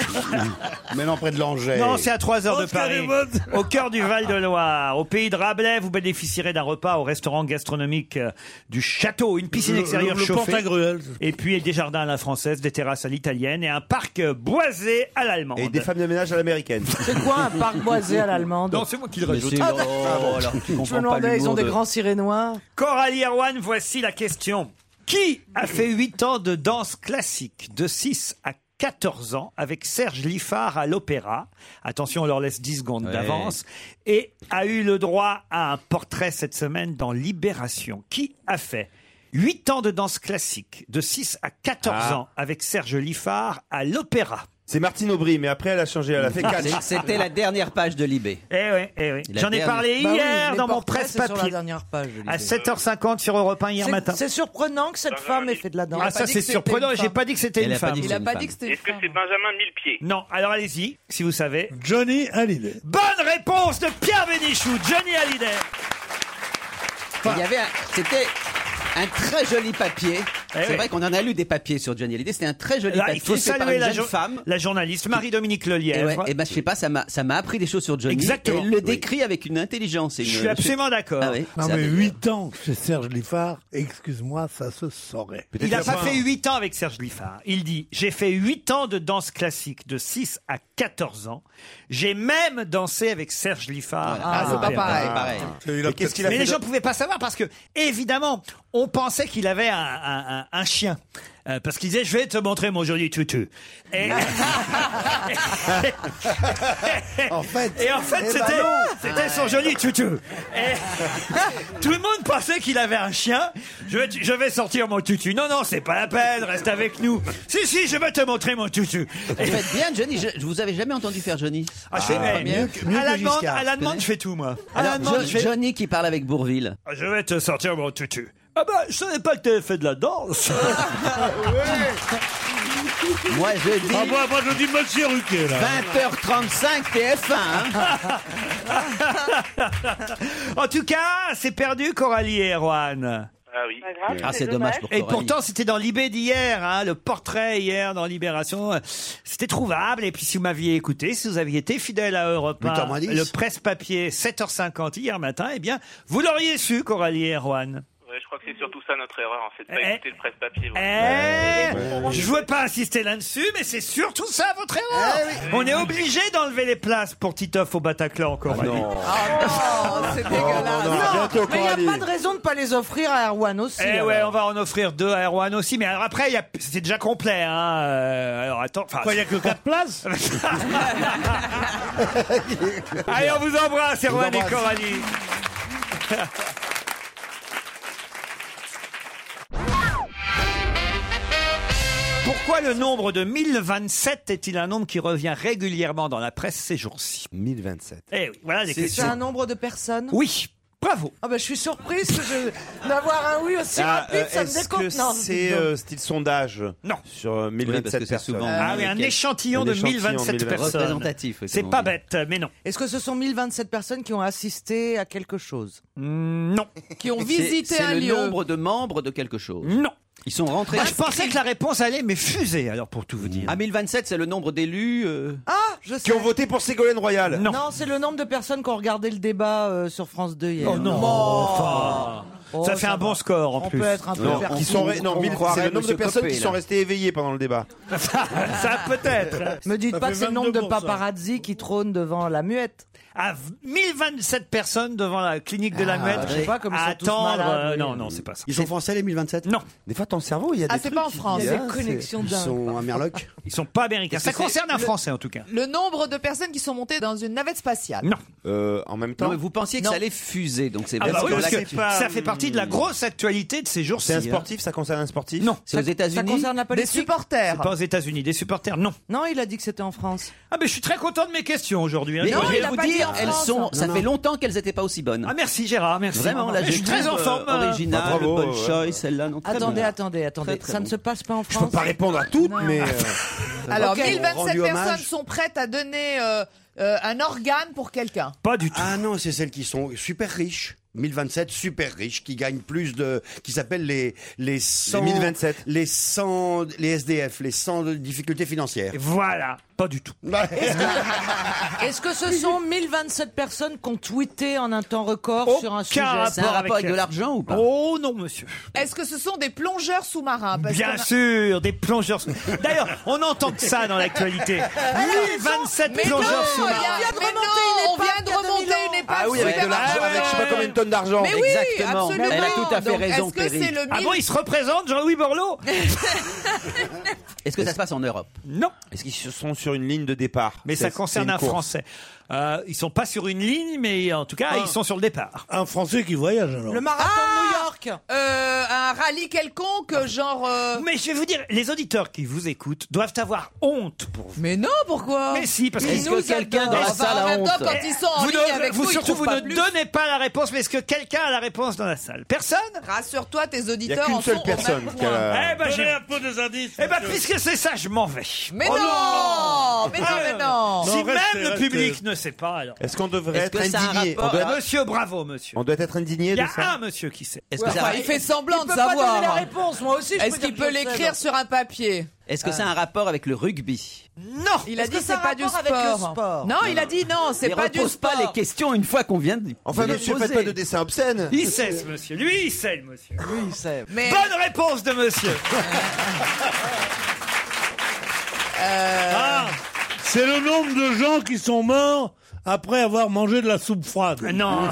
[SPEAKER 16] Maintenant près de l'Angers.
[SPEAKER 3] Non, c'est à 3 heures de
[SPEAKER 5] Oscar
[SPEAKER 3] Paris.
[SPEAKER 5] Wilde.
[SPEAKER 3] Au cœur du Val-de-Loire, au pays de Rabelais, vous bénéficierez d'un repas au restaurant gastronomique euh, du château, une piscine
[SPEAKER 5] Le-
[SPEAKER 3] extérieure
[SPEAKER 5] le- le
[SPEAKER 3] chauffée.
[SPEAKER 5] Pantagruel.
[SPEAKER 3] Et puis des jardins à la française, des terrasses à l'italienne et un parc euh, boisé à l'allemande.
[SPEAKER 16] Et des femmes de ménage à l'américaine.
[SPEAKER 8] C'est quoi un parc boisé à l'allemande
[SPEAKER 3] Non, c'est moi qui le
[SPEAKER 8] Monsieur
[SPEAKER 3] rajoute.
[SPEAKER 8] Ah, Laurent, d'accord. alors, tu Je me comprends pas demandais, ils l'humour ont des de- grands
[SPEAKER 3] cirés noirs. Coralie Erwan, voici la question. Qui a fait 8 ans de danse classique de 6 à 14 ans avec Serge Liffard à l'opéra Attention, on leur laisse 10 secondes
[SPEAKER 7] Ouais.
[SPEAKER 3] d'avance. Et a eu le droit à un portrait cette semaine dans Libération. Qui a fait 8 ans de danse classique de 6 à 14
[SPEAKER 16] Ah.
[SPEAKER 3] ans avec Serge Liffard à l'opéra
[SPEAKER 16] C'est Martine Aubry, mais après elle a changé, elle a fait
[SPEAKER 7] C'est-
[SPEAKER 16] quatre.
[SPEAKER 7] C'était la dernière page de Libé.
[SPEAKER 3] Eh oui, eh oui.
[SPEAKER 7] La
[SPEAKER 3] J'en ai
[SPEAKER 7] dernière-
[SPEAKER 3] parlé
[SPEAKER 13] Bah oui,
[SPEAKER 3] hier
[SPEAKER 13] les
[SPEAKER 3] dans mon
[SPEAKER 13] portraits, c'est sur la
[SPEAKER 3] presse-papier.
[SPEAKER 13] dernière page, je
[SPEAKER 3] À
[SPEAKER 13] disais.
[SPEAKER 3] 7h50 sur Europe 1 hier
[SPEAKER 13] C'est-
[SPEAKER 3] matin.
[SPEAKER 13] C'est surprenant que cette femme ait fait de la danse.
[SPEAKER 3] Ah, ça c'est surprenant, j'ai pas dit que c'était
[SPEAKER 13] Elle
[SPEAKER 3] une
[SPEAKER 13] a pas
[SPEAKER 3] femme.
[SPEAKER 13] dit que Il a c'était pas une dit que
[SPEAKER 10] Est-ce que c'est Benjamin Millepied
[SPEAKER 3] Non, alors allez-y, si vous savez. Johnny Hallyday. Bonne réponse de Pierre Bénichou, Johnny Hallyday.
[SPEAKER 7] Il y avait un- c'était un très joli papier.
[SPEAKER 3] Eh
[SPEAKER 7] C'est
[SPEAKER 3] oui.
[SPEAKER 7] vrai qu'on en a lu des papiers sur Johnny Hallyday. C'était un très joli
[SPEAKER 3] Là,
[SPEAKER 7] papier.
[SPEAKER 3] il faut
[SPEAKER 7] fait par
[SPEAKER 3] saluer
[SPEAKER 7] une
[SPEAKER 3] la, jo-
[SPEAKER 7] jeune femme.
[SPEAKER 3] la journaliste Marie-Dominique
[SPEAKER 7] Et, ouais,
[SPEAKER 3] Lelièvre.
[SPEAKER 7] eh ben, je sais pas, ça m'a, ça m'a appris des choses sur Johnny.
[SPEAKER 3] Exactement.
[SPEAKER 7] Et il le décrit avec une intelligence. et
[SPEAKER 3] Je
[SPEAKER 7] une-
[SPEAKER 3] suis absolument d'accord.
[SPEAKER 7] Ah ouais,
[SPEAKER 5] Non,
[SPEAKER 7] ça
[SPEAKER 5] mais
[SPEAKER 7] avait-
[SPEAKER 5] 8 ans chez Serge Liffard, excuse-moi, ça se saurait.
[SPEAKER 3] Il n'a pas fait
[SPEAKER 13] hein.
[SPEAKER 3] 8 ans avec Serge Liffard. Il dit J'ai fait 8 ans de danse classique de 6 à 14 ans. J'ai même dansé avec Serge Liffard.
[SPEAKER 5] Ah,
[SPEAKER 3] à
[SPEAKER 5] c'est pas
[SPEAKER 3] l'opéra.
[SPEAKER 5] pareil. Ah, pareil. Il a
[SPEAKER 3] Mais,
[SPEAKER 5] peut-être
[SPEAKER 3] qu'est-ce qu'il
[SPEAKER 5] fait
[SPEAKER 3] mais les
[SPEAKER 5] de-
[SPEAKER 3] gens ne pouvaient pas savoir parce que, évidemment, on pensait qu'il avait un, un- un- un chien. Euh, parce qu'il disait Je vais te montrer mon joli tutu. Et. en fait, et en fait,
[SPEAKER 5] eh ben
[SPEAKER 3] c'était
[SPEAKER 5] non.
[SPEAKER 3] c'était son Eh. joli tutu. Et tout le monde pensait qu'il avait un chien. Je vais, je vais sortir mon tutu. Non, non, c'est pas la peine. Reste avec nous. Si, si, je vais te montrer mon tutu.
[SPEAKER 7] Vous faites bien, Johnny. Je, je vous avais jamais entendu faire Johnny.
[SPEAKER 3] Ah, je fais-
[SPEAKER 7] la
[SPEAKER 3] eh,
[SPEAKER 7] première.
[SPEAKER 3] mieux que- mieux À la que demande- Giscard. à la demande, je fais tout, moi. À la
[SPEAKER 7] Alors,
[SPEAKER 3] demande,
[SPEAKER 7] Jo-
[SPEAKER 3] je fais-
[SPEAKER 7] Johnny qui parle avec Bourville.
[SPEAKER 3] Je vais te sortir mon tutu. Ah bah, je savais pas que t'avais fait de la danse.
[SPEAKER 7] Moi, je dis.
[SPEAKER 5] Ah, moi, moi, je dis Monsieur Ruquet, là.
[SPEAKER 7] 20h35 TF1. hein.
[SPEAKER 3] en tout cas, c'est perdu, Coralie et Erwan.
[SPEAKER 10] Ah oui.
[SPEAKER 7] Ah, c'est dommage pour
[SPEAKER 3] Et
[SPEAKER 7] Coralie.
[SPEAKER 3] pourtant, c'était dans l'IB d'hier, hein, le portrait hier dans Libération. euh, C'était trouvable. Et puis, si vous m'aviez écouté, si vous aviez été fidèle à Europe 1,
[SPEAKER 16] Huit heures moins dix.
[SPEAKER 3] le presse-papier 7h50 hier matin, eh bien, vous l'auriez su, Coralie et Erwan.
[SPEAKER 10] Ouais, je crois que c'est surtout ça notre erreur, en fait, de pas
[SPEAKER 3] Eh.
[SPEAKER 10] écouter le presse-papier.
[SPEAKER 3] Eh, je veux pas insister là-dessus, mais c'est surtout ça votre erreur.
[SPEAKER 7] Eh
[SPEAKER 3] On est obligé d'enlever les places pour Titoff au Bataclan,
[SPEAKER 7] Ah
[SPEAKER 3] Coralie.
[SPEAKER 13] c'est dégueulasse.
[SPEAKER 3] Oh, non, à bientôt,
[SPEAKER 13] mais il
[SPEAKER 3] Coralie.
[SPEAKER 13] n'y a pas de raison de pas les offrir à Erwan aussi.
[SPEAKER 3] Eh
[SPEAKER 13] alors.
[SPEAKER 3] ouais, on va en offrir deux à Erwan aussi, mais alors après, il y a- c'est déjà complet. Hein. euh, alors attends, enfin,
[SPEAKER 5] Quoi, il n'y a que 4 places
[SPEAKER 3] Allez, on vous embrasse,
[SPEAKER 5] On vous
[SPEAKER 3] Erwan et
[SPEAKER 5] embrasse.
[SPEAKER 3] Coralie. Pourquoi le nombre de 1027 est-il un nombre qui revient régulièrement dans la presse ces jours-ci
[SPEAKER 16] 1027.
[SPEAKER 3] Eh oui, voilà les
[SPEAKER 13] C'est c'est un
[SPEAKER 3] questions.
[SPEAKER 13] nombre de personnes
[SPEAKER 3] Oui, bravo.
[SPEAKER 13] Ah ben, je suis surprise que je- d'avoir un oui aussi
[SPEAKER 16] Ah,
[SPEAKER 13] rapide,
[SPEAKER 16] euh,
[SPEAKER 13] ça me
[SPEAKER 16] est-ce
[SPEAKER 13] décompte.
[SPEAKER 16] que
[SPEAKER 13] Non,
[SPEAKER 16] c'est
[SPEAKER 13] dis donc.
[SPEAKER 16] euh, style sondage
[SPEAKER 3] Non.
[SPEAKER 16] Sur euh, 1027
[SPEAKER 7] parce que c'est
[SPEAKER 16] personnes.
[SPEAKER 7] souvent,
[SPEAKER 3] Ah oui, un échantillon de 1027 personnes.
[SPEAKER 7] Représentatif, oui,
[SPEAKER 3] C'est
[SPEAKER 7] comme
[SPEAKER 3] pas
[SPEAKER 7] on dit.
[SPEAKER 3] bête, mais non.
[SPEAKER 13] Est-ce que ce sont 1027 personnes qui ont assisté à quelque chose
[SPEAKER 3] Hmm, Non.
[SPEAKER 13] Qui ont
[SPEAKER 7] C'est-
[SPEAKER 13] visité
[SPEAKER 7] c'est
[SPEAKER 13] un
[SPEAKER 7] le
[SPEAKER 13] lieu
[SPEAKER 7] nombre de membres de quelque chose.
[SPEAKER 3] Non.
[SPEAKER 7] Ils sont rentrés.
[SPEAKER 3] Ah, je pensais que la réponse allait m'effuser, alors pour tout vous dire.
[SPEAKER 7] Ah, 1027, c'est le nombre d'élus. euh,
[SPEAKER 13] Ah, je sais.
[SPEAKER 7] Qui ont voté pour Ségolène Royal.
[SPEAKER 13] Non,
[SPEAKER 7] Non.
[SPEAKER 13] c'est le nombre de personnes qui ont regardé le débat euh, sur France 2 hier.
[SPEAKER 3] Oh non, enfin,
[SPEAKER 13] Oh,
[SPEAKER 3] ça fait
[SPEAKER 13] ça
[SPEAKER 3] un bon score en
[SPEAKER 13] On
[SPEAKER 3] plus.
[SPEAKER 13] peut être un peu
[SPEAKER 16] Non,
[SPEAKER 13] faire
[SPEAKER 16] qui
[SPEAKER 13] tout.
[SPEAKER 16] sont re- non,
[SPEAKER 13] On
[SPEAKER 16] mille-
[SPEAKER 13] croirait
[SPEAKER 16] c'est le nombre de
[SPEAKER 13] Monsieur
[SPEAKER 16] personnes
[SPEAKER 13] Copé,
[SPEAKER 16] qui
[SPEAKER 13] là.
[SPEAKER 16] sont restées éveillées pendant le débat.
[SPEAKER 3] Ça peut-être.
[SPEAKER 13] Me dites
[SPEAKER 3] Ça
[SPEAKER 13] pas
[SPEAKER 3] fait
[SPEAKER 13] que c'est le nombre de
[SPEAKER 3] 22%.
[SPEAKER 13] paparazzi qui trônent devant la muette.
[SPEAKER 3] À 1027 personnes devant la clinique de la
[SPEAKER 13] Ah,
[SPEAKER 16] bah,
[SPEAKER 3] Muette.
[SPEAKER 13] je sais pas, comme ils
[SPEAKER 3] à
[SPEAKER 13] sont tous
[SPEAKER 3] attendre.
[SPEAKER 13] malades,
[SPEAKER 3] euh,
[SPEAKER 13] oui.
[SPEAKER 3] Non, non, c'est pas ça.
[SPEAKER 16] Ils sont français les 1027
[SPEAKER 3] Non.
[SPEAKER 16] Des fois, ton cerveau, il y a
[SPEAKER 17] Ah,
[SPEAKER 16] des
[SPEAKER 17] c'est
[SPEAKER 16] trucs
[SPEAKER 17] pas en
[SPEAKER 16] qui-
[SPEAKER 17] France,
[SPEAKER 16] il y a-
[SPEAKER 17] c'est une connexion
[SPEAKER 16] Ils
[SPEAKER 17] dingue.
[SPEAKER 16] sont à Merloc
[SPEAKER 3] Ils sont pas américains.
[SPEAKER 16] Est-ce
[SPEAKER 3] Ça
[SPEAKER 16] que c'est
[SPEAKER 3] concerne un
[SPEAKER 16] le-
[SPEAKER 3] Français en tout cas.
[SPEAKER 17] Le nombre de personnes qui sont montées dans une navette spatiale.
[SPEAKER 3] Non.
[SPEAKER 16] Euh, en même temps.
[SPEAKER 7] Non, mais vous pensiez que ça allait fuser, donc c'est
[SPEAKER 3] Ah
[SPEAKER 7] bien
[SPEAKER 3] bah
[SPEAKER 7] sûr
[SPEAKER 3] oui,
[SPEAKER 7] que
[SPEAKER 3] parce
[SPEAKER 7] la-
[SPEAKER 3] que ça fait partie partie de la grosse actualité de ces jours-ci. hein.
[SPEAKER 4] C'est un
[SPEAKER 7] hein.
[SPEAKER 4] sportif, ça concerne un sportif
[SPEAKER 3] Non.
[SPEAKER 13] C'est aux Ça- États-Unis ça concerne la politique
[SPEAKER 3] Des supporters. C'est pas aux États-Unis, des supporters, non.
[SPEAKER 13] Non, il a dit que c'était en France.
[SPEAKER 3] Ah, mais je suis très content de mes questions aujourd'hui. hein.
[SPEAKER 7] Mais
[SPEAKER 3] Je
[SPEAKER 7] non,
[SPEAKER 3] dois
[SPEAKER 7] je vais vous dire, elles sont. Ça
[SPEAKER 3] Non,
[SPEAKER 7] fait
[SPEAKER 3] non.
[SPEAKER 7] longtemps qu'elles n'étaient pas aussi bonnes.
[SPEAKER 3] Ah merci Gérard, merci.
[SPEAKER 7] Vraiment, là,
[SPEAKER 3] Je suis très en forme. euh,
[SPEAKER 7] Original,
[SPEAKER 3] bah, bravo,
[SPEAKER 7] bonne
[SPEAKER 3] ouais.
[SPEAKER 7] choice, celle-là. non, très
[SPEAKER 13] Attendez,
[SPEAKER 7] bonne.
[SPEAKER 13] attendez, attendez.
[SPEAKER 7] Très, très
[SPEAKER 13] ça
[SPEAKER 7] bon.
[SPEAKER 13] ne se passe pas en France.
[SPEAKER 7] Je peux pas
[SPEAKER 4] répondre à toutes, mais.
[SPEAKER 17] Alors,
[SPEAKER 13] Ok.
[SPEAKER 17] 1027
[SPEAKER 16] euh, Rendu
[SPEAKER 17] personnes
[SPEAKER 16] hommage.
[SPEAKER 17] sont prêtes à donner euh, euh, un organe pour quelqu'un.
[SPEAKER 3] Pas du tout.
[SPEAKER 16] Ah non, c'est celles qui sont super riches. 1027 super riches qui gagnent plus de qui s'appellent les les 100
[SPEAKER 4] Les 1027.
[SPEAKER 16] les 100 les SDF les 100 de difficultés financières. Bah,
[SPEAKER 3] Voilà, pas du tout.
[SPEAKER 13] Est-ce que ce sont 1027 personnes qui ont tweeté en un temps record sur un sujet
[SPEAKER 7] C'est un rapport avec de l'argent ou pas
[SPEAKER 3] euh, Oh non, monsieur.
[SPEAKER 17] Est-ce que ce sont des plongeurs sous-marins Parce
[SPEAKER 3] Bien
[SPEAKER 17] qu'on a-
[SPEAKER 3] sûr, des plongeurs. sous- D'ailleurs, on entend que ça dans l'actualité.
[SPEAKER 17] Alors,
[SPEAKER 3] 1027
[SPEAKER 17] mais
[SPEAKER 3] plongeurs
[SPEAKER 17] non,
[SPEAKER 3] sous
[SPEAKER 17] il y a- Ah, mais non, on vient de remonter une épave.
[SPEAKER 4] Ah oui, avec de l'argent, avec je sais pas combien de tonnes d'argent.
[SPEAKER 17] Mais oui,
[SPEAKER 7] Exactement.
[SPEAKER 17] absolument.
[SPEAKER 7] Elle a tout à fait
[SPEAKER 17] Donc,
[SPEAKER 7] raison,
[SPEAKER 17] Est-ce que
[SPEAKER 7] Perry.
[SPEAKER 17] c'est le
[SPEAKER 7] Ah
[SPEAKER 17] mille-
[SPEAKER 7] bon, il se
[SPEAKER 3] représente Jean-Louis Borloo
[SPEAKER 7] Est-ce que ça se passe en Europe
[SPEAKER 3] Non.
[SPEAKER 4] Est-ce qu'ils se sont sur une ligne de départ
[SPEAKER 3] Mais ça concerne un Français. Euh, ils sont pas sur une ligne, mais en tout cas,
[SPEAKER 5] Ah.
[SPEAKER 3] ils sont sur le départ.
[SPEAKER 5] Un Français qui voyage alors.
[SPEAKER 17] Le marathon de New York Ah euh, Un rallye quelconque, genre... euh,
[SPEAKER 3] Ah. Mais je vais vous dire, les auditeurs qui vous écoutent doivent avoir honte pour vous.
[SPEAKER 17] Mais non, pourquoi
[SPEAKER 3] Mais si, parce
[SPEAKER 17] Ils
[SPEAKER 3] que
[SPEAKER 17] Est-ce que nous quelqu'un adorent. dans la
[SPEAKER 3] Enfin,
[SPEAKER 17] salle
[SPEAKER 3] en
[SPEAKER 17] a
[SPEAKER 3] même temps,
[SPEAKER 17] honte
[SPEAKER 3] quand ils sont en
[SPEAKER 17] Vous
[SPEAKER 3] ligne
[SPEAKER 17] ne-
[SPEAKER 3] avec
[SPEAKER 17] vous
[SPEAKER 3] nous, ils
[SPEAKER 17] surtout,
[SPEAKER 3] trouvent
[SPEAKER 17] vous
[SPEAKER 3] pas
[SPEAKER 17] ne
[SPEAKER 3] plus. donnez pas la réponse, mais est-ce que quelqu'un a la réponse dans la salle Personne
[SPEAKER 17] Rassure-toi, tes auditeurs
[SPEAKER 3] qu'une
[SPEAKER 17] en
[SPEAKER 3] seule
[SPEAKER 17] sont au
[SPEAKER 3] personne
[SPEAKER 17] même
[SPEAKER 3] qui a
[SPEAKER 17] point.
[SPEAKER 3] la- Eh ben, Donnez j'ai- un
[SPEAKER 17] peu des indices.
[SPEAKER 3] Eh ben, puisque c'est ça, je m'en vais.
[SPEAKER 17] Mais
[SPEAKER 3] Oh
[SPEAKER 17] non, Mais non, mais non
[SPEAKER 3] Si même
[SPEAKER 4] reste,
[SPEAKER 3] le
[SPEAKER 4] reste.
[SPEAKER 3] public ne sait pas, alors.
[SPEAKER 4] Est-ce qu'on devrait
[SPEAKER 3] Est-ce
[SPEAKER 4] être
[SPEAKER 3] que ça a un
[SPEAKER 4] indigné
[SPEAKER 3] rapport
[SPEAKER 4] on doit,
[SPEAKER 3] à- Monsieur, bravo, monsieur.
[SPEAKER 4] On doit être indigné
[SPEAKER 3] Il y
[SPEAKER 4] de
[SPEAKER 3] a
[SPEAKER 4] ça
[SPEAKER 3] un monsieur qui sait.
[SPEAKER 7] Est-ce
[SPEAKER 17] Ouais,
[SPEAKER 7] que ça
[SPEAKER 17] enfin,
[SPEAKER 7] a-
[SPEAKER 17] il fait semblant
[SPEAKER 13] Il
[SPEAKER 17] de
[SPEAKER 13] peut pas
[SPEAKER 17] savoir. hein.
[SPEAKER 13] donner la réponse, moi aussi, je
[SPEAKER 17] Est-ce
[SPEAKER 13] peux
[SPEAKER 17] qu'il
[SPEAKER 13] dire
[SPEAKER 17] peut
[SPEAKER 13] que je sais,
[SPEAKER 17] l'écrire
[SPEAKER 13] donc.
[SPEAKER 17] sur un papier
[SPEAKER 7] Est-ce que ça
[SPEAKER 3] Ah.
[SPEAKER 7] a un rapport avec le rugby
[SPEAKER 3] Non
[SPEAKER 17] Il a
[SPEAKER 13] Est-ce
[SPEAKER 17] dit
[SPEAKER 13] que ça a
[SPEAKER 17] c'est pas
[SPEAKER 13] un
[SPEAKER 17] du
[SPEAKER 13] rapport avec le
[SPEAKER 17] sport.
[SPEAKER 13] sport
[SPEAKER 17] Non, il a dit non, c'est
[SPEAKER 7] Mais
[SPEAKER 17] pas du
[SPEAKER 7] repose
[SPEAKER 17] sport.
[SPEAKER 7] pas les questions une fois qu'on vient de.
[SPEAKER 4] Enfin,
[SPEAKER 7] de les
[SPEAKER 4] monsieur,
[SPEAKER 7] poser.
[SPEAKER 4] faites pas de dessin obscène.
[SPEAKER 3] Il sait, ce monsieur. Lui, il sait, le monsieur.
[SPEAKER 7] Oui, il sait.
[SPEAKER 17] Mais
[SPEAKER 3] Bonne réponse de monsieur.
[SPEAKER 17] euh,
[SPEAKER 3] Ah.
[SPEAKER 5] C'est le nombre de gens qui sont morts après avoir mangé de la soupe froide.
[SPEAKER 3] Non,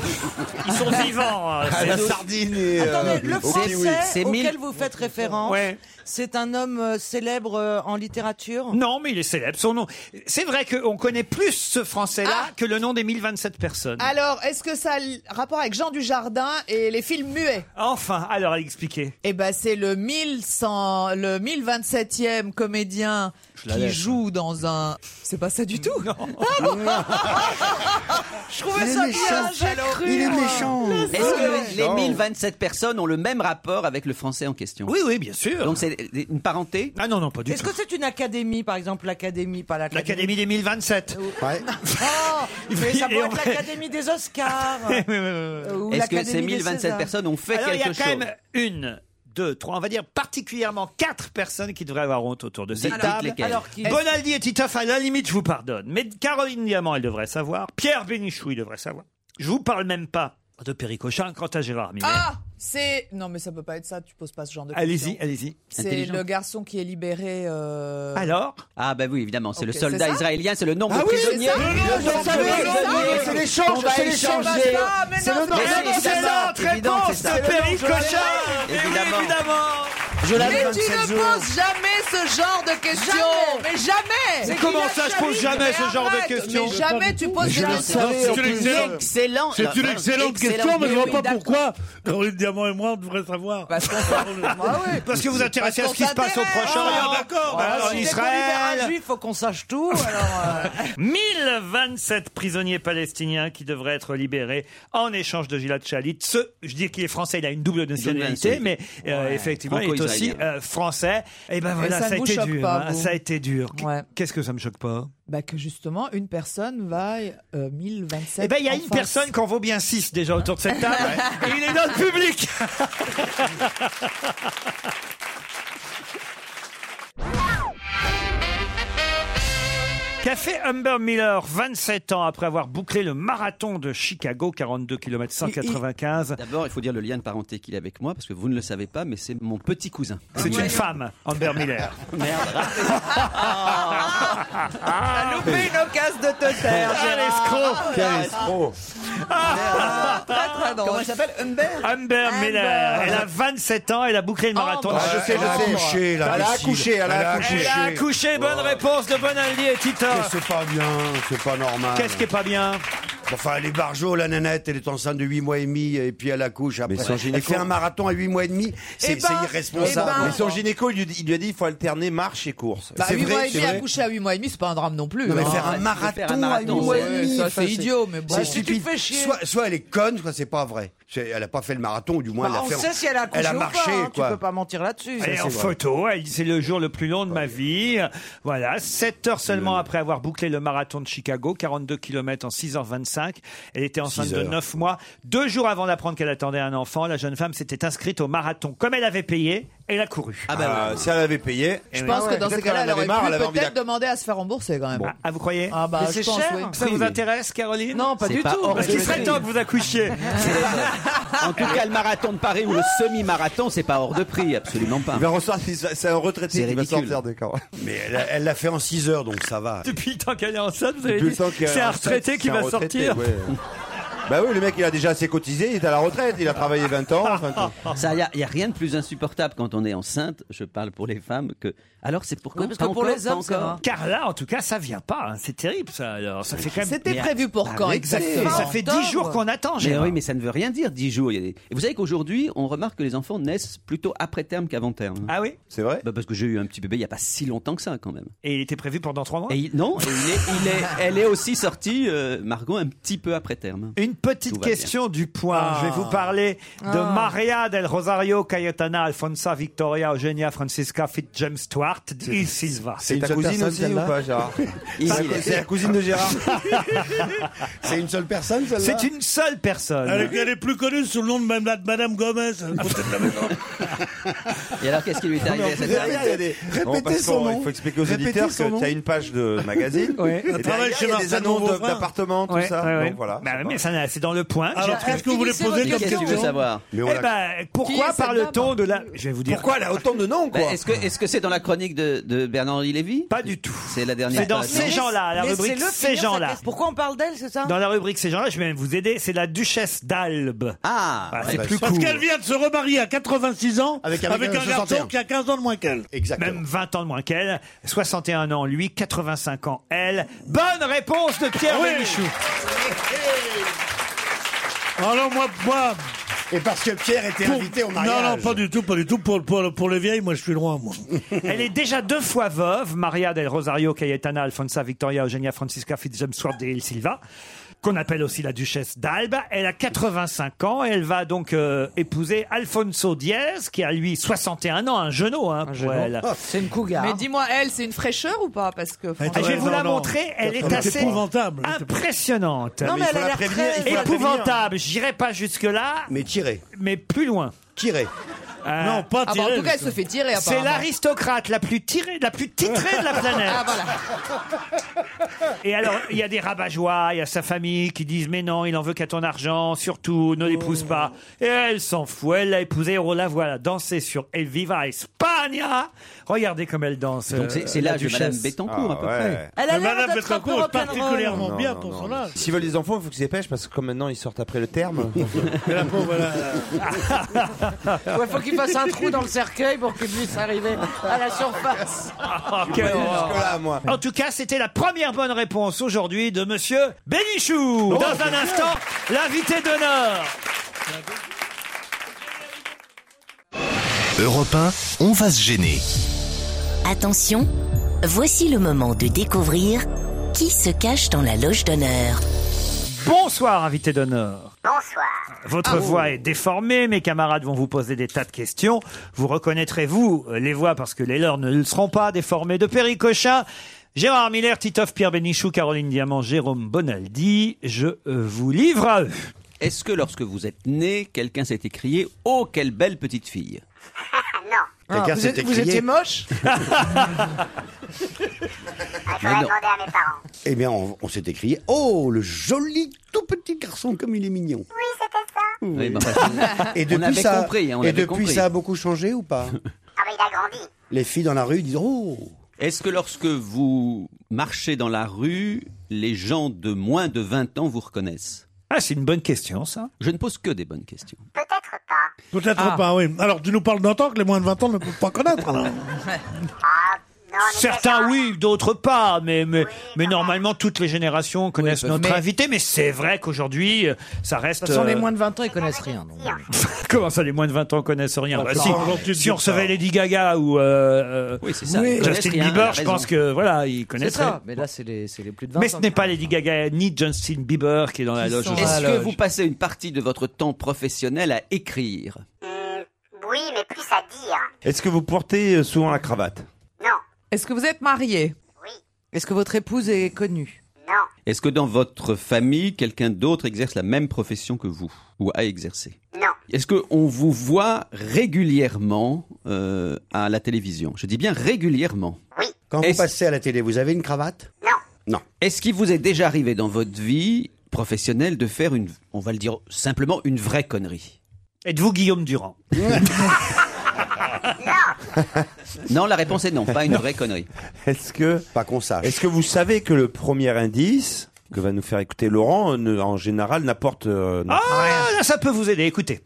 [SPEAKER 3] ils sont
[SPEAKER 12] euh,
[SPEAKER 3] vivants. hein.
[SPEAKER 4] Ah, la sardine et.
[SPEAKER 13] Attendez, le
[SPEAKER 4] au
[SPEAKER 13] français
[SPEAKER 4] kiwi.
[SPEAKER 13] auquel vous faites référence,
[SPEAKER 3] Ouais.
[SPEAKER 13] c'est un homme euh, célèbre euh, en littérature.
[SPEAKER 3] Non, mais il est célèbre. Son nom. C'est vrai qu'on connaît plus ce français-là
[SPEAKER 13] Ah
[SPEAKER 3] que le nom des 1027 personnes.
[SPEAKER 17] Alors, est-ce que ça a l- rapport avec Jean Dujardin et les films muets
[SPEAKER 3] Enfin, alors à expliquer.
[SPEAKER 17] Eh ben, c'est le 1100, le 1027e comédien
[SPEAKER 7] la
[SPEAKER 17] qui
[SPEAKER 3] hein.
[SPEAKER 7] laisse.
[SPEAKER 17] joue dans un. C'est pas ça du tout. Je trouvais
[SPEAKER 13] Il est
[SPEAKER 17] ça bien.
[SPEAKER 13] méchant,
[SPEAKER 17] j'ai cru,
[SPEAKER 16] Il est
[SPEAKER 17] moi.
[SPEAKER 16] méchant.
[SPEAKER 7] Est-ce que les 1027 personnes ont le même rapport avec le français en question
[SPEAKER 3] Oui, oui, bien sûr.
[SPEAKER 7] Donc c'est une parenté
[SPEAKER 3] ah non, non, pas du
[SPEAKER 13] Est-ce
[SPEAKER 3] tout.
[SPEAKER 13] que c'est une académie, par exemple, l'académie, pas l'académie
[SPEAKER 3] L'Académie des 1027.
[SPEAKER 16] Ouais.
[SPEAKER 13] Oh, mais ça peut
[SPEAKER 3] Et on
[SPEAKER 13] être
[SPEAKER 3] va-
[SPEAKER 13] l'académie des Oscars. ou
[SPEAKER 7] Est-ce que ces
[SPEAKER 13] l'Académie des
[SPEAKER 7] 1027
[SPEAKER 13] Césars.
[SPEAKER 7] personnes ont fait
[SPEAKER 3] Alors il y
[SPEAKER 7] quelque
[SPEAKER 3] a quand
[SPEAKER 7] chose
[SPEAKER 3] même une, deux, trois, on va dire particulièrement quatre personnes qui devraient avoir honte autour de
[SPEAKER 7] Dites-
[SPEAKER 3] cette
[SPEAKER 7] dites
[SPEAKER 3] table.
[SPEAKER 7] lesquelles.
[SPEAKER 13] Alors qui-
[SPEAKER 3] Bonaldi et Titoff, à la limite, je vous pardonne. Mais Caroline Diamant, elle devrait savoir. Pierre Bénichou, il devrait savoir. Je vous parle même pas de Péricochin quant à Gérard Miller.
[SPEAKER 17] Ah, c'est non, mais ça peut pas être ça. Tu poses pas ce genre de.
[SPEAKER 3] allez-y,
[SPEAKER 17] questions.
[SPEAKER 3] allez-y.
[SPEAKER 17] C'est
[SPEAKER 7] Intelligent.
[SPEAKER 17] le garçon qui est libéré. euh,
[SPEAKER 3] Alors
[SPEAKER 7] Ah bah oui, évidemment, c'est
[SPEAKER 17] Ok,
[SPEAKER 7] le
[SPEAKER 17] c'est
[SPEAKER 7] soldat
[SPEAKER 17] ça
[SPEAKER 7] israélien, c'est le nombre
[SPEAKER 17] Ah
[SPEAKER 7] de
[SPEAKER 17] oui, c'est
[SPEAKER 7] prisonniers.
[SPEAKER 17] ça. Mais non,
[SPEAKER 7] Le
[SPEAKER 17] je
[SPEAKER 7] nombre
[SPEAKER 17] le
[SPEAKER 7] de
[SPEAKER 17] savais, je le
[SPEAKER 7] prisonniers.
[SPEAKER 17] savais, c'est
[SPEAKER 4] l'échange,
[SPEAKER 7] On va
[SPEAKER 4] c'est l'échange,
[SPEAKER 7] échanger.
[SPEAKER 4] c'est-
[SPEAKER 17] Ah, mais
[SPEAKER 4] c'est
[SPEAKER 17] non,
[SPEAKER 4] le
[SPEAKER 17] c'est pas
[SPEAKER 4] normal,
[SPEAKER 17] ça.
[SPEAKER 4] c'est ça.
[SPEAKER 3] Excellente
[SPEAKER 7] évident,
[SPEAKER 3] réponse
[SPEAKER 7] c'est ça.
[SPEAKER 3] de Perry Cochin Et oui,
[SPEAKER 7] Évidemment.
[SPEAKER 3] évidemment
[SPEAKER 4] Je l'avais
[SPEAKER 17] Mais tu
[SPEAKER 4] 27
[SPEAKER 17] ne
[SPEAKER 4] jours.
[SPEAKER 17] poses jamais ce genre de questions. Mais jamais.
[SPEAKER 3] Mais comment
[SPEAKER 17] qu'il
[SPEAKER 3] ça,
[SPEAKER 17] a
[SPEAKER 3] je pose
[SPEAKER 17] jamais-
[SPEAKER 3] jamais ce
[SPEAKER 17] Mais
[SPEAKER 3] genre de
[SPEAKER 17] arrête,
[SPEAKER 3] questions.
[SPEAKER 17] Mais jamais tu poses
[SPEAKER 5] Je
[SPEAKER 17] des
[SPEAKER 5] le
[SPEAKER 17] questions.
[SPEAKER 5] savais, en plus.
[SPEAKER 7] Excellent.
[SPEAKER 5] C'est une
[SPEAKER 7] Alors,
[SPEAKER 5] excellente
[SPEAKER 7] excellent.
[SPEAKER 5] question, mais je vois
[SPEAKER 7] Oui,
[SPEAKER 5] pas
[SPEAKER 7] d'accord.
[SPEAKER 5] pourquoi Caroline Diamant et moi on devrait savoir.
[SPEAKER 13] Ah ouais.
[SPEAKER 3] Parce que vous intéressez à
[SPEAKER 17] Parce
[SPEAKER 3] ce qui
[SPEAKER 17] qu'on
[SPEAKER 3] se passe au
[SPEAKER 17] s'intéresse.
[SPEAKER 3] Proche-Orient,
[SPEAKER 5] Ah, d'accord,
[SPEAKER 3] voilà,
[SPEAKER 5] bah,
[SPEAKER 3] en
[SPEAKER 5] si
[SPEAKER 13] Dès qu'on libère un
[SPEAKER 3] Israël.
[SPEAKER 13] juif, faut qu'on sache tout. Alors, euh,
[SPEAKER 3] 1027 prisonniers palestiniens qui devraient être libérés en échange de Gilad Shalit. Ce, je dis qu'il est français, il a une double nationalité,
[SPEAKER 7] nationalité.
[SPEAKER 3] mais euh,
[SPEAKER 7] Ouais.
[SPEAKER 3] effectivement, il est aussi
[SPEAKER 7] Franco-israélien.
[SPEAKER 3] euh, français. Et ben voilà,
[SPEAKER 17] ça ne
[SPEAKER 3] ça, a
[SPEAKER 17] vous
[SPEAKER 3] été
[SPEAKER 17] choque
[SPEAKER 3] dur,
[SPEAKER 17] pas,
[SPEAKER 3] hein,
[SPEAKER 17] vous
[SPEAKER 3] ça a été dur.
[SPEAKER 17] Ouais.
[SPEAKER 3] Qu'est-ce que ça me choque pas
[SPEAKER 17] Bah que justement une personne vaille euh, 1027.
[SPEAKER 3] Eh ben, il y a
[SPEAKER 17] en
[SPEAKER 3] une
[SPEAKER 17] face.
[SPEAKER 3] personne qui en vaut bien 6 déjà autour de cette table. et il est dans le public. Qu'a fait Humber Miller 27 ans après avoir bouclé le marathon de Chicago, 42 km 195
[SPEAKER 7] D'abord, il faut dire le lien de parenté qu'il a avec moi, parce que vous ne le savez pas, mais c'est mon petit cousin.
[SPEAKER 3] C'est une femme, Humber Miller.
[SPEAKER 17] Ah, T'as loupé une occasion de te taire.
[SPEAKER 3] Ah,
[SPEAKER 17] Gérard.
[SPEAKER 3] l'escroc
[SPEAKER 4] Quel escroc.
[SPEAKER 17] ah. Très, très drôle.
[SPEAKER 13] comment elle s'appelle Humbert
[SPEAKER 3] Humber Miller,
[SPEAKER 17] Humbert.
[SPEAKER 3] elle a 27 ans, elle a bouclé le marathon de
[SPEAKER 4] Ah, je sais,
[SPEAKER 3] Chicago.
[SPEAKER 4] je sais.
[SPEAKER 16] accouché,
[SPEAKER 4] elle
[SPEAKER 16] la
[SPEAKER 4] a
[SPEAKER 16] imbécile.
[SPEAKER 4] accouché, elle a
[SPEAKER 16] Elle a
[SPEAKER 3] Elle
[SPEAKER 4] accouché.
[SPEAKER 3] a accouché, bonne réponse de Bonaldi et Tito.
[SPEAKER 16] Mais C'est pas bien, c'est pas normal.
[SPEAKER 3] Qu'est-ce qui est pas bien
[SPEAKER 16] Enfin, elle est barjo, la nanette, elle est enceinte de 8 mois et demi, et puis elle accouche après.
[SPEAKER 4] Mais sans
[SPEAKER 16] elle
[SPEAKER 4] gynéco.
[SPEAKER 16] fait un marathon à 8 mois et demi, c'est
[SPEAKER 17] Eh ben,
[SPEAKER 16] c'est irresponsable.
[SPEAKER 17] eh ben.
[SPEAKER 4] Mais son gynéco, il lui, dit- il lui a dit il faut alterner marche et course.
[SPEAKER 17] Bah,
[SPEAKER 4] c'est
[SPEAKER 17] 8 mois
[SPEAKER 4] vrai,
[SPEAKER 17] et
[SPEAKER 4] c'est
[SPEAKER 17] demi,
[SPEAKER 4] vrai.
[SPEAKER 17] accoucher à 8 mois et demi, c'est pas un drame non plus.
[SPEAKER 16] Non, mais
[SPEAKER 17] hein.
[SPEAKER 16] faire un marathon, à 8 mois et demi,
[SPEAKER 17] ça
[SPEAKER 16] enfin,
[SPEAKER 17] c'est idiot, mais bon.
[SPEAKER 16] c'est stupide. Soit, soit elle est conne, soit c'est pas vrai. C'est- Elle a pas fait le marathon, ou du moins elle
[SPEAKER 13] Bah, on
[SPEAKER 16] a fait.
[SPEAKER 13] sait si elle a accouché
[SPEAKER 16] Elle a
[SPEAKER 13] ou
[SPEAKER 16] marché,
[SPEAKER 13] pas, hein, tu
[SPEAKER 16] quoi.
[SPEAKER 13] peux pas mentir là-dessus.
[SPEAKER 3] Elle est
[SPEAKER 13] Ça,
[SPEAKER 3] en
[SPEAKER 13] c'est vrai.
[SPEAKER 3] photo, elle dit, c'est le jour le plus long de ma vie. Voilà, 7 heures seulement après avoir bouclé le marathon de Chicago, 42 km en 6h25. Elle était enceinte
[SPEAKER 4] Six
[SPEAKER 3] de
[SPEAKER 4] heures.
[SPEAKER 3] 9 mois. Deux jours avant d'apprendre qu'elle attendait un enfant, la jeune femme s'était inscrite au marathon. Comme elle avait payé, elle a couru.
[SPEAKER 4] Ah bah, si elle avait payé. eh
[SPEAKER 3] Je
[SPEAKER 17] Je pense que dans ces cas-là, elle aurait pu peut-être demander à se faire rembourser quand même.
[SPEAKER 3] Ah, vous croyez
[SPEAKER 17] Ah bah,
[SPEAKER 3] Mais
[SPEAKER 17] je
[SPEAKER 3] c'est
[SPEAKER 17] pense,
[SPEAKER 3] cher.
[SPEAKER 17] oui.
[SPEAKER 3] Ça vous intéresse, Caroline
[SPEAKER 17] Non, pas
[SPEAKER 7] C'est
[SPEAKER 17] du
[SPEAKER 7] pas
[SPEAKER 17] tout.
[SPEAKER 7] hors
[SPEAKER 3] Parce qu'il serait
[SPEAKER 7] de
[SPEAKER 3] temps
[SPEAKER 7] prix.
[SPEAKER 3] que vous accouchiez.
[SPEAKER 7] En tout cas, le marathon de Paris ou le semi-marathon, c'est pas hors de prix, absolument pas.
[SPEAKER 4] c'est un retraité qui va sortir des camps.
[SPEAKER 16] Mais elle a- elle l'a fait en 6 heures, donc ça va.
[SPEAKER 3] Depuis le temps qu'elle est enceinte, vous avez
[SPEAKER 4] Depuis
[SPEAKER 3] dit,
[SPEAKER 4] le temps qu'il y a
[SPEAKER 3] c'est un
[SPEAKER 4] retraite,
[SPEAKER 3] retraité qui
[SPEAKER 4] c'est un
[SPEAKER 3] va
[SPEAKER 4] retraité,
[SPEAKER 3] sortir.
[SPEAKER 4] ouais. Bah oui, le mec, il a déjà assez cotisé, il est à la retraite, il a travaillé 20 ans. enfin, tout.
[SPEAKER 7] Ça, il n'y a, rien de plus insupportable quand on est enceinte, je parle pour les femmes, que. Alors, c'est pourquoi
[SPEAKER 3] Oui, parce que pour les hommes, ça va. Car là, en tout cas, ça vient pas. hein. C'est terrible, ça, alors. Ça fait quand même-
[SPEAKER 17] C'était prévu pour
[SPEAKER 7] Ah,
[SPEAKER 17] quand
[SPEAKER 7] oui,
[SPEAKER 17] exactement
[SPEAKER 3] Ça fait dix jours qu'on attend,
[SPEAKER 7] Mais
[SPEAKER 3] Gérard.
[SPEAKER 7] oui, mais ça ne veut rien dire, 10 jours. Il y a des- Et vous savez qu'aujourd'hui, on remarque que les enfants naissent plutôt après terme qu'avant terme. Bah,
[SPEAKER 3] Ah oui
[SPEAKER 4] C'est vrai
[SPEAKER 7] Parce que j'ai eu un petit bébé il n'y a pas si longtemps que ça, quand même.
[SPEAKER 3] Et il était prévu pendant trois mois
[SPEAKER 7] Et il- non, et il est- il est- elle est aussi sortie, euh, Margot, un petit peu après terme.
[SPEAKER 3] Une petite
[SPEAKER 7] Tout va bien.
[SPEAKER 3] question du point.
[SPEAKER 7] Ah.
[SPEAKER 3] Je vais vous parler de
[SPEAKER 7] Ah.
[SPEAKER 3] Maria del Rosario Cayetana Alfonsa Victoria Eugenia Francisca Fitzjames Stuart Il Silva.
[SPEAKER 4] C'est ta cousine aussi ou pas, Gérard
[SPEAKER 3] Il-
[SPEAKER 4] C'est la- C'est la cousine de Gérard.
[SPEAKER 16] C'est une seule personne,
[SPEAKER 3] C'est une seule personne.
[SPEAKER 5] Elle, est- elle est plus connue sous le nom de Madame Madame Gomez.
[SPEAKER 3] Ah,
[SPEAKER 7] Et alors, qu'est-ce qui lui est arrivé à cette
[SPEAKER 4] Derrière, il y a des- Non, parce qu'on- Il faut expliquer aux auditeurs que tu as une page de magazine.
[SPEAKER 3] Ouais.
[SPEAKER 4] Et derrière, il y a des annonces de- d'appartements, tout
[SPEAKER 3] Ouais,
[SPEAKER 4] ça.
[SPEAKER 3] ouais, ouais.
[SPEAKER 4] Donc voilà.
[SPEAKER 3] Bah, mais ça, c'est dans le point.
[SPEAKER 4] Alors,
[SPEAKER 3] J'ai-
[SPEAKER 4] qu'est-ce que vous voulez poser comme
[SPEAKER 3] Qu'est-ce que
[SPEAKER 4] question
[SPEAKER 3] tu veux savoir
[SPEAKER 4] Mais
[SPEAKER 3] Eh
[SPEAKER 4] on l'a-
[SPEAKER 3] ben, pourquoi parle-t-on de la Je vais vous dire. Bah,
[SPEAKER 4] Pourquoi elle a autant de noms,
[SPEAKER 7] Ben,
[SPEAKER 4] quoi
[SPEAKER 7] Est-ce que est-ce que c'est dans la chronique de, de Bernard-Henri Lévy
[SPEAKER 3] Pas du tout.
[SPEAKER 7] C'est la dernière.
[SPEAKER 3] C'est dans
[SPEAKER 7] page,
[SPEAKER 3] ces
[SPEAKER 7] non
[SPEAKER 3] gens-là, la
[SPEAKER 13] Laissez-le
[SPEAKER 3] rubrique
[SPEAKER 13] finir
[SPEAKER 3] ces
[SPEAKER 13] sa
[SPEAKER 3] gens-là.
[SPEAKER 13] question. Pourquoi on parle d'elle, c'est ça
[SPEAKER 3] Dans la rubrique ces gens-là, je vais même vous aider. C'est la duchesse d'Albe. Bah,
[SPEAKER 7] Ah,
[SPEAKER 3] c'est
[SPEAKER 5] bah,
[SPEAKER 4] bah,
[SPEAKER 5] Parce
[SPEAKER 3] plus cool.
[SPEAKER 5] qu'elle vient de se remarier à 86 ans
[SPEAKER 3] Avec
[SPEAKER 5] avec,
[SPEAKER 3] un mec de
[SPEAKER 5] un garçon
[SPEAKER 3] 61.
[SPEAKER 5] qui a 15 ans de moins qu'elle.
[SPEAKER 16] Exactement.
[SPEAKER 3] Même 20 ans de moins qu'elle, 61 ans lui, 85 ans elle. Bonne réponse de Pierre
[SPEAKER 5] Ah Oui.
[SPEAKER 3] Bénichou.
[SPEAKER 5] Alors moi, moi.
[SPEAKER 16] Et parce que Pierre était invité au mariage.
[SPEAKER 5] Non, non, pas du tout, pas du tout. Pour, pour, pour les vieilles, moi, je suis loin, moi.
[SPEAKER 3] Elle est déjà deux fois veuve, Maria del Rosario Cayetana Alfonsa Victoria Eugenia Francisca Fitzjames Stuart de Il Silva, qu'on appelle aussi la duchesse d'Alba. Elle a 85 ans et elle va donc euh, épouser Alfonso Diez, qui a lui 61 ans, un genou hein, pour elle.
[SPEAKER 13] Oh, C'est une cougar.
[SPEAKER 17] Mais dis-moi, elle, c'est une fraîcheur ou pas Parce que.
[SPEAKER 3] Ah, je vais vous la montrer, elle est assez impressionnante.
[SPEAKER 17] Non, mais elle a l'air très- il faut la prévenir.
[SPEAKER 3] épouvantable. J'irai pas jusque là,
[SPEAKER 16] Mais tiré.
[SPEAKER 3] mais plus loin. Euh,
[SPEAKER 16] Tiré.
[SPEAKER 5] Non, pas
[SPEAKER 17] Ah, bah, en tout cas, elle se fait tirer.
[SPEAKER 3] C'est l'aristocrate la plus tirée, la plus titrée de la planète.
[SPEAKER 17] Ah, voilà.
[SPEAKER 3] Et alors, il y a des rabat il y a sa famille qui disent Mais non, il en veut qu'à ton argent, surtout, ne l'épouse pas. Et elle s'en fout, elle l'a épousée, on la voit la danser sur El Viva España. Regardez comme elle danse. euh,
[SPEAKER 7] Donc, c'est- c'est
[SPEAKER 3] la
[SPEAKER 7] l'âge de Madame
[SPEAKER 3] duchesse.
[SPEAKER 7] Bettencourt, à peu
[SPEAKER 4] ouais.
[SPEAKER 7] près.
[SPEAKER 13] Elle a
[SPEAKER 5] Mais
[SPEAKER 13] l'air
[SPEAKER 5] Madame
[SPEAKER 13] d'être un peu
[SPEAKER 5] Bettencourt
[SPEAKER 13] hein.
[SPEAKER 5] est
[SPEAKER 13] rock'n'roll.
[SPEAKER 5] particulièrement bien pour
[SPEAKER 4] non,
[SPEAKER 5] son
[SPEAKER 4] non.
[SPEAKER 5] âge.
[SPEAKER 4] S'ils veulent des enfants, il faut qu'ils dépêchent parce que comme maintenant ils sortent après le terme.
[SPEAKER 13] Ouais, faut qu'il fasse un trou dans le cercueil pour qu'il puisse arriver à la surface.
[SPEAKER 3] Oh, quelle horreur. En tout cas, c'était la première bonne réponse aujourd'hui de Monsieur
[SPEAKER 7] Oh,
[SPEAKER 3] Bénichou. Dans un instant, l'invité d'honneur.
[SPEAKER 2] Europe 1, on va se gêner.
[SPEAKER 14] Attention, voici le moment de découvrir qui se cache dans la loge d'honneur.
[SPEAKER 3] Bonsoir, invité d'honneur.
[SPEAKER 14] Bonsoir.
[SPEAKER 3] Votre
[SPEAKER 14] Ah,
[SPEAKER 3] voix
[SPEAKER 14] oh.
[SPEAKER 3] est déformée, mes camarades vont vous poser des tas de questions. Vous reconnaîtrez, vous, les voix, parce que les leurs ne le seront pas, déformées de Péricochin. Gérard Miller, Titoff, Pierre Bénichou, Caroline Diamant, Jérôme Bonaldi, je euh, vous livre
[SPEAKER 14] Ah,
[SPEAKER 3] à eux.
[SPEAKER 7] Est-ce que lorsque vous êtes né, quelqu'un s'est écrié « Oh, quelle belle petite fille
[SPEAKER 13] Ah,
[SPEAKER 7] Quelqu'un
[SPEAKER 13] vous,
[SPEAKER 7] s'est
[SPEAKER 13] êtes- vous
[SPEAKER 7] écrié.
[SPEAKER 13] étiez moche
[SPEAKER 3] Ah,
[SPEAKER 12] Ah,
[SPEAKER 16] Eh bien, on, on s'est écrié Oh, le joli tout petit garçon, comme il est mignon. Mmh.
[SPEAKER 7] Oui, bah, parce que-
[SPEAKER 16] Et
[SPEAKER 7] on
[SPEAKER 16] depuis,
[SPEAKER 7] avait
[SPEAKER 16] ça,
[SPEAKER 7] compris, hein, on
[SPEAKER 16] et
[SPEAKER 7] avait
[SPEAKER 16] depuis
[SPEAKER 7] compris.
[SPEAKER 16] ça a beaucoup changé ou pas Les filles dans la rue disent Oh
[SPEAKER 7] Est-ce que lorsque vous marchez dans la rue, les gens de moins de 20 ans vous reconnaissent
[SPEAKER 3] Ah, c'est une bonne question, ça.
[SPEAKER 7] Je ne pose que des bonnes questions.
[SPEAKER 5] Peut-être
[SPEAKER 7] Ah.
[SPEAKER 5] pas, oui. Alors, tu nous parles d'un temps que les moins de 20 ans ne peuvent pas connaître, alors.
[SPEAKER 14] Ah, non,
[SPEAKER 3] Certains oui, d'autres pas, mais, mais, mais normalement toutes les générations connaissent notre invité, mais c'est vrai qu'aujourd'hui euh, ça
[SPEAKER 13] De
[SPEAKER 3] reste...
[SPEAKER 13] toute façon, les
[SPEAKER 3] euh,
[SPEAKER 13] moins de 20 ans, ils connaissent rien. donc.
[SPEAKER 3] Comment ça, les moins de 20 ans connaissent rien Bah,
[SPEAKER 13] Bah,
[SPEAKER 3] si,
[SPEAKER 13] non, non, tu
[SPEAKER 3] si
[SPEAKER 13] dis
[SPEAKER 3] on recevait
[SPEAKER 13] ça.
[SPEAKER 3] Lady Gaga ou euh, euh,
[SPEAKER 7] ça, ils connaissent
[SPEAKER 3] Justin
[SPEAKER 7] rien, elle a
[SPEAKER 3] Bieber, je
[SPEAKER 7] raison.
[SPEAKER 3] pense que voilà, ils
[SPEAKER 13] C'est
[SPEAKER 3] connaissent.
[SPEAKER 13] ça, mais là, c'est les, c'est les plus de 20
[SPEAKER 3] Mais
[SPEAKER 13] ans.
[SPEAKER 3] ce n'est pas Lady Gaga ni Justin Bieber qui est dans la loge. aujourd'hui.
[SPEAKER 7] Est-ce que vous passez une partie de votre temps professionnel à écrire
[SPEAKER 12] Oui, mais plus à dire.
[SPEAKER 4] Est-ce que vous portez euh, souvent la cravate
[SPEAKER 17] Est-ce que vous êtes marié Oui. Est-ce que votre épouse est connue
[SPEAKER 7] Est-ce que dans votre famille, quelqu'un d'autre exerce la même profession que vous ou a exercé
[SPEAKER 12] Non.
[SPEAKER 7] Est-ce qu'on vous voit régulièrement euh, à la télévision Je dis bien régulièrement.
[SPEAKER 16] Quand vous passez à la télé, vous avez une cravate
[SPEAKER 7] Non. Est-ce qu'il vous est déjà arrivé dans votre vie professionnelle de faire une, on va le dire simplement, une vraie connerie
[SPEAKER 3] Êtes-vous Guillaume Durand
[SPEAKER 7] Non, la réponse est non, pas une vraie connerie.
[SPEAKER 4] Est-ce que
[SPEAKER 16] pas qu'on sache
[SPEAKER 4] Est-ce que vous savez que le premier indice que va nous faire écouter Laurent, euh, ne- en général, n'apporte euh,
[SPEAKER 3] Ah, là, ça peut vous aider, écoutez.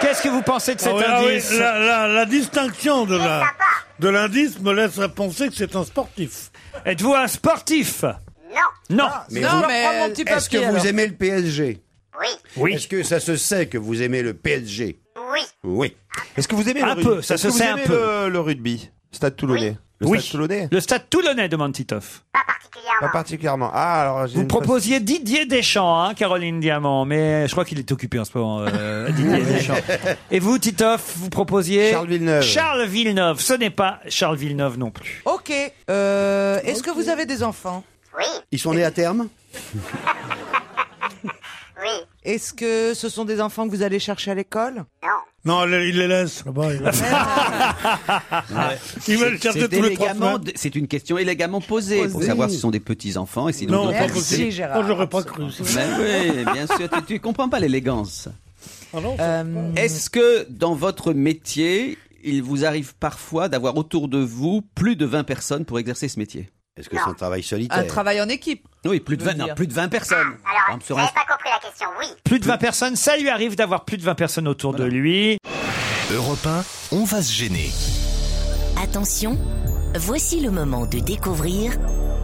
[SPEAKER 3] Qu'est-ce que vous pensez de
[SPEAKER 5] Ah
[SPEAKER 3] cet
[SPEAKER 5] oui, ah oui,
[SPEAKER 3] indice
[SPEAKER 5] la, la- la distinction de la- de l'indice me laisse à penser que c'est un sportif.
[SPEAKER 3] Êtes-vous un sportif
[SPEAKER 5] Non.
[SPEAKER 3] Non.
[SPEAKER 16] Mais
[SPEAKER 5] Non,
[SPEAKER 16] vous-
[SPEAKER 5] mais- Prends mon petit
[SPEAKER 16] Est-ce que
[SPEAKER 5] papier,
[SPEAKER 16] vous
[SPEAKER 5] alors.
[SPEAKER 16] aimez le PSG
[SPEAKER 12] Oui.
[SPEAKER 3] Oui.
[SPEAKER 16] Est-ce que ça se sait que vous aimez le PSG
[SPEAKER 12] Oui.
[SPEAKER 16] Oui.
[SPEAKER 4] Est-ce que vous aimez
[SPEAKER 3] Un
[SPEAKER 4] le
[SPEAKER 3] peu,
[SPEAKER 4] rugby
[SPEAKER 3] ça
[SPEAKER 4] Est-ce
[SPEAKER 3] se
[SPEAKER 4] que vous
[SPEAKER 3] sait un
[SPEAKER 4] aimez
[SPEAKER 3] peu.
[SPEAKER 4] Le, le rugby, Stade Toulonnais. Le
[SPEAKER 3] Oui.
[SPEAKER 4] Stade Toulonnais.
[SPEAKER 3] Le stade toulonnais, demande Titoff.
[SPEAKER 4] Pas particulièrement. Ah, alors j'ai
[SPEAKER 3] Vous
[SPEAKER 4] une façon-
[SPEAKER 3] proposiez Didier Deschamps, hein, Caroline Diamant, mais je crois qu'il est occupé en ce moment, euh, Didier Deschamps. Et vous, Titoff, vous proposiez
[SPEAKER 4] Charles Villeneuve.
[SPEAKER 3] Charles Villeneuve, ce n'est pas Charles Villeneuve non plus.
[SPEAKER 17] Ok. euh, Est-ce que vous avez des enfants
[SPEAKER 16] Ils sont nés à terme
[SPEAKER 17] Est-ce que ce sont des enfants que vous allez chercher à l'école
[SPEAKER 5] Non, le- il les laisse. là-bas, il- Ils veulent chercher
[SPEAKER 7] C'est
[SPEAKER 5] tous les trois
[SPEAKER 7] élégamment-
[SPEAKER 5] semaines.
[SPEAKER 7] C'est une question élégamment posée, pour
[SPEAKER 5] Posée.
[SPEAKER 7] savoir si ce sont des petits enfants et si
[SPEAKER 5] Non,
[SPEAKER 7] donc
[SPEAKER 5] pas
[SPEAKER 7] l'autorité-
[SPEAKER 5] possible. Oh, j'aurais pas cru. ça.
[SPEAKER 7] Mais oui, bien sûr, tu, tu comprends pas l'élégance.
[SPEAKER 5] Ah non,
[SPEAKER 17] Euh,
[SPEAKER 7] Est-ce que dans votre métier, il vous arrive parfois d'avoir autour de vous plus de 20 personnes pour exercer ce métier Ah
[SPEAKER 16] Est-ce que c'est un travail solitaire Ah.
[SPEAKER 17] Un travail en équipe.
[SPEAKER 7] Oui, plus de
[SPEAKER 17] Je veux
[SPEAKER 7] 20, non,
[SPEAKER 17] dire.
[SPEAKER 7] plus de 20 personnes. Alors, sur un-
[SPEAKER 12] Pas compris la question, oui.
[SPEAKER 3] Hein, Plus de 20 personnes, ça lui arrive d'avoir plus de 20 personnes autour de lui.
[SPEAKER 2] Europe 1, on va se gêner.
[SPEAKER 14] Attention, voici le moment de découvrir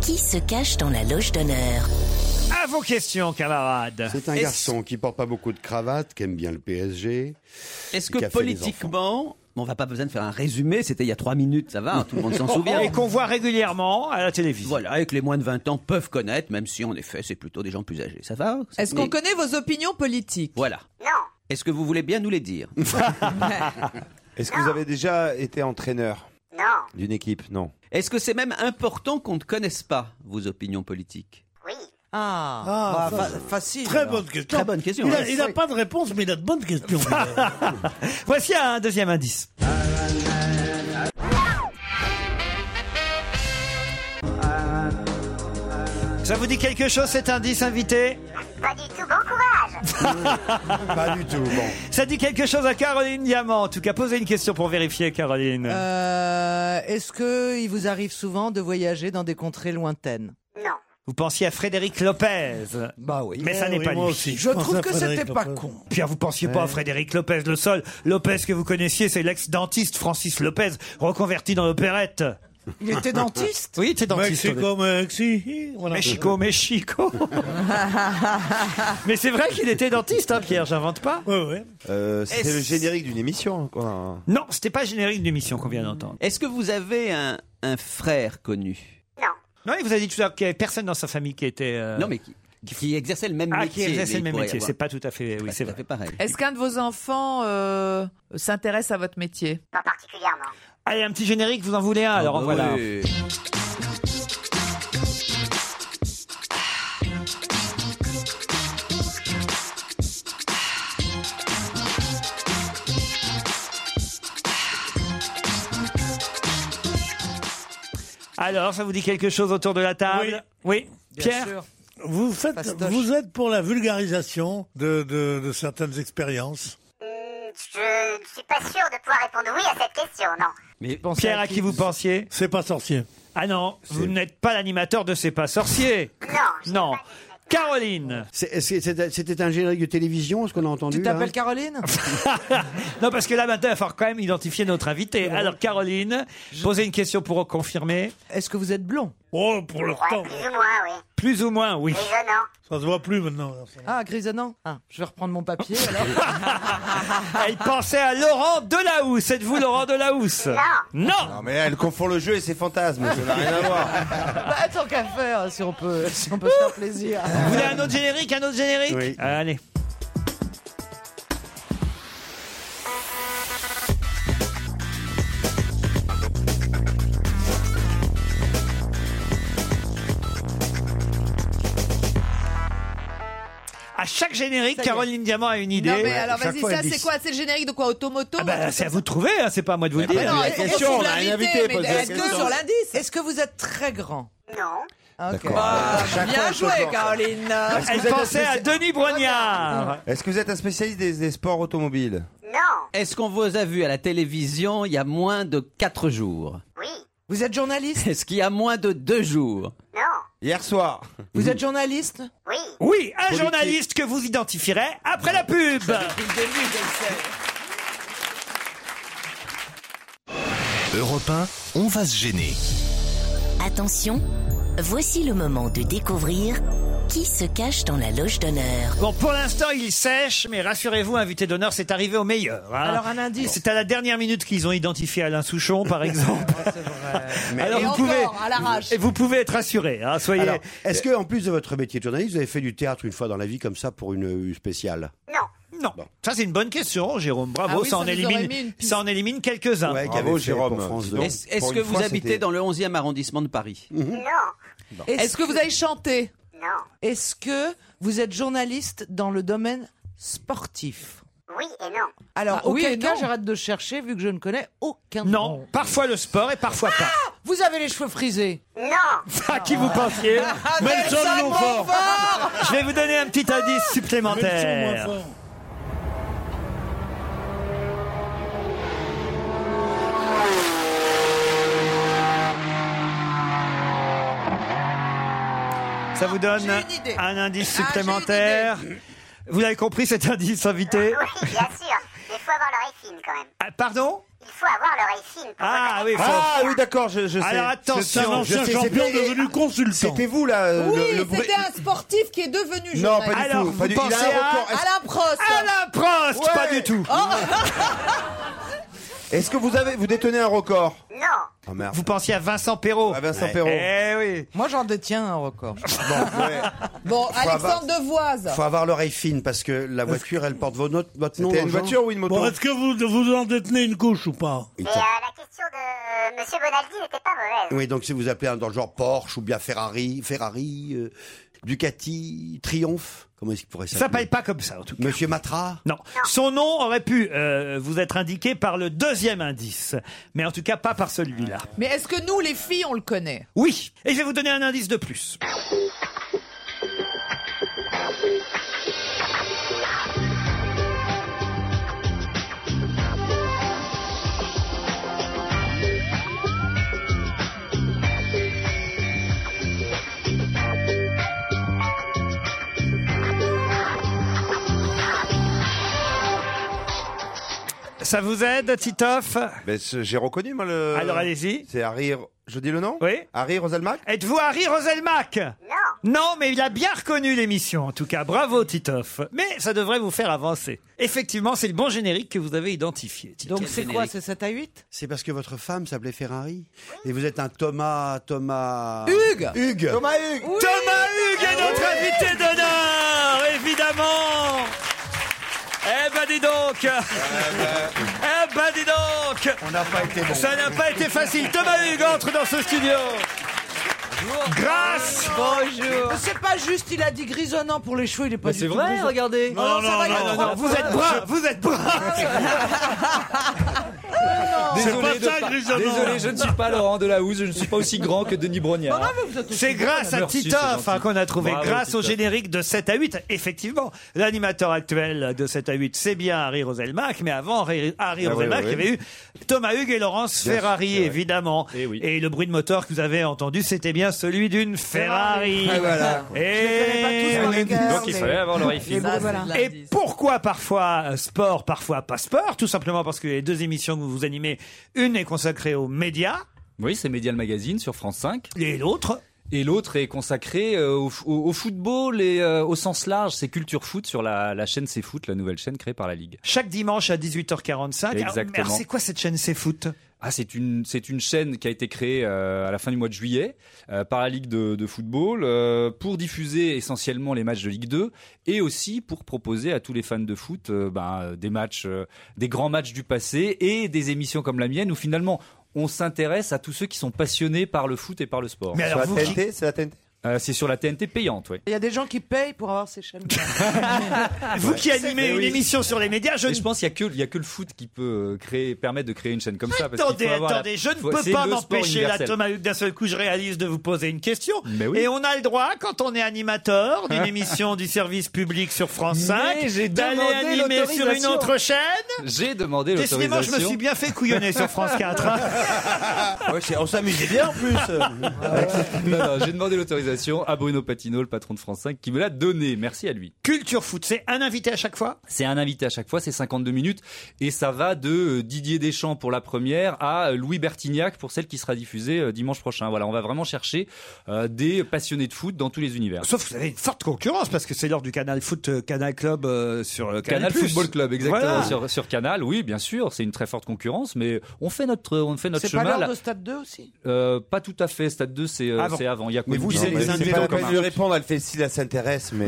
[SPEAKER 14] qui se cache dans la loge d'honneur.
[SPEAKER 3] À vos questions, camarades.
[SPEAKER 16] C'est un
[SPEAKER 7] Est-ce-
[SPEAKER 16] garçon qui porte pas beaucoup de cravate, qui aime bien le PSG.
[SPEAKER 7] Est-ce
[SPEAKER 16] qui
[SPEAKER 7] que
[SPEAKER 16] a fait les
[SPEAKER 7] politiquement, on va pas besoin de faire un résumé, c'était il y a 3 minutes, ça va, hein, tout le monde s'en souvient.
[SPEAKER 3] Et qu'on voit régulièrement à la télévision.
[SPEAKER 7] Voilà, et que les moins de 20 ans peuvent connaître, même si en effet c'est plutôt des gens plus âgés. Ça va
[SPEAKER 17] Est-ce qu'on
[SPEAKER 7] Mais-
[SPEAKER 17] connaît vos opinions politiques
[SPEAKER 7] Voilà. Est-ce que vous voulez bien nous les dire
[SPEAKER 4] Est-ce que vous avez déjà été entraîneur
[SPEAKER 12] Non.
[SPEAKER 4] D'une équipe, non.
[SPEAKER 7] Est-ce que c'est même important qu'on ne connaisse pas vos opinions politiques
[SPEAKER 17] Ah,
[SPEAKER 5] Ah,
[SPEAKER 17] bah,
[SPEAKER 5] ça,
[SPEAKER 17] fa- facile.
[SPEAKER 5] Très
[SPEAKER 17] alors.
[SPEAKER 5] bonne question.
[SPEAKER 7] Très bonne question, ouais.
[SPEAKER 5] Il n'a pas de réponse, mais il a de bonnes questions.
[SPEAKER 3] Voici un deuxième indice. Ça vous dit quelque chose cet indice invité
[SPEAKER 12] Pas du tout, bon courage.
[SPEAKER 16] Pas du tout, bon.
[SPEAKER 3] Ça dit quelque chose à Caroline Diamant. En tout cas, posez une question pour vérifier, Caroline.
[SPEAKER 17] Euh, Est-ce que il vous arrive souvent de voyager dans des contrées lointaines
[SPEAKER 3] Vous pensiez à Frédéric Lopez. Bah oui. Mais ça
[SPEAKER 5] Eh
[SPEAKER 3] n'est
[SPEAKER 5] oui,
[SPEAKER 3] pas
[SPEAKER 5] moi
[SPEAKER 3] lui.
[SPEAKER 5] aussi. Je Je pensais trouve à que Frédéric c'était pas Lopez. Eh. con.
[SPEAKER 3] Pierre, vous pensiez pas à Frédéric Lopez, le seul. Lopez que vous connaissiez, c'est l'ex-dentiste Francis Lopez, reconverti dans l'opérette.
[SPEAKER 17] Il était dentiste
[SPEAKER 3] Oui, il était dentiste.
[SPEAKER 5] Mexico, Mexi.
[SPEAKER 3] Mexico, Mexico. Mais c'est vrai qu'il était dentiste, hein, Pierre, j'invente pas.
[SPEAKER 4] Euh, C'était
[SPEAKER 7] Est-ce-
[SPEAKER 4] le générique d'une émission qu'on a-
[SPEAKER 3] Non, c'était pas générique d'émission qu'on vient d'entendre.
[SPEAKER 7] Est-ce que vous avez un, un frère connu
[SPEAKER 3] Non, il vous a dit tout à l'heure qu'il n'y avait personne dans sa famille qui était. euh,
[SPEAKER 7] Non, mais qui, qui exerçait le même
[SPEAKER 3] Ah, qui
[SPEAKER 7] métier.
[SPEAKER 3] exerçait le
[SPEAKER 7] mais il
[SPEAKER 3] même
[SPEAKER 7] pourrait y
[SPEAKER 3] métier.
[SPEAKER 7] avoir-
[SPEAKER 3] C'est pas tout à fait. Oui, c'est
[SPEAKER 7] tout à
[SPEAKER 3] vrai.
[SPEAKER 7] fait pareil.
[SPEAKER 17] Est-ce qu'un de vos enfants euh, s'intéresse à votre métier
[SPEAKER 12] Pas particulièrement.
[SPEAKER 3] Allez, un petit générique, vous en voulez un Alors
[SPEAKER 7] bah
[SPEAKER 3] voilà.
[SPEAKER 7] oui.
[SPEAKER 3] Alors, ça vous dit quelque chose autour de la table Oui. Pierre
[SPEAKER 5] Vous, faites, vous êtes pour la vulgarisation de, de, de certaines expériences
[SPEAKER 12] Hum, Je ne suis pas sûr de pouvoir répondre oui à cette question, non.
[SPEAKER 3] Pierre, à qui, vous pensiez
[SPEAKER 5] C'est pas sorcier.
[SPEAKER 3] Ah non, vous n'êtes pas l'animateur de C'est pas sorcier. Non. Caroline
[SPEAKER 16] C'était un générique de télévision, ce qu'on a entendu
[SPEAKER 3] Tu t'appelles
[SPEAKER 13] Caroline
[SPEAKER 3] Non, parce que là maintenant, il va falloir quand même identifier notre invité. Alors, Caroline, posez une question pour confirmer.
[SPEAKER 13] Est-ce que vous êtes blond
[SPEAKER 5] Oh, pour le temps. Eh ben
[SPEAKER 3] Plus ou moins, oui.
[SPEAKER 5] Ça se voit plus maintenant.
[SPEAKER 13] Ah, grisonnant Ah, je vais reprendre mon papier alors.
[SPEAKER 3] Elle ah, pensait à Laurent Delahousse. Êtes-vous Laurent Delahousse Non Ah,
[SPEAKER 4] Non, mais elle confond le jeu et ses fantasmes. Ça n'a rien à voir.
[SPEAKER 13] Bah, tant qu'à faire, si on peut, si on peut se faire plaisir.
[SPEAKER 3] Vous voulez un autre générique Un autre générique
[SPEAKER 13] Oui.
[SPEAKER 3] Allez. À chaque générique,
[SPEAKER 17] Ça y est.
[SPEAKER 3] Caroline Diamant a une idée.
[SPEAKER 17] Non, mais alors
[SPEAKER 3] À chaque
[SPEAKER 17] vas-y,
[SPEAKER 3] fois, elle
[SPEAKER 17] ça
[SPEAKER 3] dit-
[SPEAKER 17] c'est quoi C'est le générique de quoi Automoto
[SPEAKER 3] Ah bah, c'est à vous de trouver, hein, c'est pas à moi de vous le
[SPEAKER 17] Ah
[SPEAKER 3] dire.
[SPEAKER 17] bah non, La est-ce question, qu'on on a un l'invite, invité, mais posez la est-ce que question. sur l'indice
[SPEAKER 13] Est-ce que vous êtes très grand
[SPEAKER 12] Non.
[SPEAKER 13] Ok.
[SPEAKER 4] D'accord.
[SPEAKER 13] Ah,
[SPEAKER 4] À euh, chaque fois,
[SPEAKER 13] bien
[SPEAKER 4] on
[SPEAKER 13] joué,
[SPEAKER 4] commence.
[SPEAKER 13] Caroline.
[SPEAKER 4] Est-ce que
[SPEAKER 3] Elle
[SPEAKER 4] vous êtes un
[SPEAKER 3] pensait à
[SPEAKER 4] spécial-
[SPEAKER 3] Denis Brognard.
[SPEAKER 4] Est-ce que vous êtes un spécialiste des, des sports automobiles
[SPEAKER 7] Est-ce qu'on vous a vu à la télévision il y a moins de 4 jours
[SPEAKER 12] Oui.
[SPEAKER 13] Vous êtes journaliste
[SPEAKER 7] Est-ce qu'il y a moins de 2 jours
[SPEAKER 12] Non.
[SPEAKER 4] Hier soir.
[SPEAKER 13] Vous êtes journaliste
[SPEAKER 12] Oui.
[SPEAKER 3] Oui, un
[SPEAKER 7] Politique.
[SPEAKER 3] journaliste que vous identifierez après la pub.
[SPEAKER 2] Europe 1, on va se gêner.
[SPEAKER 14] Attention, voici le moment de découvrir qui se cache dans la loge d'honneur.
[SPEAKER 3] Bon, pour l'instant, il sèche, mais rassurez-vous, invité d'honneur, c'est arrivé au meilleur. hein.
[SPEAKER 13] Alors, un indice.
[SPEAKER 3] C'est à la dernière minute qu'ils ont identifié Alain Souchon, par exemple.
[SPEAKER 16] Mais-
[SPEAKER 3] Alors,
[SPEAKER 16] Et
[SPEAKER 3] vous
[SPEAKER 16] encore,
[SPEAKER 3] pouvez,
[SPEAKER 16] à l'arrache.
[SPEAKER 3] Et vous pouvez être assuré, hein, soyez.
[SPEAKER 16] Alors, est-ce que, en plus de votre métier de journaliste, vous avez fait du théâtre une fois dans la vie comme ça pour une euh, spéciale
[SPEAKER 3] Non. Ça, c'est une bonne question, Jérôme.
[SPEAKER 16] Ah
[SPEAKER 3] Bravo,
[SPEAKER 16] oui,
[SPEAKER 3] ça,
[SPEAKER 16] ça
[SPEAKER 3] en
[SPEAKER 16] nous aurait mis
[SPEAKER 3] élimine,
[SPEAKER 16] une
[SPEAKER 3] ça en élimine quelques-uns.
[SPEAKER 16] Ouais, qui Bravo, avait fait Jérôme. pour France Dis donc, deux.
[SPEAKER 7] Est-ce est-ce
[SPEAKER 16] pour
[SPEAKER 7] que
[SPEAKER 16] une
[SPEAKER 7] vous
[SPEAKER 16] fois,
[SPEAKER 7] habitez
[SPEAKER 16] c'était-
[SPEAKER 7] dans le 11e arrondissement de Paris
[SPEAKER 13] Non. Est-ce que vous avez chanté Non. Est-ce que vous êtes journaliste dans le domaine sportif
[SPEAKER 12] Oui et non.
[SPEAKER 13] Alors,
[SPEAKER 12] Ah, oui et
[SPEAKER 13] auquel cas,
[SPEAKER 12] non.
[SPEAKER 13] j'arrête de chercher vu que je ne connais aucun Ah,
[SPEAKER 3] Non, parfois le sport et parfois pas.
[SPEAKER 13] Vous avez les cheveux frisés
[SPEAKER 12] Non
[SPEAKER 3] À qui vous pensiez
[SPEAKER 13] Ah, Nelson Montfort.
[SPEAKER 3] Je vais vous donner un petit indice
[SPEAKER 4] Ah.
[SPEAKER 3] supplémentaire. Ça vous donne
[SPEAKER 4] Ah,
[SPEAKER 3] un indice supplémentaire. Vous l'avez compris cet indice, invité
[SPEAKER 12] Ah, Oui, bien sûr. Mais faut avoir l'oreille fine quand même.
[SPEAKER 3] Ah, Pardon
[SPEAKER 12] Il faut avoir l'oreille fine pour
[SPEAKER 3] Ah oui, faut-
[SPEAKER 4] Ah oui, d'accord, je, je sais.
[SPEAKER 3] Alors, attention.
[SPEAKER 4] C'est un
[SPEAKER 3] ancien
[SPEAKER 5] champion
[SPEAKER 4] devenu
[SPEAKER 5] consultant.
[SPEAKER 4] C'était vous là, le-
[SPEAKER 17] Oui,
[SPEAKER 4] Euh, le, bruit.
[SPEAKER 17] c'était un sportif qui est devenu
[SPEAKER 4] Non,
[SPEAKER 17] journaliste.
[SPEAKER 4] pas du Alors, tout, pas vous du- il a un pensez à- record. Est-ce-
[SPEAKER 17] Alain Prost Oh.
[SPEAKER 3] Alain Prost,
[SPEAKER 4] pas du tout. Est-ce que vous avez, vous détenez un record Oh,
[SPEAKER 12] Non.
[SPEAKER 3] Vous pensiez à Vincent Perrault À
[SPEAKER 4] Vincent Perrault.
[SPEAKER 3] Eh oui.
[SPEAKER 13] Moi, j'en détiens un record.
[SPEAKER 17] Bon,
[SPEAKER 16] Faut
[SPEAKER 17] Alexandre Devoise.
[SPEAKER 16] Faut avoir l'oreille fine parce que la voiture, elle porte vos notes, votre nom.
[SPEAKER 5] C'était
[SPEAKER 16] dans
[SPEAKER 5] une
[SPEAKER 16] le
[SPEAKER 5] voiture
[SPEAKER 16] genre.
[SPEAKER 5] ou une moto Bon, est-ce que vous, vous en détenez une couche ou pas
[SPEAKER 16] Oui,
[SPEAKER 12] Et euh, la question de Monsieur Bonaldi n'était pas mauvaise.
[SPEAKER 16] Oui, donc si vous appelez un dans le genre Porsche ou bien Ferrari, Ferrari, euh, Ducati, Triumph, comment est-ce qu'il pourrait
[SPEAKER 3] Ça
[SPEAKER 16] s'appeler
[SPEAKER 3] s'appelle pas comme ça, en tout cas.
[SPEAKER 16] Monsieur Matra
[SPEAKER 3] Non. Son nom aurait pu euh, vous être indiqué par le deuxième indice, mais en tout cas pas par celui-là.
[SPEAKER 17] Mais est-ce que nous, les filles, on le connaît
[SPEAKER 3] Oui, et je vais vous donner un indice de plus. Ça vous aide, Titoff
[SPEAKER 4] Ben, ce- j'ai reconnu, moi, le.
[SPEAKER 3] Alors, allez-y.
[SPEAKER 4] C'est Harry. Ro- Je dis le nom
[SPEAKER 3] Oui.
[SPEAKER 4] Harry Roselmack
[SPEAKER 3] Êtes-vous Harry Roselmack Non. Non, mais il a bien reconnu l'émission, en tout cas. Bravo, Titoff. Mais ça devrait vous faire avancer. Effectivement, c'est le bon générique que vous avez identifié. Titoff.
[SPEAKER 13] Donc, c'est quoi C'est 7 à 8
[SPEAKER 16] C'est parce que votre femme s'appelait Ferrari et vous êtes un Thomas, Thomas...
[SPEAKER 13] Hugues
[SPEAKER 16] Hugues
[SPEAKER 4] Thomas Hugues
[SPEAKER 3] Thomas Hugues est notre invité d'honneur, évidemment Eh ben dis donc Eh ben dis donc
[SPEAKER 16] On n'a pas été bon.
[SPEAKER 3] Ça n'a pas été facile Thomas Hugues entre dans ce studio Grâce
[SPEAKER 13] Bonjour C'est pas juste, il a dit grisonnant pour les cheveux, il est pas
[SPEAKER 3] Mais
[SPEAKER 13] du
[SPEAKER 3] c'est
[SPEAKER 13] tout
[SPEAKER 3] vrai,
[SPEAKER 13] grisonnant.
[SPEAKER 3] regardez.
[SPEAKER 13] Oh, ça va, il y a trois
[SPEAKER 3] vous
[SPEAKER 13] fois.
[SPEAKER 3] êtes brun Vous êtes brun
[SPEAKER 19] Désolé, de pas- désolé, je ne suis pas Laurent Delahousse, je ne suis pas aussi grand que Denis Brognard.
[SPEAKER 3] C'est grâce à
[SPEAKER 19] Merci, c'est
[SPEAKER 3] Titoff hein,
[SPEAKER 19] gentil.
[SPEAKER 3] qu'on a trouvé,
[SPEAKER 19] Bravo,
[SPEAKER 3] grâce au
[SPEAKER 19] Titoff.
[SPEAKER 3] générique de 7 à 8. Effectivement, l'animateur actuel de 7 à 8, c'est bien Harry Roselmack, mais avant Harry, Harry
[SPEAKER 19] Ah,
[SPEAKER 3] Roselmack,
[SPEAKER 19] ouais, ouais,
[SPEAKER 3] il y avait eu Thomas Hugues et Laurence
[SPEAKER 19] Bien sûr,
[SPEAKER 3] Ferrari,
[SPEAKER 19] c'est vrai. Eh
[SPEAKER 3] évidemment. Et, le bruit de moteur que vous avez entendu, c'était bien celui d'une Ferrari.
[SPEAKER 19] Ah, voilà.
[SPEAKER 3] Et...
[SPEAKER 19] Je les connais pas tous par cœur, Donc, il mais- fallait avoir l'oreille fine.
[SPEAKER 3] Et
[SPEAKER 19] Ça, c'est de
[SPEAKER 3] Et pourquoi parfois euh, sport, parfois pas sport Tout simplement parce que les deux émissions que vous animez, une est consacrée aux médias.
[SPEAKER 19] Oui, c'est Média le Magazine sur France 5.
[SPEAKER 3] Et l'autre
[SPEAKER 19] Et l'autre est consacré euh, au, f- au- au football et euh, au sens large. C'est Culture Foot sur la, la chaîne C'est Foot, la nouvelle chaîne créée par la Ligue.
[SPEAKER 3] Chaque dimanche à 18h45. Alors,
[SPEAKER 19] Exactement.
[SPEAKER 3] mais alors, Ah, c'est quoi cette chaîne C'est Foot
[SPEAKER 19] Ah, c'est une c'est une chaîne qui a été créée euh, à la fin du mois de juillet euh, par la Ligue de, de football euh, pour diffuser essentiellement les matchs de Ligue 2 et aussi pour proposer à tous les fans de foot euh, ben, euh, des matchs euh, des grands matchs du passé et des émissions comme la mienne où finalement on s'intéresse à tous ceux qui sont passionnés par le foot et par le sport.
[SPEAKER 16] Mais Sur alors la vous qui- TNT,
[SPEAKER 19] c'est la TNT c'est sur la TNT payante, oui.
[SPEAKER 13] Il y a des gens qui payent pour avoir ces chaînes.
[SPEAKER 19] Ah,
[SPEAKER 3] Vous qui animez une émission sur les médias, je
[SPEAKER 19] ne... Je pense qu'il y a que il y a que le foot qui peut euh, créer permettre de créer une chaîne comme ça. Ah, parce
[SPEAKER 3] Attendez,
[SPEAKER 19] qu'il faut avoir la-
[SPEAKER 3] attendez, je ne
[SPEAKER 19] faut-
[SPEAKER 3] peux
[SPEAKER 19] c'est
[SPEAKER 3] pas
[SPEAKER 19] le sport
[SPEAKER 3] m'empêcher là,
[SPEAKER 19] universel.
[SPEAKER 3] Thomas Hugues, d'un seul coup, je réalise de vous poser une question.
[SPEAKER 19] Mais oui.
[SPEAKER 3] Et on a le droit, quand on est animateur d'une émission du service public sur France 5,
[SPEAKER 19] Mais j'ai
[SPEAKER 3] d'aller
[SPEAKER 19] demandé
[SPEAKER 3] animer sur une
[SPEAKER 19] l'autorisation.
[SPEAKER 3] autre chaîne.
[SPEAKER 19] J'ai demandé l'autorisation.
[SPEAKER 3] Décidément, je me suis bien fait couillonner sur France 4. hein.
[SPEAKER 19] on s'amusait bien en plus. J'ai demandé l'autorisation à Bruno Patino, le patron de France 5, qui me l'a donné. Merci à lui.
[SPEAKER 3] Culture foot, c'est un invité à chaque fois
[SPEAKER 19] C'est un invité à chaque fois, c'est 52 minutes. Et ça va de euh, Didier Deschamps pour la première à euh, Louis Bertignac pour celle qui sera diffusée euh, dimanche prochain. Voilà, on va vraiment chercher euh, des passionnés de foot dans tous les univers.
[SPEAKER 3] Sauf que vous avez une forte concurrence parce que c'est l'heure du Canal Foot, euh, Canal Club euh, sur euh,
[SPEAKER 19] Canal
[SPEAKER 3] Canal Plus.
[SPEAKER 19] Football Club, exactement.
[SPEAKER 3] Voilà.
[SPEAKER 19] Sur, sur Canal, oui, bien sûr, c'est une très forte concurrence, mais on fait notre, on fait notre
[SPEAKER 13] C'est pas
[SPEAKER 19] chemin.
[SPEAKER 13] l'heure
[SPEAKER 19] là.
[SPEAKER 13] de Stade 2 aussi
[SPEAKER 19] Euh, pas tout à fait. Stade 2, c'est euh,
[SPEAKER 16] Avant.
[SPEAKER 19] c'est avant. Il y a
[SPEAKER 16] Mais vous, c'est les invités en commun.
[SPEAKER 1] répondre, elle fait si elle s'intéresse, mais.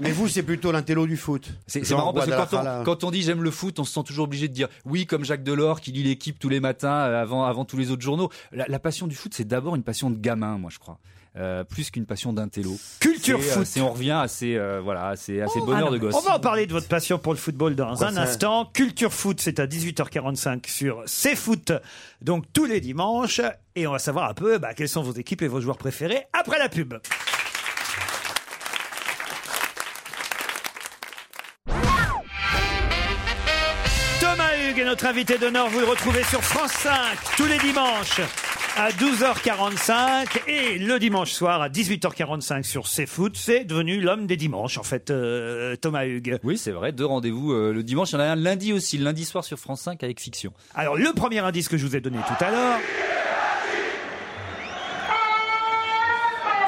[SPEAKER 16] Mais vous, c'est plutôt l'intello du foot.
[SPEAKER 19] C'est c'est
[SPEAKER 16] Genre
[SPEAKER 19] marrant parce que quand
[SPEAKER 16] Guadalajara.
[SPEAKER 19] on, quand on dit j'aime le foot, on se sent toujours obligé de dire oui, comme Jacques Delors qui lit l'équipe tous les matins euh, avant, avant tous les autres journaux. La, la passion du foot, c'est d'abord une passion de gamin, moi je crois. Euh, plus qu'une passion d'intello.
[SPEAKER 3] Culture
[SPEAKER 19] C'est, euh,
[SPEAKER 3] foot.
[SPEAKER 19] c'est- on revient à ces, euh, voilà, à ces, à ces bonheurs
[SPEAKER 3] Ah
[SPEAKER 19] de
[SPEAKER 3] non,
[SPEAKER 19] gosse.
[SPEAKER 3] On va en parler de votre passion pour le football dans
[SPEAKER 19] Quoi,
[SPEAKER 3] un
[SPEAKER 19] ça
[SPEAKER 3] instant. Culture Foot, c'est à 18h45 sur CFoot, donc tous les dimanches. Et on va savoir un peu bah, quelles sont vos équipes et vos joueurs préférés après la pub. Thomas Hugues est notre invité d'honneur. Vous le retrouvez sur France 5 tous les dimanches à 12h45 et le dimanche soir à 18h45 sur CFoot. C'est devenu l'homme des dimanches, en fait, euh, Thomas Hugues.
[SPEAKER 19] Oui, c'est vrai, deux rendez-vous euh, le dimanche. Il y en a un lundi aussi, le lundi soir sur France 5 avec Fiction.
[SPEAKER 3] Alors, le premier indice que je vous ai donné tout à l'heure.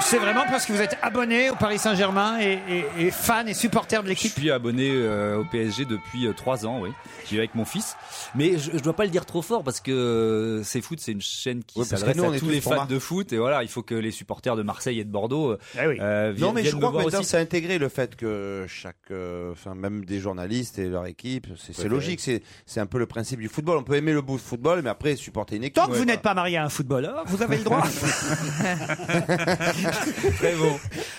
[SPEAKER 3] C'est vraiment parce que vous êtes abonné au Paris Saint-Germain et, et- et fan et supporter de
[SPEAKER 19] Je
[SPEAKER 3] l'équipe.
[SPEAKER 19] suis abonné euh, au PSG depuis euh, trois ans, oui. J'y vais avec mon fils. Mais je, je dois pas le dire trop fort parce que euh, c'est foot, c'est une chaîne qui
[SPEAKER 16] Oui, parce que
[SPEAKER 19] s'adresse
[SPEAKER 16] nous,
[SPEAKER 19] à
[SPEAKER 16] on est
[SPEAKER 19] tous
[SPEAKER 16] tous
[SPEAKER 19] les
[SPEAKER 16] formats.
[SPEAKER 19] fans de foot. Et voilà, il faut que les supporters de Marseille et de Bordeaux euh,
[SPEAKER 3] Eh
[SPEAKER 19] euh, vi-
[SPEAKER 1] non, mais je
[SPEAKER 19] viennent me
[SPEAKER 1] crois que
[SPEAKER 19] voir
[SPEAKER 1] maintenant,
[SPEAKER 19] aussi.
[SPEAKER 1] c'est intégré le fait que chaque, euh, enfin, même des journalistes et leur équipe, c'est c'est
[SPEAKER 19] Ouais,
[SPEAKER 1] logique, c'est c'est un peu le principe du football. On peut aimer le bout de football, mais après supporter une équipe.
[SPEAKER 3] Tant que vous n'êtes
[SPEAKER 19] bah.
[SPEAKER 3] pas marié à un footballeur, vous avez le droit.
[SPEAKER 19] Très bon.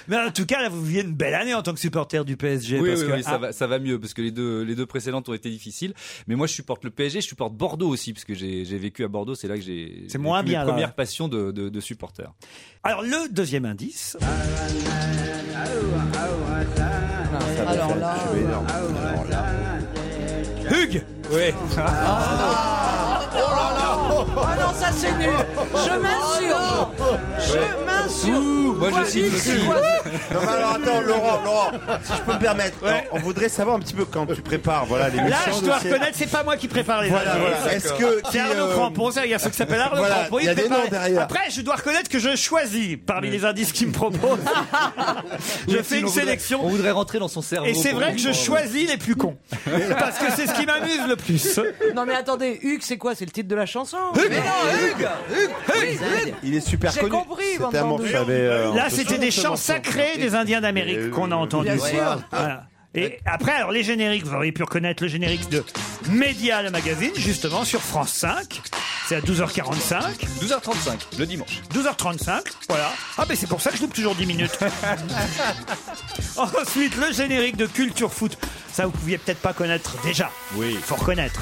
[SPEAKER 3] Mais en tout cas, là, vous vivez une belle année en tant que supporter du PSG.
[SPEAKER 19] Oui,
[SPEAKER 3] parce
[SPEAKER 19] oui,
[SPEAKER 3] que-
[SPEAKER 19] oui, ça,
[SPEAKER 3] Ah,
[SPEAKER 19] va, ça va mieux parce que les deux, les deux précédentes ont été difficiles. Mais moi, je supporte le PSG, je supporte Bordeaux aussi parce que j'ai j'ai vécu à Bordeaux. C'est là que j'ai.
[SPEAKER 3] C'est moins bien, là.
[SPEAKER 19] La première passion de, de, de supporter.
[SPEAKER 3] Alors, le deuxième indice.
[SPEAKER 13] Alors là.
[SPEAKER 3] Hugues Ah.
[SPEAKER 19] Oui.
[SPEAKER 13] Oh là là Oh non, ça c'est nul Je m'insurge Je m'insurge
[SPEAKER 1] Moi, je
[SPEAKER 13] Quoi,
[SPEAKER 1] siffle
[SPEAKER 13] nul,
[SPEAKER 1] aussi.
[SPEAKER 13] c'est quoi
[SPEAKER 1] Non, mais alors attends, Laurent, Laurent, si je peux me permettre, on voudrait savoir un petit peu quand tu prépares, voilà, les
[SPEAKER 3] Là, je dois reconnaître, c'est pas moi qui prépare les
[SPEAKER 1] Voilà,
[SPEAKER 3] indices.
[SPEAKER 1] voilà. Est-ce que-
[SPEAKER 3] C'est
[SPEAKER 1] qui,
[SPEAKER 3] Arnaud
[SPEAKER 1] euh,
[SPEAKER 3] Crampon, ça, il y a ceux qui s'appellent Arnaud
[SPEAKER 1] Voilà,
[SPEAKER 3] Crampon.
[SPEAKER 1] il y a des
[SPEAKER 3] prépare.
[SPEAKER 1] noms derrière.
[SPEAKER 3] Après, je dois reconnaître que je choisis parmi les indices qu'il me propose. je
[SPEAKER 19] Oui,
[SPEAKER 3] fais une
[SPEAKER 19] sinon, on voudrait-
[SPEAKER 3] sélection.
[SPEAKER 19] on voudrait rentrer dans son cerveau
[SPEAKER 3] Et c'est
[SPEAKER 19] pour
[SPEAKER 3] vrai que je
[SPEAKER 19] comprendre.
[SPEAKER 3] choisis les plus cons. Parce que c'est ce qui m'amuse le plus.
[SPEAKER 13] Non mais attendez, Hugues, c'est quoi C'est le titre de la chanson
[SPEAKER 3] Hugues
[SPEAKER 13] Mais non, Hugues Hugues Hugues
[SPEAKER 1] Il est super
[SPEAKER 13] J'ai
[SPEAKER 1] connu.
[SPEAKER 13] compris,
[SPEAKER 1] C'était
[SPEAKER 13] Van
[SPEAKER 1] un morceau,
[SPEAKER 13] Damme.
[SPEAKER 1] avait, euh,
[SPEAKER 3] Là,
[SPEAKER 1] on se
[SPEAKER 3] c'était
[SPEAKER 1] souvient
[SPEAKER 3] des
[SPEAKER 1] de ce
[SPEAKER 3] chants
[SPEAKER 1] morceau.
[SPEAKER 3] sacrés des Indiens d'Amérique qu'on a entendus.
[SPEAKER 1] Bien sûr.
[SPEAKER 3] Voilà. Voilà. Et après, alors les génériques, vous auriez pu reconnaître le générique de Média, le magazine, justement sur France 5. C'est à 12h45.
[SPEAKER 19] 12h35, le dimanche.
[SPEAKER 3] 12h35, voilà. Ah, mais c'est pour ça que je loupe toujours 10 minutes. Ensuite, le générique de Culture Foot. Ça, vous pouviez peut-être pas connaître déjà. Oui. Faut reconnaître.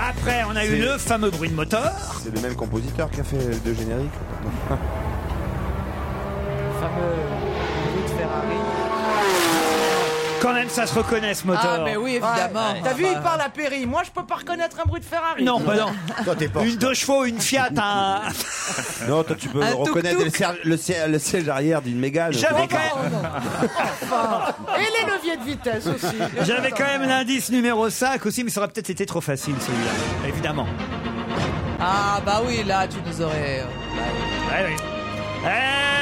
[SPEAKER 3] Après, on a eu le fameux bruit de moteur.
[SPEAKER 4] C'est le même compositeur qui a fait le générique.
[SPEAKER 3] Quand même, ça se reconnaît ce moteur.
[SPEAKER 13] Ah, mais oui, évidemment.
[SPEAKER 3] Ouais.
[SPEAKER 13] T'as vu, il parle à Péry. Moi, je peux pas reconnaître un bruit de Ferrari.
[SPEAKER 3] Non, bah non.
[SPEAKER 4] Toi, t'es Porsche,
[SPEAKER 3] Une deux chevaux, une Fiat, un.
[SPEAKER 4] Non, toi, tu peux
[SPEAKER 3] Un
[SPEAKER 4] reconnaître
[SPEAKER 3] tuk-tuk.
[SPEAKER 4] le, siège- le siège- le siège arrière d'une mégale.
[SPEAKER 3] J'avais
[SPEAKER 4] Tu dégages.
[SPEAKER 8] Enfin. Et les leviers de vitesse aussi.
[SPEAKER 3] J'avais quand même l'indice numéro 5 aussi, mais ça aurait peut-être été trop facile celui-là, évidemment.
[SPEAKER 13] Ah, bah oui, là, tu nous
[SPEAKER 17] euh,
[SPEAKER 13] aurais.
[SPEAKER 17] bah
[SPEAKER 3] Eh oui. Eh oui.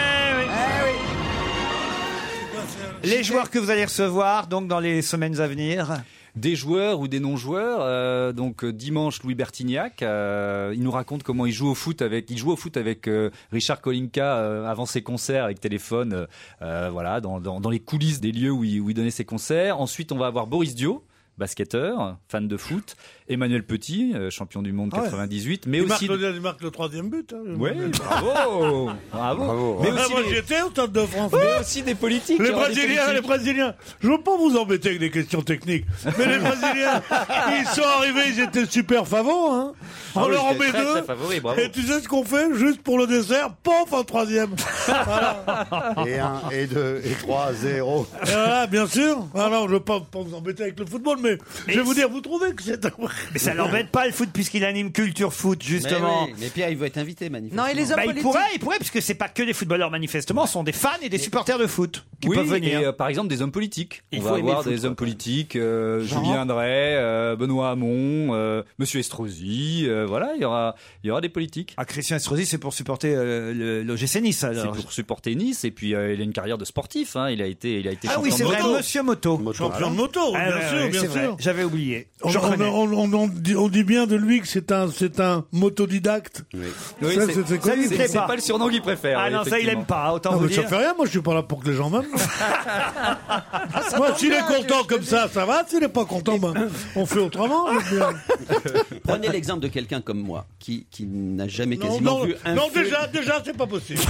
[SPEAKER 3] Les joueurs que vous allez recevoir donc dans les semaines à venir.
[SPEAKER 19] Des joueurs ou des non-joueurs. euh, donc euh, dimanche, Louis Bertignac, euh, il nous raconte comment il joue au foot avec, il joue au foot avec euh, Richard Kolinka euh, avant ses concerts avec téléphone, euh, euh, voilà, dans, dans- dans les coulisses des lieux où il, où il donnait ses concerts. Ensuite, on va avoir Boris Dio. Basketteur, fan de foot, Emmanuel Petit, euh, champion du monde
[SPEAKER 5] Ah ouais.
[SPEAKER 19] 98, mais
[SPEAKER 5] il
[SPEAKER 19] aussi
[SPEAKER 5] Marque le, il marque le troisième but. hein.
[SPEAKER 19] oui, bravo, bravo. Mais aussi
[SPEAKER 5] Ah, moi,
[SPEAKER 19] les-
[SPEAKER 5] j'étais au Stade de France.
[SPEAKER 19] Ouais,
[SPEAKER 5] mais-
[SPEAKER 19] aussi des politiques,
[SPEAKER 5] Les
[SPEAKER 19] alors, des
[SPEAKER 5] Brésiliens, les
[SPEAKER 19] politiques.
[SPEAKER 5] Brésiliens. Je veux pas vous embêter avec des questions techniques, mais les Brésiliens, ils sont arrivés, ils étaient super favoris. Hein.
[SPEAKER 19] Ah
[SPEAKER 5] On
[SPEAKER 19] oui,
[SPEAKER 5] leur en
[SPEAKER 19] j'étais
[SPEAKER 5] met
[SPEAKER 19] très,
[SPEAKER 5] deux.
[SPEAKER 19] très favori, bravo.
[SPEAKER 5] et tu sais ce qu'on fait Juste pour le dessert, pof, un troisième. voilà.
[SPEAKER 16] Et 1, et 2, et 3, 0.
[SPEAKER 5] Et voilà, bien sûr. Alors, je veux pas, pas vous embêter avec le football, mais je vais vous dire, vous trouvez que c'est un.
[SPEAKER 3] Mais ça l'embête pas le foot puisqu'il anime Culture Foot justement.
[SPEAKER 7] Mais, oui, mais Pierre, il veut être invité, manifestement.
[SPEAKER 3] Bah, il pourrait, il pourrait, puisque c'est pas que des footballeurs manifestement, ce sont des fans et des supporters de foot qui
[SPEAKER 19] oui,
[SPEAKER 3] peuvent venir.
[SPEAKER 19] et, euh, par exemple des hommes politiques.
[SPEAKER 3] Il
[SPEAKER 19] On
[SPEAKER 3] faut
[SPEAKER 19] va
[SPEAKER 3] aimer
[SPEAKER 19] avoir
[SPEAKER 3] le foot,
[SPEAKER 19] des
[SPEAKER 3] quoi,
[SPEAKER 19] hommes politiques, euh,
[SPEAKER 3] Genre
[SPEAKER 19] Julien André, euh, Benoît Hamon, euh, Monsieur Estrosi, euh, voilà, il y aura, il y aura des politiques.
[SPEAKER 3] Ah, Christian Estrosi, c'est pour supporter euh, le, GC Nice alors.
[SPEAKER 19] C'est pour supporter Nice et puis euh, il a une carrière de sportif. hein, il a été, il a été.
[SPEAKER 3] Ah
[SPEAKER 19] champion
[SPEAKER 3] oui,
[SPEAKER 19] de
[SPEAKER 3] c'est vrai,
[SPEAKER 19] moto. bah,
[SPEAKER 3] Monsieur Moto.
[SPEAKER 5] Champion de moto,
[SPEAKER 3] Ah,
[SPEAKER 5] bien
[SPEAKER 3] ouais,
[SPEAKER 5] sûr,
[SPEAKER 3] ouais,
[SPEAKER 5] bien
[SPEAKER 3] c'est vrai,
[SPEAKER 5] sûr.
[SPEAKER 3] J'avais oublié.
[SPEAKER 5] On,
[SPEAKER 3] Je
[SPEAKER 5] on-
[SPEAKER 3] reconnais.
[SPEAKER 5] on- on- on dit, on dit bien de lui que c'est un, c'est un motodidacte.
[SPEAKER 19] Oui,
[SPEAKER 5] Ça,
[SPEAKER 19] c'est-
[SPEAKER 5] c'est- c'est
[SPEAKER 19] ça lui
[SPEAKER 5] connu.
[SPEAKER 19] plaît C'est- pas. c'est pas le surnom qu'il préfère,
[SPEAKER 3] Ah oui, non, ça, il effectivement. aime pas, autant
[SPEAKER 5] Non,
[SPEAKER 3] vous
[SPEAKER 5] mais Ça
[SPEAKER 3] dire.
[SPEAKER 5] fait rien, moi je suis pas là pour que les gens m'aiment.
[SPEAKER 3] Ah,
[SPEAKER 5] moi, s'il est content comme ça, ça va. S'il est pas content, ben, on fait
[SPEAKER 3] Ah.
[SPEAKER 5] autrement. je veux dire.
[SPEAKER 7] Prenez l'exemple de quelqu'un comme moi, qui, qui n'a jamais
[SPEAKER 5] Non,
[SPEAKER 7] quasiment
[SPEAKER 5] non,
[SPEAKER 7] vu un
[SPEAKER 5] non,
[SPEAKER 7] feu-
[SPEAKER 5] déjà, déjà, c'est pas possible.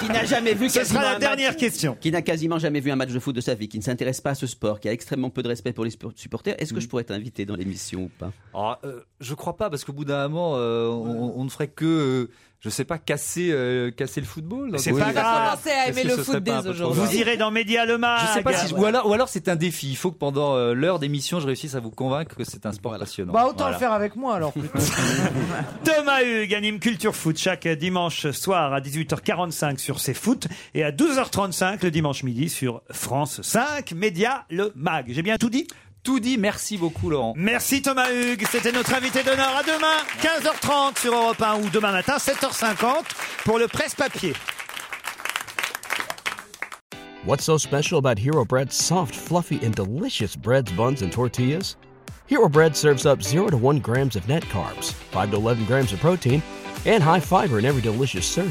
[SPEAKER 7] qui n'a jamais vu.
[SPEAKER 5] Ce
[SPEAKER 7] quasiment
[SPEAKER 5] sera la
[SPEAKER 7] un
[SPEAKER 5] dernière
[SPEAKER 7] match-
[SPEAKER 3] question.
[SPEAKER 7] Qui n'a quasiment jamais vu un match de foot de sa vie, qui ne s'intéresse pas à ce sport, qui a extrêmement peu de respect pour les spo- supporters. Est-ce que
[SPEAKER 5] Mm.
[SPEAKER 7] je pourrais être invité dans l'émission ou pas
[SPEAKER 19] Ah, euh, je crois pas parce qu'au bout d'un moment, euh, on, on ne ferait que, euh, je sais pas, casser, euh, casser le football. Donc,
[SPEAKER 3] C'est
[SPEAKER 19] oui.
[SPEAKER 3] pas grave.
[SPEAKER 19] Est-ce que ce serait pas un peu trop grave
[SPEAKER 3] Vous irez dans Média Le Mag.
[SPEAKER 19] Je sais pas si je- ou alors, ou alors c'est un défi. Il faut que pendant euh, l'heure d'émission, je réussisse à vous convaincre que c'est un sport passionnant.
[SPEAKER 13] Bah, autant
[SPEAKER 19] Voilà.
[SPEAKER 13] le faire avec moi alors. plutôt.
[SPEAKER 3] Thomas Hugues anime Culture Foot chaque dimanche soir à 18h45 sur ses foot et à 12h35 le dimanche midi sur France 5, Média Le Mag. J'ai bien tout dit
[SPEAKER 19] Tout dit, merci beaucoup Laurent.
[SPEAKER 3] Merci Thomas Hugues, c'était notre invité d'honneur. À demain, 15h30 sur Europe 1 ou demain matin, 7h50 pour le presse-papier.
[SPEAKER 18] What's so special about Hero Bread's soft, fluffy, and delicious breads, buns, and tortillas? Hero Bread serves up 0 to 1 grams of net carbs, 5 to 11 grams of protein, and high fiber in every delicious serving.